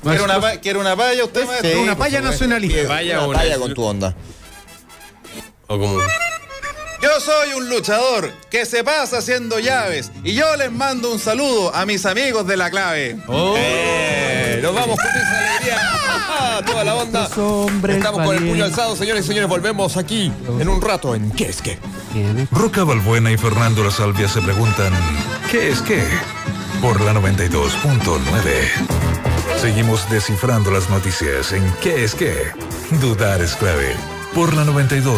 S13: ¿Quiere una, pa- quiere una palla usted, maestro?
S2: una palla nacionalista.
S11: Vaya
S1: Una
S11: una.
S1: talla con tu onda.
S11: O como.
S13: Yo soy un luchador que se pasa haciendo llaves y yo les mando un saludo a mis amigos de la clave.
S1: Oh. Eh, nos vamos con esa alegría. Ah, Toda la onda.
S12: Los hombres
S1: Estamos con el puño
S12: valientes.
S1: alzado, señores y señores. Volvemos aquí en un rato en ¿Qué es qué?
S4: Roca Balbuena y Fernando La Salvia se preguntan, ¿qué es qué? Por la 92.9. Seguimos descifrando las noticias en ¿qué es qué? Dudar es clave. Por la 92.9.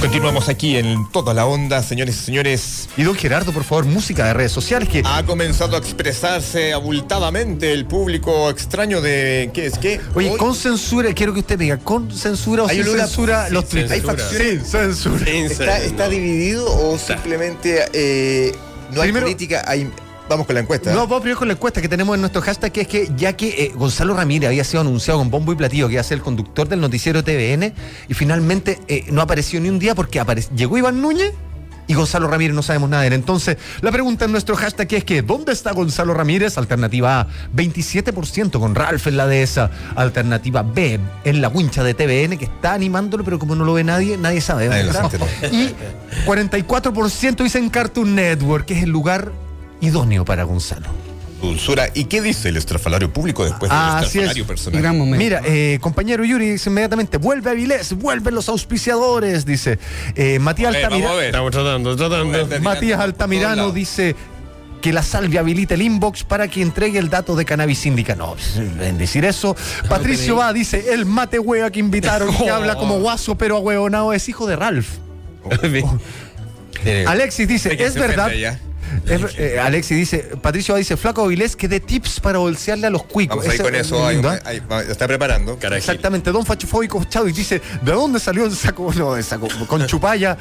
S1: Continuamos aquí en toda la onda, señores y señores.
S2: Y don Gerardo, por favor, música de redes sociales que
S1: Ha comenzado a expresarse abultadamente el público extraño de ¿Qué es qué?
S2: Oye,
S1: Hoy-
S2: con censura, quiero que usted me diga, ¿con censura o
S1: Hay
S2: sin
S1: olor a-
S2: censura los
S11: sin
S2: tweets? Hay
S11: censura.
S2: facciones. Sin censura.
S1: ¿Está, está dividido o simplemente eh, no hay
S2: Primero-
S1: política? Hay... Vamos con la encuesta.
S2: No, vamos primero con la encuesta que tenemos en nuestro hashtag, que es que ya que eh, Gonzalo Ramírez había sido anunciado con bombo y platillo que iba a ser el conductor del noticiero TVN, y finalmente eh, no apareció ni un día porque apare- llegó Iván Núñez y Gonzalo Ramírez no sabemos nada de él. Entonces, la pregunta en nuestro hashtag es que ¿dónde está Gonzalo Ramírez? Alternativa A, 27% con Ralph en la dehesa. Alternativa B, en la wincha de TVN, que está animándolo, pero como no lo ve nadie, nadie sabe.
S1: Nadie lo
S2: ¿verdad?
S1: sabe.
S2: Y 44% dicen Cartoon Network, que es el lugar idóneo para Gonzalo.
S1: Dulzura. ¿Y qué dice el estrafalario público después del
S2: Ah, así
S1: estrafalario
S2: es.
S1: personal?
S12: Gran momento.
S2: Mira, eh, compañero Yuri dice inmediatamente, vuelve Avilés, vuelven los auspiciadores, dice. Eh, Matías,
S11: Eh,
S2: Altamira-
S11: vamos a ver. Estamos tratando, tratando.
S2: Matías
S1: Por
S2: Altamirano
S1: todos
S2: dice que la salvia habilita el inbox para que entregue el dato de cannabis síndica. No, pues, en decir eso. Patricio va, dice, el mate hueva que invitaron, que habla
S1: Oh.
S2: como guaso, pero ahueonado, es hijo de Ralph.
S11: Tiene-
S2: Alexis dice,
S11: Hay que
S2: es
S11: se ofenda
S2: verdad.
S11: ya.
S2: es- eh, Alexis dice, Patricio va, dice, Flaco Avilés que dé tips para bolsearle a los cuicos.
S1: Vamos ahí
S2: Ese
S1: con
S2: es
S1: eso. ahí-
S2: lindo, ¿eh?
S1: ahí- va- está preparando.
S11: Carajil.
S2: Exactamente, Don Fachofóbico Chávez dice, ¿de dónde salió el saco? No, el saco con chupalla.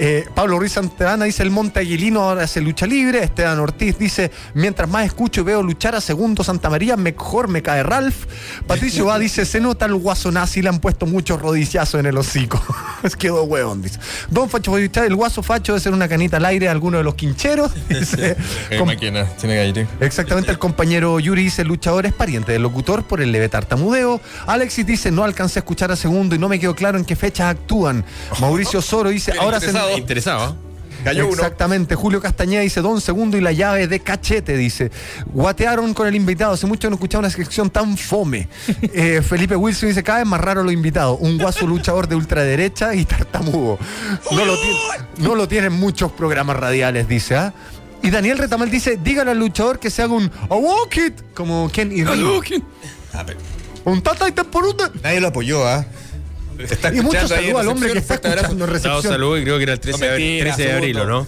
S2: Eh, Pablo Ruiz Santana dice, el Monte Aguilino ahora hace lucha libre. Esteban Ortiz dice, mientras más escucho y veo luchar a Segundo Santa María, mejor me cae Ralph. Patricio va, dice, se nota el guaso nazi, le han puesto muchos rodillazos en el hocico. Quedó hueón, dice. Don Fachofóbico Chávez, el guaso facho debe ser una canita al aire de alguno de los quincheros. Dice,
S1: Eh,
S2: Com-
S1: máquina, tiene aire.
S2: Exactamente, el compañero Yuri dice, el luchador es pariente del locutor por el leve tartamudeo. Alexis dice, no alcancé a escuchar a segundo y no me quedó claro en qué fechas actúan. Mauricio Soro dice, ahora se...
S11: interesado. Interesado.
S1: Cayó uno.
S2: Exactamente, Julio Castañeda dice Don Segundo y la llave de cachete, dice. Guatearon con el invitado, hace mucho no escuchaba una sección tan fome. Eh, Felipe Wilson dice, cada vez más raro lo invitado, un guaso luchador de ultraderecha y tartamudo. No lo, tiene- no lo tienen muchos programas radiales, dice. ¿ah? Y Daniel Retamal dice, dígale al luchador que se haga un "I walk it", como Ken y Ryu.
S1: Ah, pero
S2: Un tata y te por un te-".
S1: Nadie lo apoyó, ¿ah? Te está
S2: Y mucho
S1: escuchando ahí en
S2: saludo al hombre que está
S1: recepción. Fuerte abrazo.
S2: escuchando en
S11: Dado
S2: recepción.
S11: salud y creo que era el 13 de abril,
S1: mentira,
S11: 13 de abril, ¿o
S1: segundo.
S11: ¿no?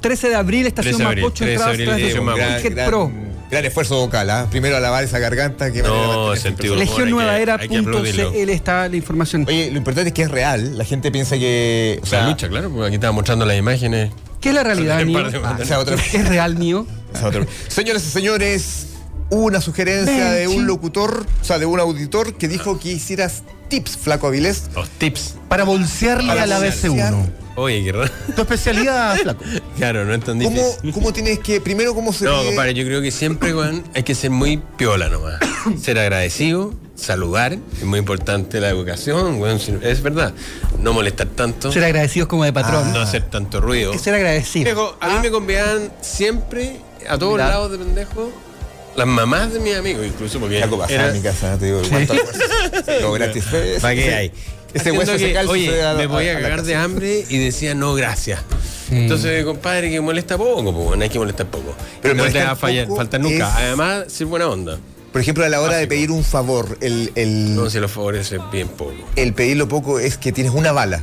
S12: 13 de abril,
S11: 13
S12: estación
S11: de abril,
S12: Mapocho,
S11: 13 de
S12: entradas
S11: abril,
S12: tras
S11: eh,
S12: de
S11: un gran-
S12: Ticket Pro.
S1: gran esfuerzo vocal, ¿ah? Primero alabar esa garganta. Que manera de
S11: No,
S1: mantener
S11: sentido.
S1: siempre-
S11: Bueno, hay que- hay que aplaudirlo.
S12: Legionnuevaera.cl está la información.
S1: Oye, lo importante es que es real. La gente piensa que. O sea,
S11: la lucha, claro, porque aquí estaba mostrando las imágenes.
S12: ¿Qué es la realidad,
S11: Un
S12: Nio?
S11: par de-
S1: Ah, esa otra-
S12: ¿Es real, Nio?
S1: esa otra- Señoras y señores, hubo una sugerencia de
S12: Benchi.
S1: un locutor, o sea, de un auditor que dijo que hicieras tips, Flaco Avilés.
S11: Los tips.
S2: Para bolsearle
S1: Para
S2: a la
S1: bolsear.
S2: BC1.
S11: Oye, qué raro.
S2: Tu especialidad, flaco.
S11: Claro, no es tan difícil.
S1: ¿Cómo, ¿Cómo tienes que.? Eh, Primero, ¿cómo se.?
S11: No, compadre, yo creo que siempre, weón, hay que ser muy piola nomás. Ser agradecido, saludar, es muy importante la educación, weón, si- es verdad. No molestar tanto, Ah,
S12: Ser agradecidos como de patrón.
S11: no hacer tanto ruido.
S12: Es Ser agradecido.
S11: Viejo, a
S6: ¿Ah?
S11: mí me convidaban siempre, a todos
S12: Mirá.
S11: lados de pendejo, las mamás de mis amigos, incluso porque.
S1: Flaco pasaba
S11: era-
S1: en mi casa, te digo, cuánto esfuerzo. Sí, Lo gratis.
S11: ¿Para qué hay?
S1: Ese
S11: Haciendo
S1: hueso se
S11: que,
S1: calza.
S11: Oye,
S1: se da a-
S11: me voy
S1: a
S11: a
S1: la
S11: cagar
S1: casa.
S11: de hambre y decía no, gracias. Entonces, compadre, que molesta poco, pues, no hay que molestar poco.
S1: Pero
S11: no te
S1: molestar
S11: va a fallar,
S1: poco
S11: faltar nunca.
S1: es-
S11: Además, ser buena onda.
S1: Por ejemplo, a la hora de
S11: Básico.
S1: pedir un favor, el, el,
S11: No se lo favorece bien poco.
S1: el pedirlo poco es que tienes una bala.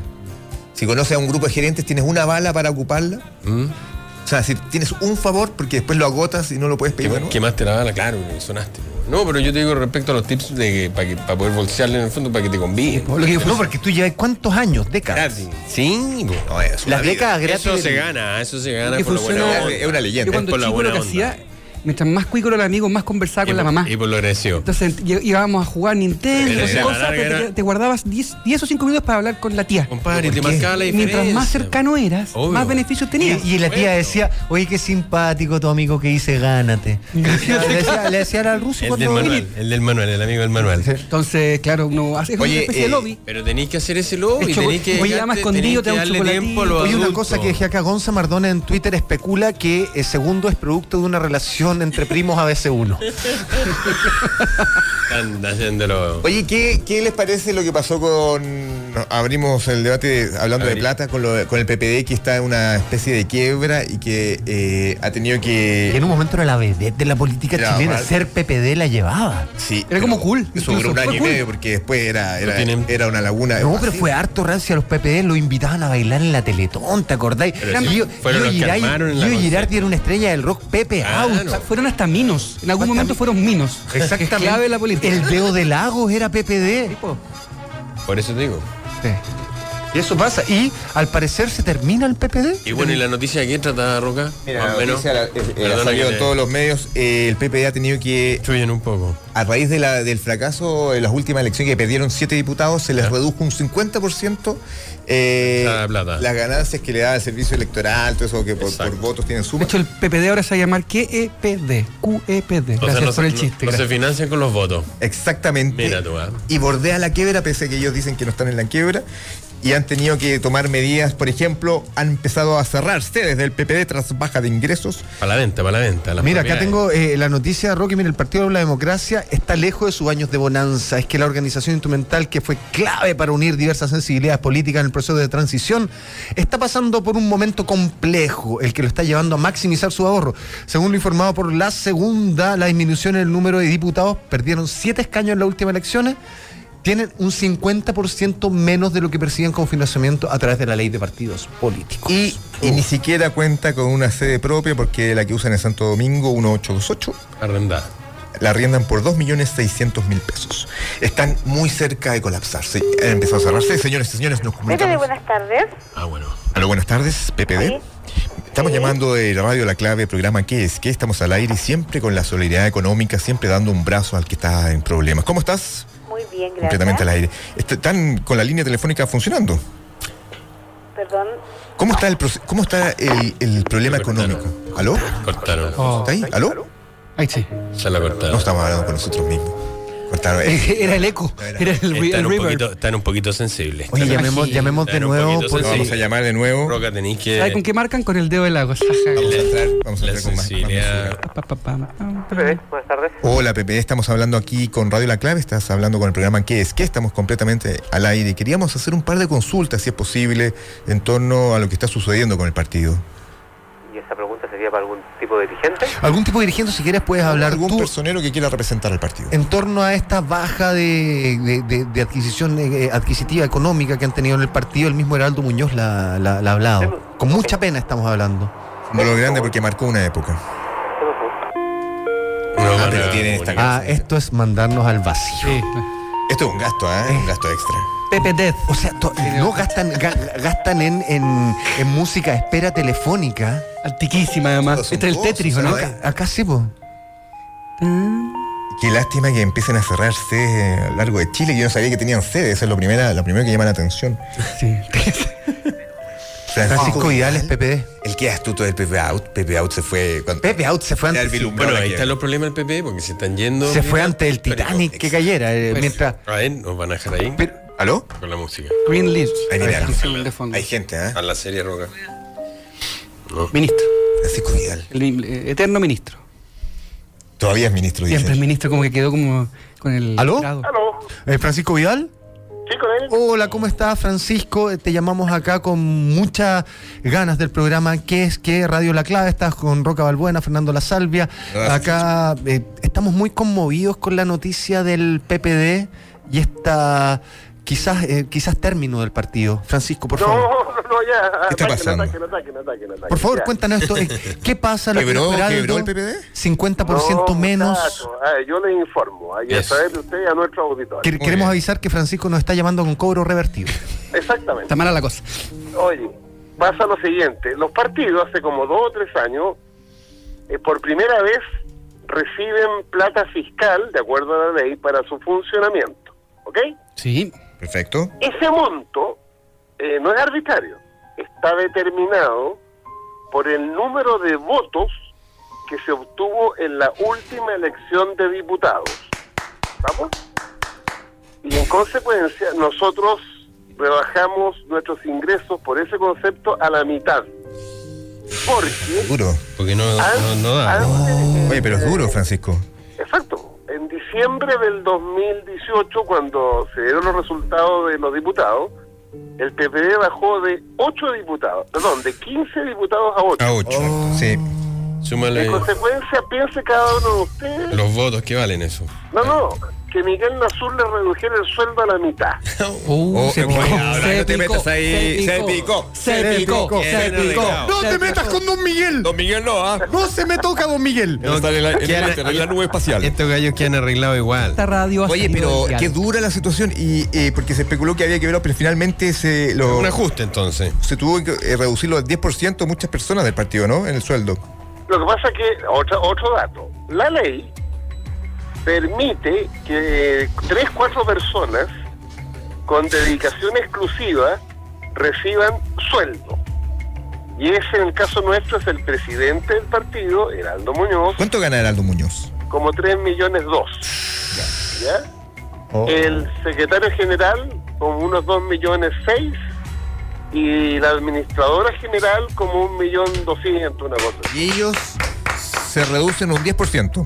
S1: Si conoces a un grupo de gerentes, tienes una bala para ocuparla.
S11: ¿Mm?
S1: O sea, si tienes un favor, porque después lo agotas y no lo puedes
S11: ¿Qué,
S1: pedir. de nuevo.
S11: quemaste la bala, claro, que sonaste. No, pero yo te digo respecto a los tips de que, para, que- para poder bolsearle en el fondo, para que te conviene.
S2: Lo que- no, porque tú llevas cuántos años, décadas.
S11: Gratis. Sí, pues, no, es una
S2: Las
S11: vida.
S2: décadas gratis.
S11: Eso
S2: de-
S11: se gana, eso se gana
S12: Que
S11: por la buena
S12: funciona-
S11: onda.
S1: Es una
S12: Yo
S1: leyenda.
S11: por
S12: cuando
S11: la
S12: chico lo
S11: buena
S12: que
S11: onda.
S12: hacía Mientras más cuico era el amigo, más conversaba con la mamá.
S11: Y por lo agradeció.
S12: Entonces ent- íbamos a jugar Nintendo,
S11: Era-
S12: no sé,
S11: era
S12: cosas,
S11: larga,
S12: pero te,
S11: era-
S12: te guardabas 10 10 o 5 minutos para hablar con la tía.
S11: Compadre, y te
S12: Porque
S11: marcaba la
S12: Mientras más
S11: diferencia.
S12: cercano eras,
S11: Obvio.
S12: más beneficios tenías.
S14: Y, y la tía decía, oye, qué simpático tu amigo que dice, gánate. Le decía, le decía- le decía al ruso
S11: El del
S14: cuando
S11: manual, el del manual, el amigo del manual.
S12: Entonces, Eh, claro, uno hace como una especie
S11: eh,
S12: de lobby.
S11: pero tenéis que hacer ese lobby,
S12: El choco-
S11: tenéis que.
S12: Oye, llama escondido, te da un chocolatito.
S2: Oye, una cosa que dejé acá, Gonza Mardona en Twitter especula que eh, segundo es producto de una relación entre primos a veces uno.
S11: Están haciéndolo.
S1: Oye, ¿qué, qué les parece lo que pasó con... no, Abrimos el debate de- hablando de plata con, lo- con el PPD que está en una especie de quiebra y que eh, ha tenido que...
S14: Que en un momento era la vedette de la política
S1: Era
S14: chilena,
S1: mal.
S14: ser PPD la llevaba.
S1: Sí,
S12: Era como cool,
S1: Eso
S12: incluso,
S1: duró un
S12: fue
S1: año y
S12: cool.
S1: medio porque después era, era,
S11: No tienen-
S1: era una laguna.
S14: No, pero
S1: así.
S14: fue harto rancia. Los PPD los invitaban a bailar en la Teletón, ¿te acordáis?
S11: Pero sí,
S14: Yo,
S11: fueron los que
S14: Giray-
S11: armaron en la
S14: Gio
S11: consulta.
S14: Girardi era una estrella del rock Pepe
S11: Claro.
S14: Out.
S12: O sea, fueron hasta minos. En algún momento fueron minos.
S14: Exactamente.
S12: Es clave la política.
S14: El Deo de Lagos era PPD.
S11: Por eso te digo.
S2: Y eso pasa.
S14: Y al parecer se termina el PPD.
S11: Y bueno, ¿y la noticia de quién trata Roca?
S1: Mira,
S11: Más o
S1: la
S11: menos.
S1: noticia, la- eh, eh, ha
S11: Perdona
S1: salido
S11: que
S1: en
S11: te-
S1: todos los medios. eh, el PPD ha tenido que,
S11: Destruyen un poco.
S1: a raíz de la- del fracaso en las últimas elecciones que perdieron siete diputados, se les
S11: Ya.
S1: redujo un 50% eh,
S11: La plata.
S1: las ganancias que le da el servicio electoral, todo eso que por,
S11: Exacto.
S1: por votos tienen suma.
S12: De hecho, el PPD ahora se va a llamar E QEPD. QEPD.
S11: O sea,
S12: E Gracias
S11: no,
S12: por el
S11: no-
S12: chiste.
S11: no
S12: gracias.
S11: se financian con los votos.
S1: Exactamente.
S11: Mira tú, ah.
S1: Y bordea la quiebra, pese a que ellos dicen que no están en la quiebra. Y han tenido que tomar medidas, por ejemplo, han empezado a cerrar sedes del PPD tras baja de ingresos.
S11: Para la venta, para la venta. las
S2: Mira, acá
S11: propiedades.
S2: tengo eh, la noticia, Rocky. Mira, el Partido de la Democracia está lejos de sus años de bonanza. Es que la organización instrumental, que fue clave para unir diversas sensibilidades políticas en el proceso de transición, está pasando por un momento complejo, el que lo está llevando a maximizar su ahorro. Según lo informado por la segunda, la disminución en el número de diputados, perdieron siete escaños en las últimas elecciones. Tienen un 50% menos de lo que persiguen con financiamiento a través de la ley de partidos políticos.
S1: Y, y ni siquiera cuenta con una sede propia, porque la que usan en Santo Domingo, 1828,
S11: Arrendada.
S1: la arriendan por 2.600.000 pesos. Están muy cerca de colapsarse. Han empezado a cerrarse. Señores y señores, nos
S7: Pepe,
S1: comunicamos.
S7: buenas tardes.
S11: Ah, bueno.
S1: Aló, buenas tardes, PPD.
S7: Sí.
S1: Estamos llamando de la radio La Clave, programa ¿Qué es? que Estamos al aire y siempre con la solidaridad económica, siempre dando un brazo al que está en problemas. ¿Cómo estás?
S7: Muy bien, gracias.
S1: Completamente al aire. Est- ¿Están con la línea telefónica funcionando?
S7: Perdón.
S1: ¿Cómo está el, proce- cómo está el, el problema económico? ¿Aló?
S11: Cortaron.
S1: ¿Está ahí? ¿Aló?
S12: Oh. Ahí sí.
S11: Se la cortaron.
S1: No estamos hablando con nosotros mismos. Cortaron. Eh,
S12: Era el eco. Era el, el
S11: están, un
S12: reverb.
S11: poquito, están un poquito sensibles.
S2: Oye, llamemos, llamemos de
S11: Claro, un
S2: nuevo.
S11: poquito
S2: porque-
S1: lo vamos a llamar de nuevo.
S11: Roca, tenéis que.
S12: ¿Sabes con qué marcan? Con el dedo del agua.
S1: Vamos a entrar, vamos a
S11: La
S1: entrar con más- más
S11: sensibilidad.
S1: mesura.
S12: Pa, pa, pa, pa.
S6: Buenas tardes.
S1: Hola Pepe, estamos hablando aquí con Radio La Clave, estás hablando con el programa ¿Qué es? que Estamos completamente al aire. Queríamos hacer un par de consultas, si es posible, en torno a lo que está sucediendo con el partido.
S6: ¿Y esa pregunta sería para algún tipo de dirigente?
S2: Algún tipo de dirigente, si quieres, puedes hablar
S1: ¿Algún
S2: tú.
S1: personero que quiera representar al partido?
S2: en torno a esta baja de, de- de- de adquisición eh, adquisitiva económica que han tenido en el partido, el mismo Heraldo Muñoz la la- la ha hablado. Con mucha pena estamos hablando.
S1: No lo grande porque marcó una época.
S11: No,
S1: Ah,
S11: no,
S1: pero
S11: no,
S1: tienen
S11: no,
S1: esta
S11: no.
S2: Ah, esto es mandarnos al vacío.
S12: Sí.
S1: Esto
S2: Ah,
S1: es un gasto, ¿eh? Un gasto extra.
S12: Pepe Death.
S2: O sea, to- no gastan ga- gastan en, en- en música espera telefónica.
S12: Antiquísima, además.
S1: Son
S12: Este es el
S1: cosas,
S12: Tetris, ¿o ¿no?
S1: ¿sabes?
S2: Acá sí, po.
S1: Qué lástima que empiecen a cerrar sedes a lo largo de Chile. Yo no sabía que tenían sedes, eso es lo, primera, lo primero que llama la atención.
S12: Sí.
S1: Francisco
S2: Francisco Vidal es PPD.
S1: El que es astuto del Pepe Out. Pepe Out se fue. cuando-
S2: Pepe Out se fue
S1: Ya
S2: antes,
S1: el vilumbró
S11: Bueno,
S1: la
S11: ahí
S1: quiebra.
S11: están los problemas del PP porque se están yendo.
S2: se fue ante el Titanic que cayera. eh,
S12: Pues-
S2: mientras,
S11: A ver, nos van a dejar ahí
S1: ¿Aló?
S11: con la música.
S12: Green Leaves.
S1: Ahí mira.
S12: Canción de fondo.
S1: Hay gente, ¿eh?
S11: A la serie Roca.
S12: Ministro.
S1: Francisco Vidal.
S12: El, eh, eterno ministro.
S1: Todavía es ministro, dice.
S12: Siempre es ministro, como que quedó como con el.
S2: ¿Aló?
S12: grado.
S6: Aló.
S2: eh, Francisco Vidal.
S6: Sí, con él.
S2: Hola, ¿cómo estás, Francisco? Te llamamos acá con muchas ganas del programa ¿Qué es que Radio La Clave? Estás con Roca Balbuena, Fernando La Salvia.
S1: Gracias.
S2: Acá eh, estamos muy conmovidos con la noticia del PPD y esta quizás eh, quizás término del partido. Francisco, por
S6: No,
S2: favor.
S6: no, no, ya.
S1: ¿Qué está
S6: Ataquen,
S1: pasando?
S6: ataquen, ataquen, ataquen, ataquen,
S2: Por favor,
S6: ya.
S2: cuéntanos esto. eh, ¿Qué pasa? Lo que
S1: ¿Quebró-
S2: dijo
S1: quebró el
S2: Heraldo,
S1: PPD?
S2: 50%
S6: No,
S2: menos.
S6: muchacho, ah, yo les informo, hay que
S11: Eso.
S6: saber de ustedes a nuestro auditorio.
S2: Quer- Queremos
S1: bien.
S2: avisar que Francisco nos está llamando con cobro revertido.
S6: Exactamente.
S12: Está mala la cosa.
S6: Oye, pasa lo siguiente, los partidos hace como dos o tres años, eh, por primera vez
S15: reciben plata fiscal, de acuerdo a la ley, para su funcionamiento. ¿Ok?
S12: Sí.
S1: Perfecto.
S15: Ese monto eh, no es arbitrario, está determinado por el número de votos que se obtuvo en la última elección de diputados. ¿Vamos? Y en consecuencia, nosotros rebajamos nuestros ingresos por ese concepto a la mitad. Porque
S1: Duro.
S11: Porque no, no, no da.
S1: Ah. Oye, pero es duro, Francisco.
S15: Exacto. En diciembre del 2018, cuando se dieron los resultados de los diputados, el PPD bajó de 8
S1: Ah.
S15: diputados, perdón, de 15 diputados a 8.
S11: A 8.
S1: Sí.
S11: Súmale
S15: En consecuencia, piense cada uno de ustedes,
S11: los votos que valen eso.
S15: no, no, que Miguel Nazur le redujera el sueldo a la mitad.
S11: Oh,
S1: Uh, se
S11: oye,
S1: picó,
S11: ahora
S1: se
S11: no te
S1: picó,
S11: metas ahí.
S1: se
S11: Se
S1: picó,
S11: picó,
S1: se picó,
S11: Ese
S1: se
S11: no le
S1: picó.
S11: cabe.
S2: No te metas con Don Miguel.
S5: Don Miguel no, ¿ah?
S2: No se me toca Don Miguel.
S5: Él está en la, en
S11: ¿Quién-
S5: la- en la nube espacial.
S11: Estos gallos que han arreglado igual.
S12: Esta radio ha
S1: Oye,
S12: salido
S1: pero
S12: del
S1: qué
S12: diálogo.
S1: dura la situación y eh, porque se especuló que había que verlo, pero finalmente se lo
S11: Un ajuste entonces.
S1: se tuvo que eh, reducirlo al 10% muchas personas del partido, ¿no? En el sueldo.
S15: Lo que pasa que, otro, otro dato, la ley permite que tres, cuatro personas con dedicación exclusiva reciban sueldo. Y ese en el caso nuestro es el presidente del partido, Heraldo Muñoz,
S1: ¿Cuánto gana Heraldo Muñoz?
S15: como 3 millones 2. ¿Ya?
S1: Oh.
S15: El secretario general como unos 2 millones 6 y la administradora general como un millón 200, una cosa. así.
S1: Y ellos se reducen un 10%.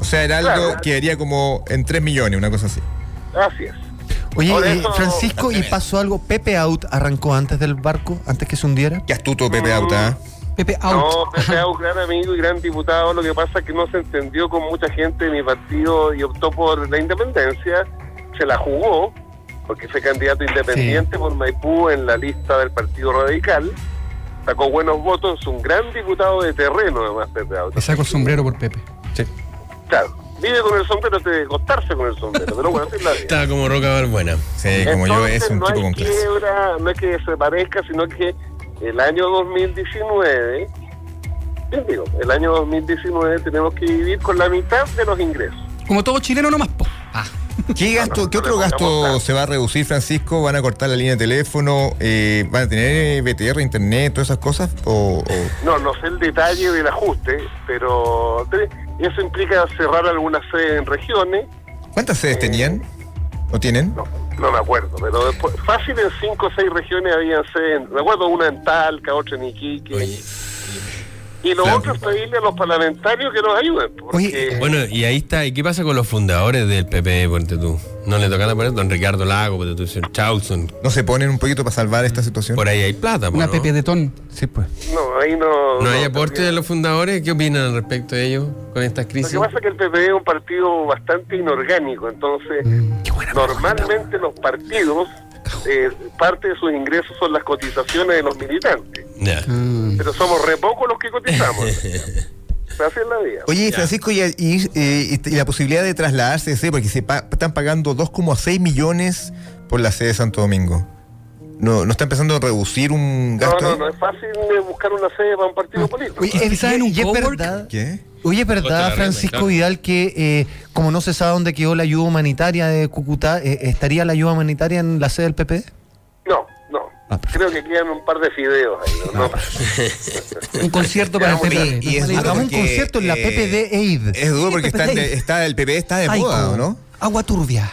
S1: O sea, Heraldo
S15: Claro.
S1: quedaría como en 3 millones, una cosa así.
S15: Así es.
S14: Oye,
S15: Por
S14: eh,
S15: eso-
S14: Francisco, ¿y pasó algo? ¿Pepe Out arrancó antes del barco, antes que se hundiera?
S1: Qué astuto Pepe Auta.
S12: ¿ah?
S1: ¿eh?
S12: Pepe
S15: No,
S12: Out.
S15: Pepe Au, gran amigo y gran diputado. Lo que pasa es que no se entendió con mucha gente de mi partido y optó por la independencia. Se la jugó, porque fue candidato independiente por Maipú en la lista del Partido Radical. Sacó buenos votos, es un gran diputado de terreno, además, Pepe Au.
S12: Me saco el sombrero por Pepe.
S15: Claro, vive con el sombrero, te de costarse con el sombrero, pero bueno, así es la vida.
S11: Estaba como Roca Balbuena.
S1: Sí, Eh, como yo, es
S15: Entonces,
S1: un
S15: no
S1: tipo
S15: hay
S1: con clase.
S15: quiebra, no es que se parezca, sino que el año 2019, bien digo, el año 2019 tenemos que vivir con la mitad de los ingresos.
S12: Como todo chileno nomás, po.
S1: ¿Qué, gasto, ¿Qué otro
S15: no le
S1: gasto
S15: pongamos
S1: se va a reducir, Francisco? ¿Van a cortar la línea de teléfono? Eh, ¿Van a tener BTR, internet, todas esas cosas? ¿O, o
S15: No, no sé el detalle del ajuste, pero te- eso implica cerrar algunas sedes en regiones,
S1: ¿Cuántas sedes tenían? ¿O tienen?
S15: no, no me acuerdo, pero después, fácil en cinco o seis regiones había sedes, en- me acuerdo una en Talca, otra en Iquique. y lo
S11: claro.
S15: otro es pedirle a los parlamentarios que nos ayuden, pues. porque
S1: eh,
S14: Oye,
S11: Bueno, y ahí está. ¿Y qué pasa con los fundadores del PP, ponte tú? No le tocan a poner don Ricardo Lago, ponte tú, el señor Chausson.
S1: ¿No se ponen un poquito para salvar esta situación?
S11: Por ahí hay plata, po,
S12: Una
S11: ¿no?
S12: Pepe de ton.
S14: Sí, pues.
S15: no, ahí no...
S11: ¿No hay
S15: no,
S11: aporte de los fundadores? ¿Qué opinan al respecto de ellos con estas
S15: Lo
S11: crisis?
S15: que pasa es que el PP es un partido bastante inorgánico, entonces
S1: Mm,
S15: normalmente los partidos, eh, parte de sus ingresos son las cotizaciones de los militantes,
S11: Ya.
S15: pero somos re pocos los que cotizamos. Así es la vida.
S1: Oye, Francisco, y, y- eh, y- y la posibilidad de trasladarse, sí, porque se pa- están pagando 2,6 millones por la sede de Santo Domingo. ¿No, ¿No está empezando a reducir un
S15: No,
S1: gasto?
S15: no,
S1: ahí?
S15: no es fácil eh, buscar una sede para un partido político.
S14: Oye, es,
S12: Quizá en un
S14: y es
S12: cowork.
S14: verdad.
S1: ¿Qué?
S14: Oye, es
S11: Costa la
S14: verdad,
S11: Reina,
S14: Francisco
S11: claro.
S14: Vidal, que eh, como no se sabe dónde quedó la ayuda humanitaria de Cúcuta, eh, ¿estaría la ayuda humanitaria en la sede del PP?
S15: No, no.
S1: Ah,
S15: Creo que quedan un par de fideos ahí. ¿no? No.
S12: Un concierto para el Pepe.
S1: y es
S14: Hagamos un
S1: porque,
S14: concierto en la
S1: eh,
S14: PPD AID.
S1: Es duro porque
S12: PPD.
S1: está, de- está- el PP está de
S12: Ay,
S1: moda, ¿o
S12: como
S1: ¿no?
S12: Agua turbia.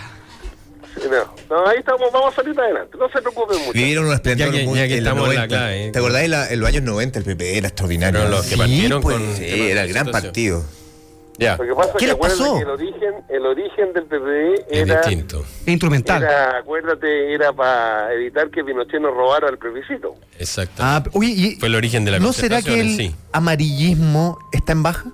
S15: No, no, ahí estamos, vamos a salir adelante. No se preocupen mucho.
S1: Vivieron un esplendor
S11: Ya que-
S1: muy-
S11: ya que
S1: en los
S11: estamos en la
S1: 90.
S11: clave, ¿eh?
S1: ¿Te acordás de la- en los años 90 el PP era extraordinario?
S11: Pero los que partieron
S1: pues,
S11: con-
S1: sí,
S11: que
S1: era el
S11: partieron
S1: gran
S11: con
S1: partido.
S11: Ya.
S15: Lo que pasa es
S14: ¿Qué
S15: que
S14: le
S15: acuérdense
S14: pasó?
S15: que el origen, el origen del PP
S11: Es
S15: era
S11: distinto.
S12: Es instrumental.
S15: Era, acuérdate, era para evitar que Pinochet nos robara el plebiscito.
S11: Exacto.
S14: Ah, oye, y-
S11: Fue el origen de la
S14: ¿No será que
S11: concertación
S14: el
S11: en sí.
S14: amarillismo está en baja?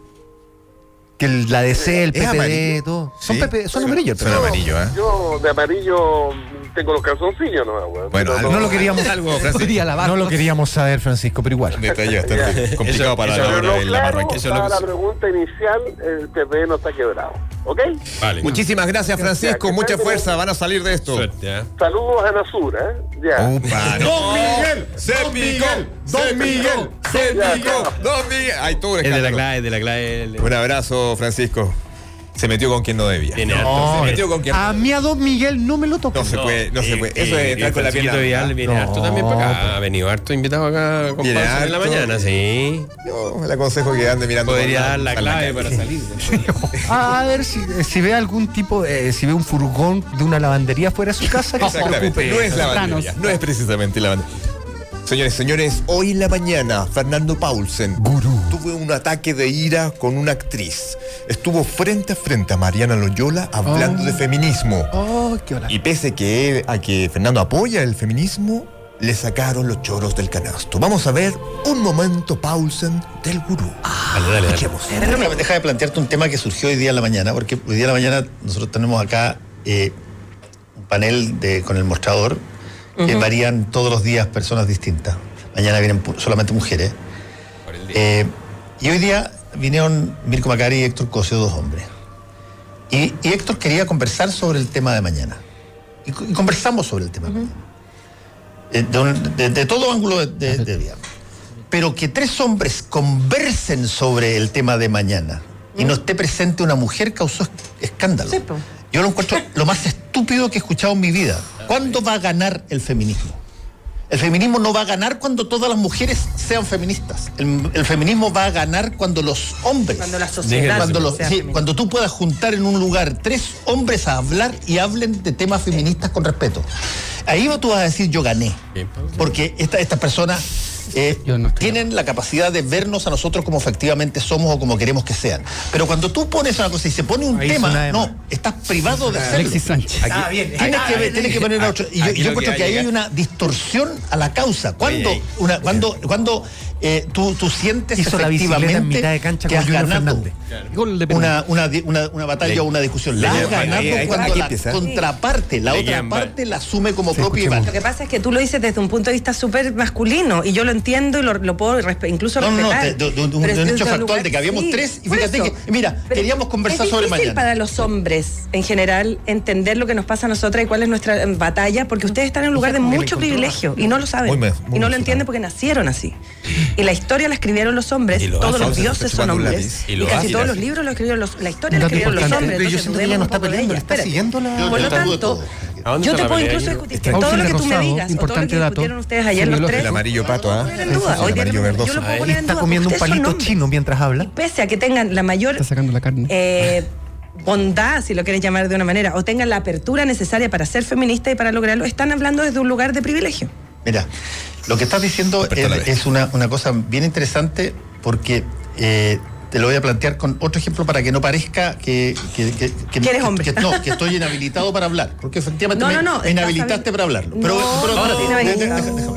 S14: Que el- la DC, el
S1: Eh, ¿Es
S14: PPD,
S1: amarillo?
S14: todo. Son,
S1: Sí,
S2: ¿eh?
S14: PP, son amarillos.
S1: Son amarillos, ¿eh?
S15: Yo de amarillo tengo los calzoncillos, no, weón.
S14: Bueno,
S15: Pero
S14: algo- no lo queríamos- Algo, Francisco. Podría lavarlos. No lo queríamos saber, Francisco, pero igual.
S5: Detalle bastante
S15: Ya.
S5: complicado para
S15: Eso-
S5: la hora
S15: pero
S5: de la
S15: claro,
S5: marranca. Eso es lo
S15: para
S5: que-
S15: la pregunta inicial, el PP no está quebrado. ¿Ok?
S5: Vale.
S1: Muchísimas gracias, Francisco. Mucha fuerza. Van a salir de esto.
S11: ¿eh?
S15: Saludos a Nasura, ¿eh? Ya.
S1: Opa, no.
S15: ¡Don
S5: Miguel!
S1: Se picó, se picó, se picó. Don Miguel. Ay, tú,
S5: Es de la
S1: clave, de la clave. Un abrazo, Francisco. Se metió con quien no debía.
S2: No,
S1: se metió con quien
S2: a mí a Don Miguel no me lo tocó.
S1: no se puede, no se puede. Eso es estar con la pierna.
S11: Eh, Vidal viene
S1: No.
S11: harto también para acá. Ha venido harto invitado acá con
S1: Viene
S11: Pausa en la
S1: harto.
S11: mañana, sí.
S1: Yo le aconsejo que ande mirando.
S11: Podría
S1: por
S11: dar la
S1: por
S11: clave
S1: calle.
S11: para salir.
S2: A ver si, si ve algún tipo, de- si ve un furgón de una lavandería fuera de su casa, que se
S1: Exactamente.
S2: preocupe.
S1: No es la
S2: Thanos.
S1: bandera. No es precisamente la bandera. Señores, señores, hoy en la mañana, Fernando Paulsen tuvo un ataque de ira con una actriz. Estuvo frente a frente a Mariana Loyola hablando
S2: Oh.
S1: de feminismo.
S2: Oh, qué hola.
S1: Y pese que, a que Fernando apoya el feminismo, le sacaron los choros del canasto. Vamos a ver un momento Paulsen del gurú.
S2: Ah,
S11: Dale, dale, dale.
S16: Déjame- Deja de plantearte un tema que surgió hoy día en la mañana, porque hoy día en la mañana nosotros tenemos acá eh, un panel de- con el mostrador que varían todos los días personas distintas. Mañana vienen pu- solamente mujeres. Eh, y hoy día vinieron Mirko Macari y Héctor Cosio, dos hombres. Y, y Héctor quería conversar sobre el tema de mañana. Y, co- y conversamos sobre el tema. Eh, de, un- de- de todo ángulo de, de- de día. Pero que tres hombres conversen sobre el tema de mañana y no esté presente una mujer causó esc- escándalo. Yo lo encuentro lo más estúpido que he escuchado en mi vida. ¿Cuándo va a ganar el feminismo? El feminismo no va a ganar cuando todas las mujeres sean feministas. El, el feminismo va a ganar cuando los hombres. Cuando la
S17: sociedad
S16: Cuando, los-
S17: sea
S16: sí,
S17: feminista.
S16: cuando tú puedas juntar en un lugar tres hombres a hablar y hablen de temas feministas con respeto. Ahí tú vas a decir yo gané.
S12: pues,
S16: Porque esta- estas personas eh, tienen la capacidad de vernos a nosotros como efectivamente somos o como queremos que sean. Pero cuando tú pones una cosa y se pone un
S12: Ahí
S16: tema,
S12: suena Emma.
S16: no, estás privado de hacerlo.
S12: Alexis Sánchez.
S16: Aquí-
S12: Ah, bien.
S16: Tienes que, ver- tienes que poner a otro. Y yo,
S12: Aquí
S16: yo
S12: lo
S16: encuentro
S12: que
S16: que
S12: va a
S16: ahí hay
S12: llegar-
S16: una distorsión a la causa. Cuando,
S12: Oye,
S16: una, cuando, cuando eh, tú, tú sientes
S2: Hizo la bicicleta en
S16: efectivamente
S2: mitad de cancha
S16: que
S2: con
S16: has
S2: Junior
S16: ganado
S2: Fernández.
S16: una, una, di- una, una batalla
S2: Le-
S16: o una discusión.
S2: le
S16: La has
S2: llevan-
S16: ganado
S2: ahí- ahí-
S16: cuando
S2: aquí
S16: la
S2: empieza.
S16: contraparte, la
S2: Le
S16: otra
S2: llevan-
S16: parte la asume como propia y
S17: Lo que pasa es que tú lo dices desde un punto de vista súper masculino y yo lo entiendo y lo, lo puedo respe- incluso
S16: No, no, no,
S17: respetar.
S16: te- de- de un- de un
S17: Pero
S16: hecho
S17: desde
S16: factual
S17: lugar-
S16: de que habíamos tres y fíjate
S17: por eso.
S16: que, mira, queríamos conversar sobre
S17: Es difícil
S16: mañana.
S17: para los hombres en general entender lo que nos pasa a nosotras y cuál es nuestra eh, batalla porque ustedes están en un lugar de mucho privilegio y no lo saben
S16: Muy me- muy
S17: y no lo
S16: me-
S17: entienden porque nacieron así. Y la historia la escribieron los hombres,
S16: Y lo
S17: todos
S16: hacen,
S17: los
S16: se lo
S17: dioses
S16: está
S17: son
S16: chupando un
S17: hombres
S16: lápiz.
S17: y,
S16: Y lo
S17: casi
S16: hacen.
S17: todos los libros lo escribieron los la historia
S16: Un
S17: la
S16: dato
S17: escribieron los
S16: importante.
S17: hombres,
S16: Pero yo
S17: entonces
S16: siento que ella
S17: dudemos
S16: no
S17: un
S16: está
S17: poco de
S16: peleando,
S17: ella.
S16: le está
S17: Espérate.
S16: siguiendo la-
S17: Por lo
S16: Está dando
S17: tanto,
S16: todo.
S11: ¿A dónde
S17: yo
S11: está
S17: te puedo
S11: la pelea
S17: incluso
S11: ahí?
S17: discutir
S11: Está
S17: todo lo que
S11: Paulina
S17: tú me
S11: Rosado,
S17: digas o todo lo que
S11: importante dato.
S17: discutieron ustedes ayer los tres.
S1: El amarillo pato, ¿ah?
S17: duda. Hoy
S1: El amarillo verdoso.
S17: poner en
S2: Está
S17: duda,
S2: comiendo un
S17: porque son
S2: palito
S17: hombres.
S2: chino mientras habla.
S17: Pese a que tengan la mayor
S12: sacando la carne.
S17: eh, bondad, si lo quieres llamar de una manera, o tengan la apertura necesaria para ser feminista y para lograrlo, están hablando desde un lugar de privilegio.
S16: Mira, lo que estás diciendo es, es una, una cosa bien interesante porque eh, te lo voy a plantear con otro ejemplo para que no parezca que, que, que,
S17: Que
S16: que-
S17: eres
S16: que-
S17: hombre.
S16: que no, que estoy inhabilitado para hablar. Porque efectivamente
S17: No,
S16: me,
S17: no, no,
S16: me inhabilitaste
S17: estás habi-
S16: para hablarlo.
S17: No,
S16: Pero, pero-
S17: no
S16: pero-
S17: te inhabilitado.
S16: deja- déjame.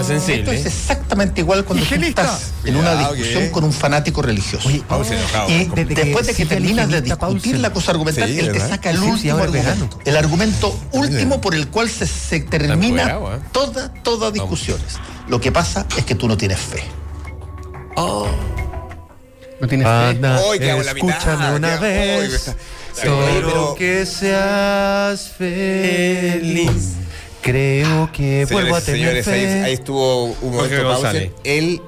S16: Esto
S2: ¿eh?
S16: es exactamente igual cuando tú
S17: Higienista.
S16: estás en una
S1: Cuidado,
S16: discusión
S1: que-
S16: con un fanático religioso.
S1: Pausen, enojado.
S2: eh,
S16: Y
S1: Desde que
S16: después de que
S1: sigue el
S16: terminas de
S1: higienista,
S16: discutir
S1: Paulsen.
S16: la cosa argumental,
S1: Sí,
S16: él te
S1: ¿verdad?
S16: saca el
S1: Sí, sí,
S16: último
S1: ahora es
S16: argumento. El argumento último por el cual se, se termina
S11: cuidado, ¿eh?
S16: toda, toda discusiones. Lo que pasa es que tú no tienes fe.
S12: No tienes
S2: Ana,
S16: Hoy que hago la mitad,
S2: Ah, escúchame una
S16: que hago- hoy
S2: vez.
S16: está-
S2: Solo
S16: Pero-
S2: que seas feliz. Creo que Eh, vuelvo a
S1: Señores,
S2: tener
S1: señores, ahí, ahí
S2: fe.
S1: estuvo un momento
S11: González.
S1: Paulsen. Él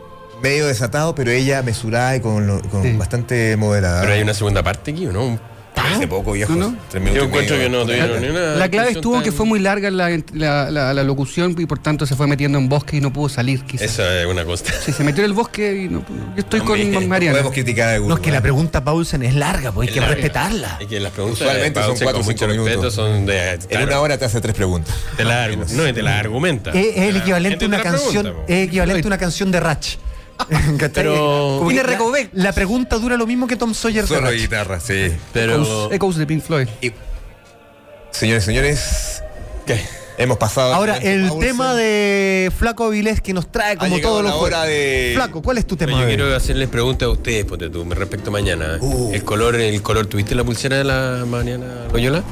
S1: medio desatado, pero ella mesurada y con, lo- con bastante moderada.
S11: Pero hay una segunda parte aquí, ¿o ¿no? Un-
S1: Ah, Hace poco, viejo.
S11: ¿No?
S1: Tres minutos
S11: Yo
S1: y
S11: encuentro
S1: medio.
S11: que no tuvieron ni una.
S12: La clave
S11: discusión
S12: estuvo
S11: tan-
S12: que fue muy larga la, la- la- la locución y por tanto se fue metiendo en bosque y no pudo salir. Quizás.
S11: Esa es una cosa.
S12: Sí, se metió en el bosque y no pudo. Yo estoy
S11: Hombre,
S12: con Mariana.
S11: podemos criticar a alguno,
S12: No, es que la
S2: pregunta Paulsen es larga, pues
S11: Es larga. Es que las preguntas
S1: Usualmente son cuatro o cinco minutos.
S11: son de.
S1: En una hora te hace tres preguntas.
S11: Te la, argu- no, y te la argumenta.
S2: Es, es
S1: Eh,
S2: el equivalente a una
S11: Te la pregunta,
S2: canción, es equivalente a una canción de Ratch. ¿Cachai?
S11: Pero-
S2: Como que
S11: Tiene
S2: la- La, pregunta dura lo mismo que Tom Sawyer de
S1: Solo
S2: Ratch.
S1: guitarra, sí.
S11: Pero.
S12: Echoes de Pink Floyd.
S1: Señores, señores. Hemos pasado.
S2: Ahora,
S1: Franco
S2: el
S1: Paulsen.
S2: tema de Flaco Avilés que nos trae como
S1: llegado
S2: todos los
S1: la
S2: jueves.
S1: hora de-
S2: Flaco, ¿cuál es tu tema?
S11: Yo
S2: de hoy?
S11: quiero hacerles preguntas a ustedes, ponte
S12: Uh.
S11: tú, me respecto a mañana. El color, el color, ¿tuviste la pulsera de la Mariana Loyola?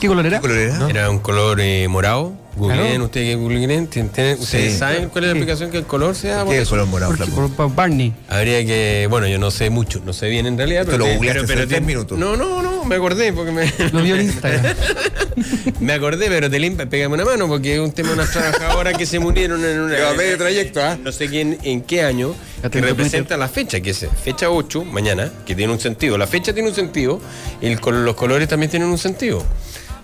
S12: ¿Qué color era?
S11: Era un color eh, morado. Googleen,
S12: Claro.
S11: ustedes que googleen, tien- tienen- ustedes
S12: Sí.
S11: saben cuál es la aplicación que el color se da.
S12: ¿Qué es el color morado, Porque- Flaco? por Barney.
S11: Habría que, bueno, yo no sé mucho, no sé bien en realidad.
S1: Esto lo
S11: te-
S1: googleaste hace
S11: te-
S1: 10 minutos.
S11: No, no, no, me acordé porque me. Lo
S12: vio en Instagram.
S11: me acordé, pero te limpia, pégame una mano porque es un tema de unas trabajadoras que se murieron en una. de trayecto, ¿ah? No sé quién, en qué año, que
S12: tengo
S11: representa la fecha, que es fecha 8, mañana, que tiene un sentido. La fecha tiene un sentido y el col- los colores también tienen un sentido.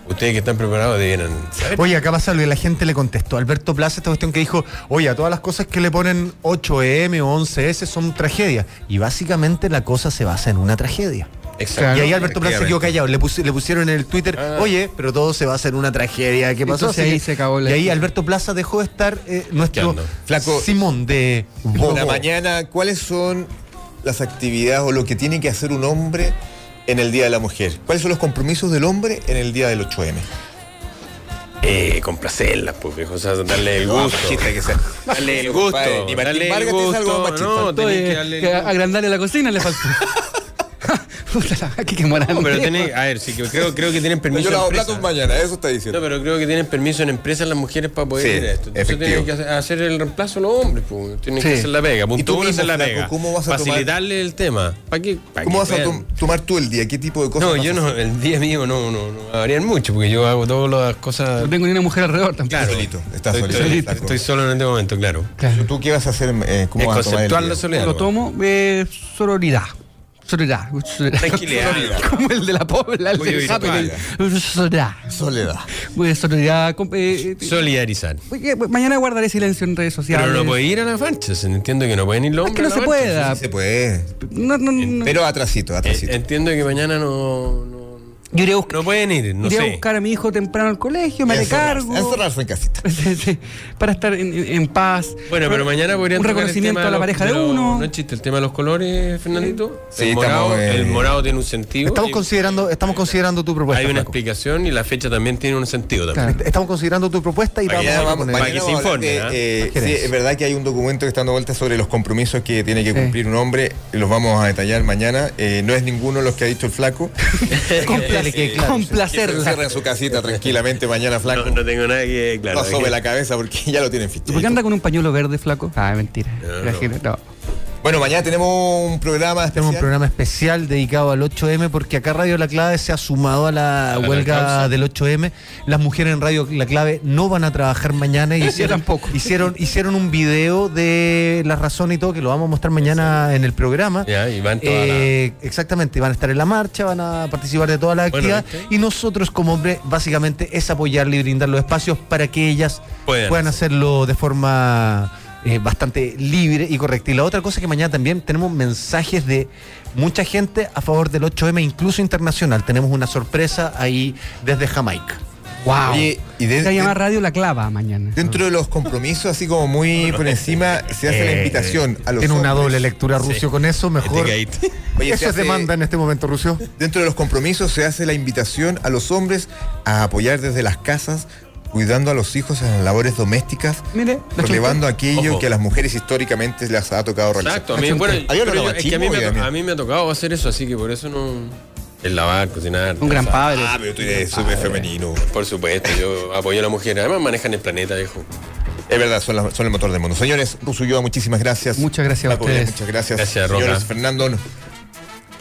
S11: Ustedes que están preparados debieran saber.
S2: Oye, acá pasa lo que la gente le contestó. Alberto Plaza, esta cuestión que dijo, oye, a todas las cosas que le ponen 8M o 11S son tragedias. Y básicamente la cosa se basa en una tragedia.
S11: Exacto.
S2: Y ahí Alberto Plaza se
S11: Efectivamente.
S2: quedó
S11: Ah.
S2: callado. Le, pus- le pusieron en el Twitter, oye, pero todo se basa en una tragedia. ¿Qué pasó?
S12: Entonces
S2: Así
S12: ahí
S2: que-
S12: se acabó la-
S2: Y ahí Alberto Plaza dejó de estar eh, nuestro
S1: Chateando.
S2: flaco Simón de
S1: Por la
S2: Bobo.
S1: mañana, ¿cuáles son las actividades o lo que tiene que hacer un hombre en el Día de la Mujer? ¿Cuáles son los compromisos del hombre en el Día del 8M?
S11: Eh, complacerlas, pues, viejo. O sea, darle el
S1: No,
S11: gusto.
S1: machista que sea.
S11: Darle el gusto.
S1: Compadre, ni Martín
S11: darle el
S1: Vargas te dice algo
S11: gusto.
S1: machista.
S11: No, tenés que darle el
S12: que agrandarle la cocina le faltó. Puta la vaca, qué mala
S11: No, pero
S12: idea.
S11: tiene, a ver, sí, que creo, creo que tienen permiso.
S12: Yo lavo platos
S11: mañana, eso está diciendo. No, pero creo que tienen permiso en empresas las mujeres para poder
S1: Sí,
S11: ir a esto. Entonces
S1: efectivo.
S11: tienen que hacer- hacer el reemplazo a los hombres, pues. Tienen
S1: Sí.
S11: que hacer la pega. Punto
S1: ¿Y tú
S11: uno,
S1: mismo,
S11: hacer la
S1: flaco,
S11: pega.
S1: cómo vas a tomar-
S11: Facilitarle el tema. ¿Para qué? pa'
S1: ¿Cómo
S11: que
S1: vas a
S11: vean.
S1: tom- tomar tú el día? ¿Qué tipo de cosas?
S11: No,
S1: vas
S11: yo
S1: a
S11: no,
S1: hacer?
S11: el día mío no, no, no va a variar mucho porque yo hago todas las cosas.
S12: No tengo ni una mujer alrededor tampoco.
S11: Claro,
S1: estás
S11: estoy,
S1: solito,
S11: estoy-
S1: flaco.
S11: estoy solo en este momento, claro.
S1: ¿Tú qué vas a hacer? eh, ¿Cómo
S11: Es
S1: vas a tomar el
S11: conceptual
S1: día?
S11: la soledad.
S12: Lo tomo eh, sororidad. Sororidad. Sororidad.
S11: Tranquilidad.
S12: Como el de la pobla, el
S11: Voy a
S12: de
S11: ir
S12: Happy. Sororidad.
S1: Soledad.
S12: Voy a sororidad. com- eh, eh,
S11: Solidarizar.
S12: oye, Mañana guardaré silencio en redes sociales.
S11: Pero no puede ir a las marchas, entiendo que no pueden ir los
S12: Es que
S11: hombres.
S12: no
S11: a
S12: se
S11: las marchas.
S12: pueda.
S1: puede.
S12: No, no, no.
S1: Pero atrasito, atrasito.
S11: Eh, Entiendo que mañana no. no
S12: yo iré a buscar,
S11: no pueden ir, no
S12: iré a
S11: sé.
S12: buscar a mi hijo temprano al colegio, me
S11: Y a encerrarse,
S12: recargo.
S11: a encerrarse
S1: en casita.
S12: Para estar en, en- en paz.
S11: Bueno, pero mañana podrían
S12: Un
S11: tocar el
S12: reconocimiento
S11: tema
S12: a la
S11: los-
S12: pareja de
S11: los-
S12: uno.
S11: No es chiste, el tema de los colores, Fernandito.
S1: Sí,
S11: el,
S1: estamos,
S11: morado,
S1: eh,
S11: el morado tiene un sentido.
S2: Estamos
S11: y
S2: considerando, estamos considerando tu propuesta.
S11: hay una
S2: flaco.
S11: explicación y la fecha también tiene un sentido también.
S2: Claro, Estamos considerando tu propuesta y
S11: Para que-
S2: vamos a
S11: vamos-
S2: poner-
S11: para que se informe, ¿ah?
S1: Eh, eh,
S2: ¿Qué
S1: sí,
S2: querés?
S1: es verdad que hay un documento que está dando vueltas sobre los compromisos que tiene que cumplir un hombre. Los vamos a detallar mañana. Eh, no es ninguno los que ha dicho el flaco. Que
S12: Complacerla.
S1: se encierre en su casita tranquilamente mañana, flaco. No,
S11: tengo nada que.
S1: no sobe la cabeza porque ya lo tienen fichado.
S12: ¿Por qué anda con un pañuelo verde, flaco? Ah, mentira. Imagina- no.
S1: Bueno, mañana tenemos un programa
S2: Tenemos un programa especial dedicado al 8M porque acá Radio La Clave se ha sumado a la
S1: la
S2: huelga
S1: causa.
S2: del 8M. Las mujeres en Radio La Clave no van a trabajar mañana y
S12: Yo
S2: hicieron,
S12: tampoco.
S2: hicieron, hicieron un video de la razón y todo que lo vamos a mostrar mañana en el programa.
S11: Ya, y van todas
S2: Eh, Exactamente, van a estar en la marcha, van a participar de toda la
S11: Bueno,
S2: actividad y nosotros como hombre básicamente es apoyarle y brindar los espacios para que ellas
S11: Puedan
S2: puedan hacerlo de forma eh, bastante libre y correcta. Y la otra cosa que mañana también tenemos mensajes de mucha gente a favor del 8M, incluso internacional. Tenemos una sorpresa ahí desde Jamaica.
S12: Wow.
S1: Oye, y de-
S12: Se llama
S1: de-
S12: Radio La Clava mañana.
S1: Dentro de los compromisos, así como muy por encima,
S11: este,
S1: se hace la
S2: Eh,
S1: invitación a los
S2: Tiene
S1: hombres.
S2: una
S1: Este
S2: doble lectura, Rusio, con eso mejor.
S1: Oye, se
S2: eso es
S1: hace-
S2: demanda en este momento, Rusio.
S1: Dentro de los compromisos se hace la invitación a los hombres a apoyar desde las casas, cuidando a los hijos en las labores domésticas,
S12: Mire, la
S1: relevando
S12: gente-
S1: aquello
S11: Ojo.
S1: que a las mujeres históricamente les ha tocado realizar.
S11: Exacto, a mí, bueno,
S1: Había
S11: pero yo- es que a mí,
S1: machismo,
S11: me ha to-
S1: obviamente.
S11: a mí me ha tocado hacer eso, así que por eso no. El lavar, cocinar.
S12: Un gran
S11: o sea,
S12: padre.
S1: Ah, pero tú eres súper femenino.
S11: Por supuesto, yo apoyo a la mujer. Además, manejan el planeta, viejo.
S1: Es verdad, son,
S11: ah.
S1: la- son el motor del mundo. Señores, Rusu Yoda, muchísimas gracias. Muchas
S12: gracias a ustedes.
S1: Muchas gracias.
S11: Gracias, Roca.
S1: Señores, Fernando,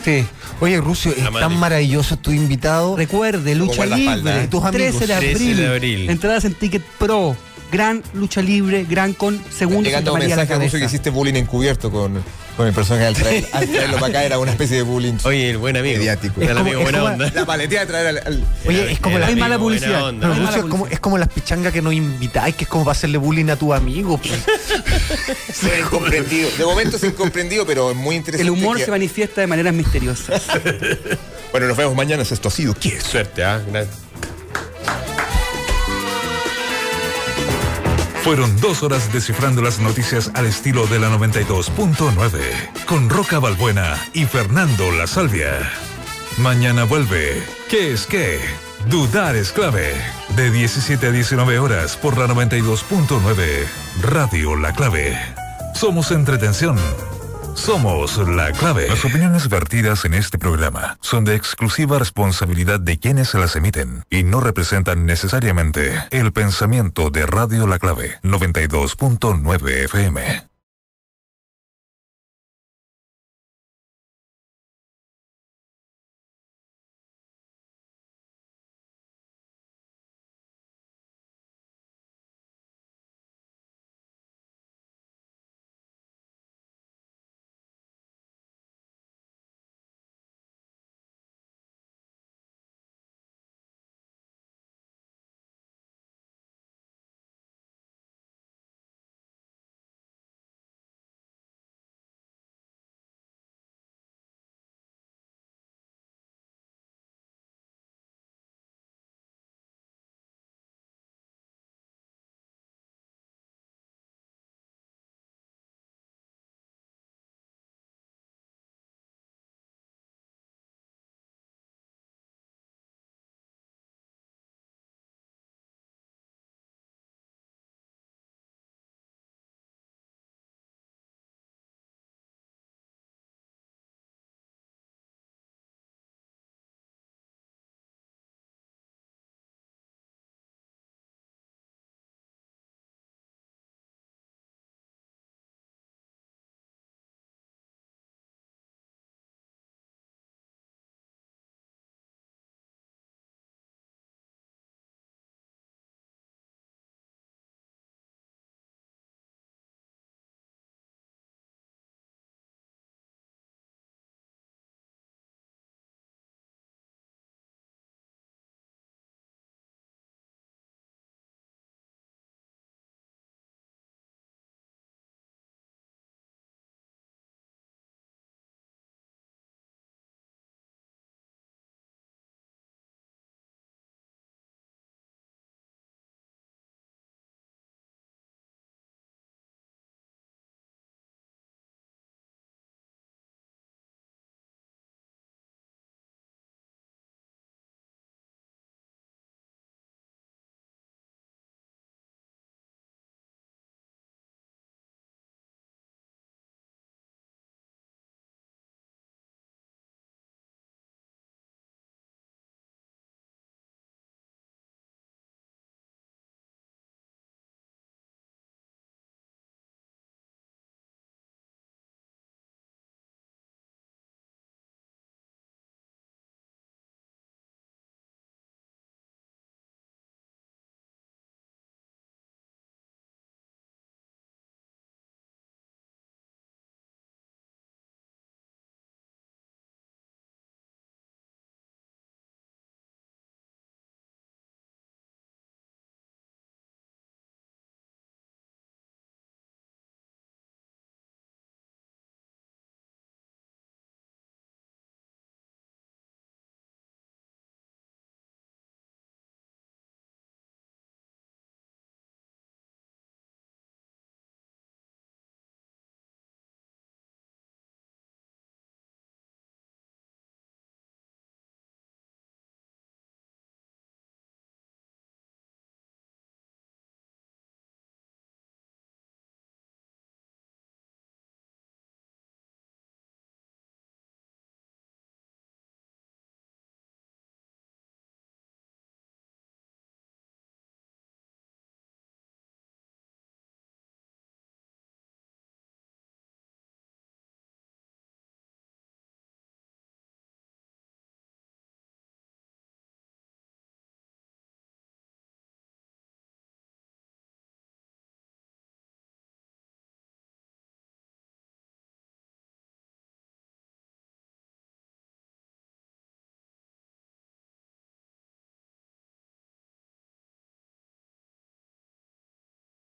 S12: Sí.
S2: Oye, Rusio, es
S1: Amani.
S2: tan maravilloso tu invitado.
S12: Recuerde,
S2: Como
S12: lucha
S2: guardaespaldas,
S12: libre.
S2: ¿eh? Tus amigos.
S12: 13 de
S2: 13
S12: abril.
S2: de abril.
S12: Entradas en Ticket Pro. Gran lucha libre, gran con segundo
S1: llegando un
S12: Santa María a la
S1: mensaje a Rusu que
S12: cabeza.
S1: hiciste bullying encubierto con, con el personaje al, traer- al traerlo para acá. Era una especie de bullying.
S11: Oye, el buen amigo.
S1: Mediático.
S11: Era el amigo buena onda.
S1: La paletea de traer al. al-
S2: Oye, es como
S11: Era
S2: la
S11: amigo, buena onda.
S2: Pero, Lucio, es, como, es como las pichangas que no invitáis, que es como para hacerle bullying a tu amigo. pues.
S1: Soy incomprendido. De momento es incomprendido, pero es muy interesante.
S12: El humor
S1: que-
S12: se manifiesta de maneras misteriosas.
S1: Bueno, nos vemos mañana. Esto ha sido. ¿Qué?
S11: Suerte, ¿ah? Gracias.
S4: Fueron dos horas descifrando las noticias al estilo de la 92.9 con Roca Balbuena y Fernando La Salvia. Mañana vuelve. ¿Qué es qué? Dudar es clave. De 17 a 19 horas por la 92.9 Radio La Clave. Somos entretención. Somos la clave. Las opiniones vertidas en este programa son de exclusiva responsabilidad de quienes se las emiten y no representan necesariamente el pensamiento de Radio La Clave 92.9 FM.